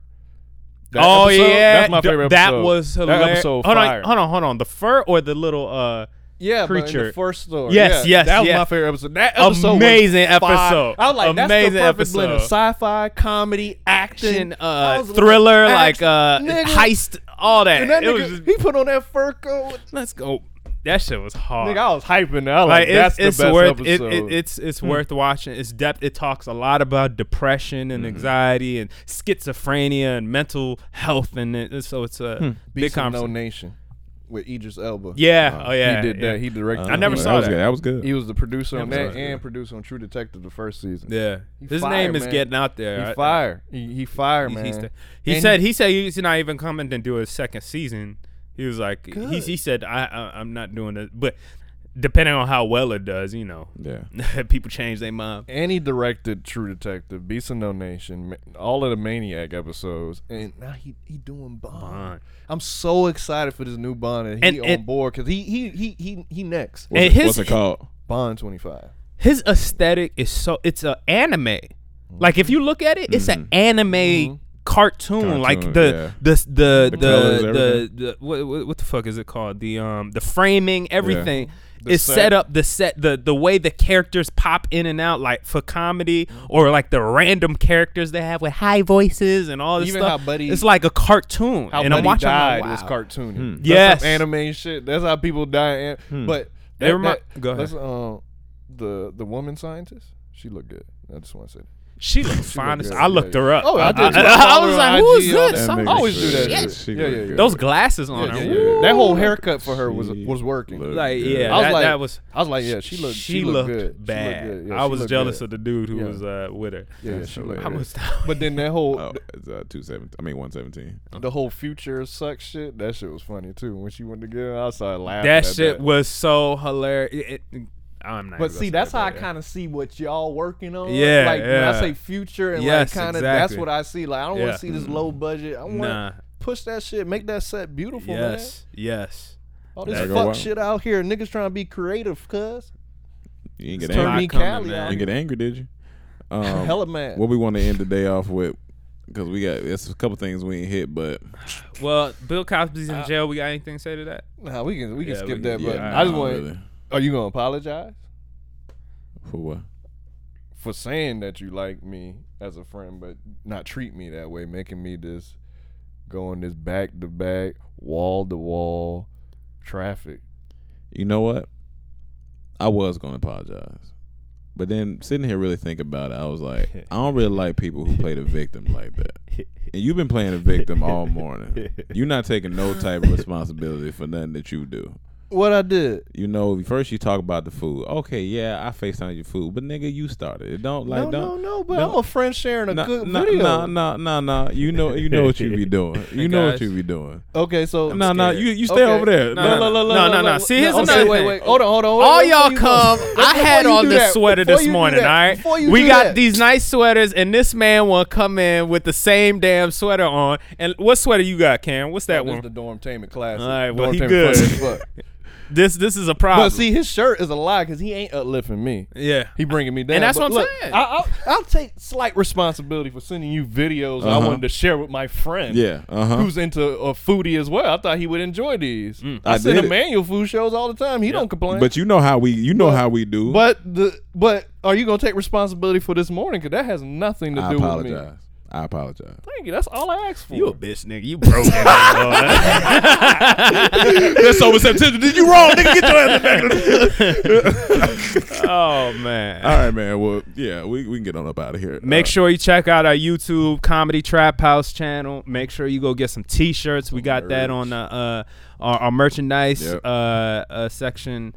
S7: That
S8: oh
S7: episode,
S8: yeah,
S7: that's my
S8: D-
S7: favorite
S8: That
S7: episode.
S8: was
S7: That
S8: hilarious.
S7: episode
S8: hold
S7: fire.
S8: on, hold on, hold on. The fur or the little uh.
S7: yeah, but in
S8: creature.
S7: the first story.
S8: Yes,
S7: yeah,
S8: yes,
S7: That was
S8: yes.
S7: my favorite episode. That episode was
S8: Amazing
S7: fire.
S8: episode.
S7: I was like, that's
S8: Amazing
S7: the perfect blend of
S8: episode.
S7: sci-fi, comedy, action, I
S8: uh,
S7: was
S8: thriller, like
S7: action,
S8: uh,
S7: nigga.
S8: heist, all that.
S7: And that
S8: it was
S7: nigga,
S8: just,
S7: he put on that fur coat.
S8: let's go. That shit was hard.
S7: Nigga, I was hyping. I was
S8: like
S7: like, that's
S8: it's, it's
S7: the best
S8: worth it,
S7: episode. Hmm.
S8: it, it's it's worth watching. It's depth. It talks a lot about depression and
S7: Mm-hmm.
S8: anxiety and schizophrenia and mental health and it, so it's a big
S7: Beast of Hmm. No
S8: conversation.
S7: Nation with Idris Elba. Uh,
S8: yeah, oh yeah,
S7: he did
S8: yeah.
S7: that. He directed.
S8: I never
S7: that.
S8: saw
S5: was good. That was good.
S7: He was the producer on
S5: Never
S7: that
S5: saw it.
S7: and producer on True Detective the first season.
S8: Yeah,
S7: He
S8: his
S7: fire,
S8: name is
S7: man.
S8: getting out there.
S7: He
S8: I-
S7: fire. He, he fire,
S8: He-
S7: man.
S8: He, sta- he
S7: And
S8: said he said he's not even coming to do a second season. He was like he,
S7: Good.
S8: he said I, I I'm not doing it, but depending on how well it does, you know,
S5: yeah.
S8: people change their mind.
S7: and he directed True Detective, Beast of No Nation, ma- all of the Maniac episodes, and now he he doing Bond.
S8: Bond.
S7: I'm so excited for this new Bond, and he
S8: And-
S7: on
S8: and-
S7: board because he he he he he next
S5: What's,
S8: And
S5: it,
S8: his-
S5: what's it called?
S7: Bond 25.
S8: His aesthetic is so it's a anime. Like
S7: Mm-hmm.
S8: if you look at it, it's an anime. Cartoon, like
S5: Cartoon,
S8: the,
S5: yeah.
S8: the the the
S5: The colors,
S8: the,
S5: everything.
S8: the- what, what what the fuck is it called? The um the framing, everything
S7: The
S8: is set.
S7: set.
S8: up. The set the the way the characters pop in and out, like for comedy
S7: Mm-hmm.
S8: or like the random characters they have with high voices and all this
S7: Even
S8: stuff.
S7: how Buddy-
S8: it's like a cartoon,
S7: How
S8: and I'm
S7: Buddy
S8: watching. I'm
S7: died
S8: like,
S7: is
S8: wow. Hmm.
S7: cartoony. That's
S8: Yes.
S7: some anime shit. That's how people die. in- But
S8: They
S7: that-
S8: remi-
S7: that-
S8: Go ahead.
S7: that's, uh, the the woman scientist, she looked good. I just want to say. that.
S8: She looked fine. as
S7: good,
S8: I looked
S7: yeah.
S8: her up.
S7: Oh, I did.
S8: I,
S7: too. follow
S8: was
S7: her
S8: like,
S7: on
S8: who
S7: IG,
S8: is
S7: all
S8: this?
S7: that.
S8: I
S5: nigga
S8: always do
S5: said
S8: that.
S7: shit.
S5: that she
S7: Yeah,
S5: look
S7: yeah,
S5: good.
S8: Those glasses on
S7: Yeah,
S8: her.
S7: yeah,
S8: Woo.
S7: yeah. That whole haircut for her was was working.
S5: Look
S8: Like
S5: good.
S8: yeah,
S7: I was
S8: that,
S7: like-
S8: that was.
S7: I was like, yeah, she looked. She, looked, good. She looked
S8: bad.
S7: good. Yeah,
S8: I
S7: she
S8: was
S7: looked
S8: jealous
S7: good.
S8: of the dude who
S7: Yeah.
S8: was uh, with her.
S7: Yeah, yeah, she looked
S8: I
S7: good.
S8: was.
S7: But then that whole
S5: Oh, it's uh, two seventeen. I mean one seventeen.
S7: the whole future sucks shit. That shit was funny too. When she went to get outside laughing.
S8: that
S7: at
S8: shit
S7: That.
S8: was so hilarious. It- it- I'm not.
S7: But
S8: even
S7: see,
S8: gonna
S7: that's
S8: say
S7: how I
S8: that.
S7: kind of see what y'all working on.
S8: Yeah,
S7: like when
S8: yeah.
S7: I say future and
S8: Yes,
S7: like kind of that's
S8: exactly.
S7: what I see. Like I don't
S8: Yeah.
S7: want to see this low budget. I want to
S8: Nah.
S7: push that shit, make that set beautiful, man.
S8: Yes. Yes.
S7: All this
S5: There go
S7: fuck
S5: one.
S7: shit out here, niggas trying to be creative, cuz
S5: You didn't get
S7: turn
S5: angry.
S7: me
S8: coming,
S7: Cali
S8: man.
S7: out.
S5: You didn't get angry, did you? Um,
S7: Hella mad.
S5: What we want to end the day off with because we got that's a couple things we ain't hit, but
S8: Well, Bill Cosby's
S7: Uh,
S8: in jail. We got anything to say to that?
S7: Nah, we can we can
S8: Yeah, we
S7: skip
S8: can-
S7: that. But
S5: yeah,
S7: I just
S5: don't
S7: want.
S5: really.
S7: Are you gonna apologize
S5: for what?
S7: for saying that you like me as a friend, but not treat me that way, making me this going this back to back, wall to wall traffic?
S5: You know what? I was gonna apologize, but then sitting here really think about it, I was like, I don't really like people who play the victim like that. And you've been playing the victim all morning. You're not taking no type of responsibility for nothing that you do.
S7: What I did?
S5: You know, first you talk about the food. Okay, yeah, I FaceTime your food, but nigga, you started. It don't like
S7: no, no,
S5: don't
S7: no. But
S5: no.
S7: I'm a friend sharing a
S5: Nah,
S7: good
S5: nah,
S7: video.
S5: nah, nah, nah, nah. You know, you know what you be doing. You know what
S8: Guys.
S5: you be doing.
S7: Okay, so
S5: No, no, you you stay
S7: Okay.
S5: over there.
S8: No, no, no, no, no. See, here's
S7: okay,
S8: another
S7: wait,
S8: thing.
S7: Wait, hold on, hold on. hold
S8: All
S7: on,
S8: y'all
S7: before you go-
S8: come. I
S7: before
S8: had
S7: you
S8: on
S7: do
S8: this
S7: that,
S8: sweater
S7: before
S8: this
S7: you do
S8: morning.
S7: that,
S8: all
S7: before
S8: right,
S7: you
S8: we
S7: do
S8: got
S7: that.
S8: these nice sweaters, and this man will come in with the same damn sweater on. And what sweater you got, Cam? What's that
S7: This is
S8: one?
S7: the dormtainment classic.
S8: All right, well, he
S7: Dormtainment
S8: good.
S7: classic, But,
S8: This this is a
S7: but
S8: problem.
S7: see, his shirt is a lie because he ain't uplifting me.
S8: yeah,
S7: He bringing me down.
S8: that's
S7: But
S8: what I'm
S7: look,
S8: saying.
S7: I, I'll, I'll take slight responsibility for sending you videos I
S5: Uh-huh.
S7: wanted to share with my friend.
S5: Yeah, uh-huh.
S7: Who's into a foodie as well? I thought he would enjoy these.
S8: Mm.
S7: I,
S5: I
S7: send
S5: did it.
S7: Emmanuel food shows all the time. He don't complain.
S5: But you know how we you know how we do.
S7: But the but are you gonna take responsibility for this morning? Because that has nothing to
S5: I
S7: do
S5: apologize.
S7: with me.
S5: I apologize.
S7: Thank you. That's all I asked for.
S8: you a bitch, nigga. You broke. that boy.
S5: That's over September. Did you wrong, nigga? Get your ass back.
S8: oh man.
S5: All right, man. Well, yeah, we, we can get on up out of here.
S8: Make
S5: Uh,
S8: sure you check out our YouTube Comedy Trap House channel. Make sure you go get some T-shirts. We got that on the, uh, our, our merchandise
S5: Yep.
S8: uh, uh, section.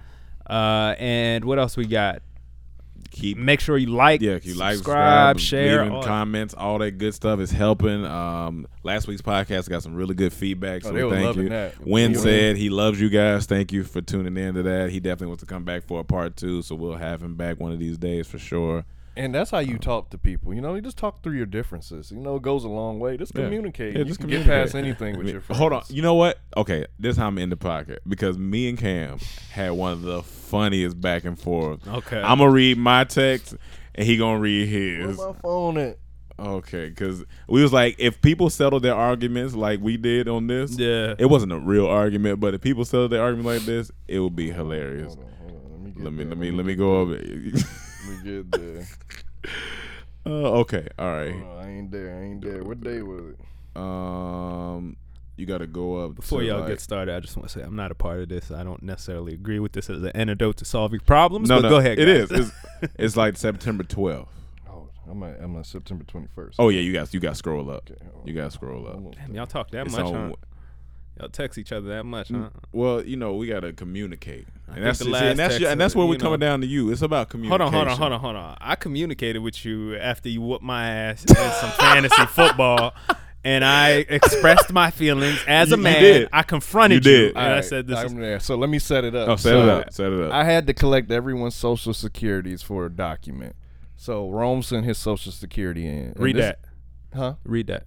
S8: Uh, and what else we got?
S5: keep
S8: Make sure you like,
S5: yeah, if you like,
S8: subscribe, share,
S5: leaving
S8: all that.
S5: comments, all that good stuff is helping. Um, last week's podcast got some really good feedback, so
S7: Oh, they were
S5: thank
S7: loving
S5: you.
S7: that.
S5: Wynn
S7: Yeah.
S5: said he loves you guys. Thank you for tuning in to that. He definitely wants to come back for a part two, so we'll have him back one of these days for sure.
S7: And that's how you talk to people. You know, you just talk through your differences. You know, it goes a long way. Just communicate.
S5: Yeah,
S7: you
S5: just
S7: can
S5: communicate.
S7: get past anything with your friends.
S5: Hold on. You know what? Okay, this time I'm in the pocket because me and Cam had one of the funniest back and forth.
S8: Okay.
S5: I'm gonna read my text and he gonna read his.
S7: Where my phone at?
S5: Okay, because we was like, if people settle their arguments like we did on this,
S8: Yeah.
S5: it wasn't a real argument, but if people settle their argument like this, it would be hilarious. Let me let me let me go over.
S7: Let me get there.
S5: uh, okay, all right.
S7: No, I ain't there. I ain't there. What day was it?
S5: Um, you got to go up
S8: Before
S5: to,
S8: y'all
S5: like-
S8: get started, I just want to say I'm not a part of this. I don't necessarily agree with this as an antidote to solving problems.
S5: No,
S8: but
S5: no,
S8: go ahead.
S5: It
S8: guys.
S5: is. It's, it's like September 12th.
S7: Oh, I'm at, I'm at September 21st.
S5: Oh yeah, you got you got scroll up. You got scroll up.
S8: Damn, y'all talk that
S5: It's
S8: much,
S5: on-
S8: huh? Y'all text each other that much, huh?
S5: Well, you know we gotta communicate, and
S8: think
S5: that's
S8: the
S5: see,
S8: last
S5: and that's,
S8: text
S5: and that's where
S8: is,
S5: we're
S8: you
S5: coming
S8: know-
S5: down to you. It's about
S8: Hold
S5: communication.
S8: on, hold on, hold on, hold on. I communicated with you after you whooped my ass in some fantasy football, and I expressed my feelings as
S5: You-
S8: a
S5: you
S8: man.
S5: did.
S8: I confronted
S5: You
S8: you,
S5: did.
S8: and I said, "This
S7: I'm
S8: is
S7: there. So let me set it up.
S5: Oh, set
S7: So
S5: it up. Set it up.
S7: I had to collect everyone's social securities for a document. So Rome sent his social security in. And
S8: read
S7: this-
S8: that,
S7: Huh?
S8: read that."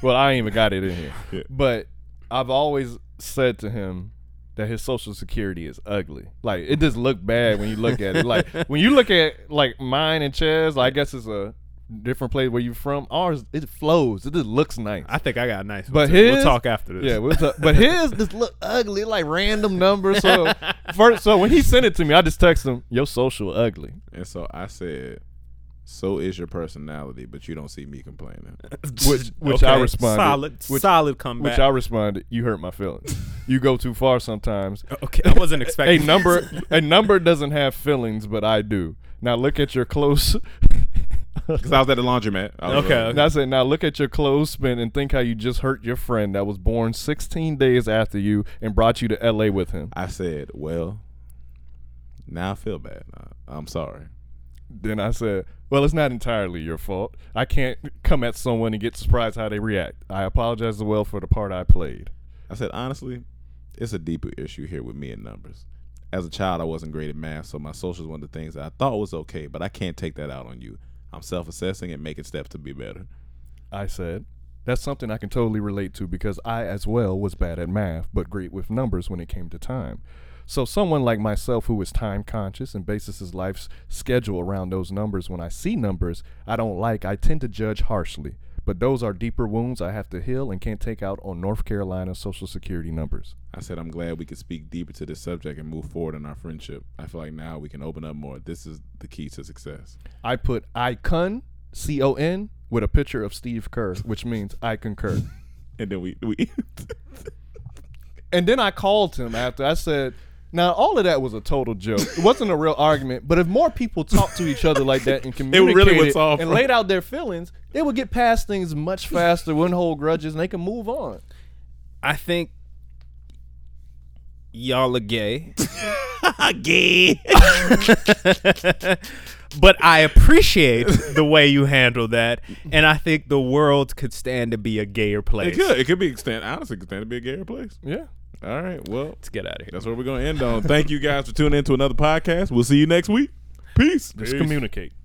S7: Well, I ain't even got it in here.
S5: Yeah.
S7: But I've always said to him that his social security is ugly. Like it just look bad when you look at it. Like when you look at like mine and Chaz, I guess it's a different place where you from. Ours it flows. It just looks nice.
S8: I think I got a nice. one
S7: but
S8: too.
S7: his,
S8: we'll talk after this.
S7: Yeah, we'll talk. But his just look ugly, like random numbers. So first, so when he sent it to me, I just text him, "Your social ugly."
S5: And so I said, "So is your personality, but you don't see me complaining."
S7: Which which I
S8: Okay,
S7: responded.
S8: Solid,
S7: Which,
S8: solid comeback.
S7: which I responded. You hurt my feelings. You go too far sometimes.
S8: okay, I wasn't
S7: a
S8: expecting
S7: number a number doesn't have feelings, but I do. Now look at your close.
S5: Because I was at the laundromat. I was
S8: Okay,
S5: like-
S7: And I said, now look at your clothes spin and think how you just hurt your friend that was born 16 days after you and brought you to LA with him.
S5: I said, "Well, now I feel bad. I- I'm sorry."
S7: Then I said, well, it's not entirely your fault. I can't come at someone and get surprised how they react. I apologize as well for the part I played.
S5: I said, honestly, it's a deeper issue here with me and numbers. As a child, I wasn't great at math, so my social is one of the things that I thought was okay, but I can't take that out on you. I'm self assessing and making steps to be better.
S7: I said, that's something I can totally relate to because I as well was bad at math, but great with numbers when it came to time. So someone like myself who is time conscious and bases his life's schedule around those numbers, when I see numbers I don't like, I tend to judge harshly. but those are deeper wounds I have to heal and can't take out on North Carolina social security numbers.
S5: I said I'm glad we could speak deeper to this subject and move forward in our friendship. I feel like now we can open up more. This is the key to success.
S7: I put icon C O N with a picture of Steve Kerr, which means I concur.
S5: And then we we
S7: and then I called him after. I said, "Now all of that was a total joke. It wasn't a real argument. But if more people talked to each other like that and
S5: really
S7: communicated
S5: would solve
S7: and
S5: it.
S7: laid out their feelings, they would get past things much faster, wouldn't hold grudges, and they can move on."
S8: I think y'all are gay.
S5: gay.
S8: but I appreciate the way you handle that, and I think the world could stand to be a gayer
S5: It
S8: place.
S5: could it could be extend honestly it could stand to be a gayer place.
S7: Yeah.
S5: All right. Well,
S8: Let's get out of here.
S5: that's where we're gonna end on. Thank you guys for tuning in to another podcast. We'll see you next week. Peace.
S7: Just communicate.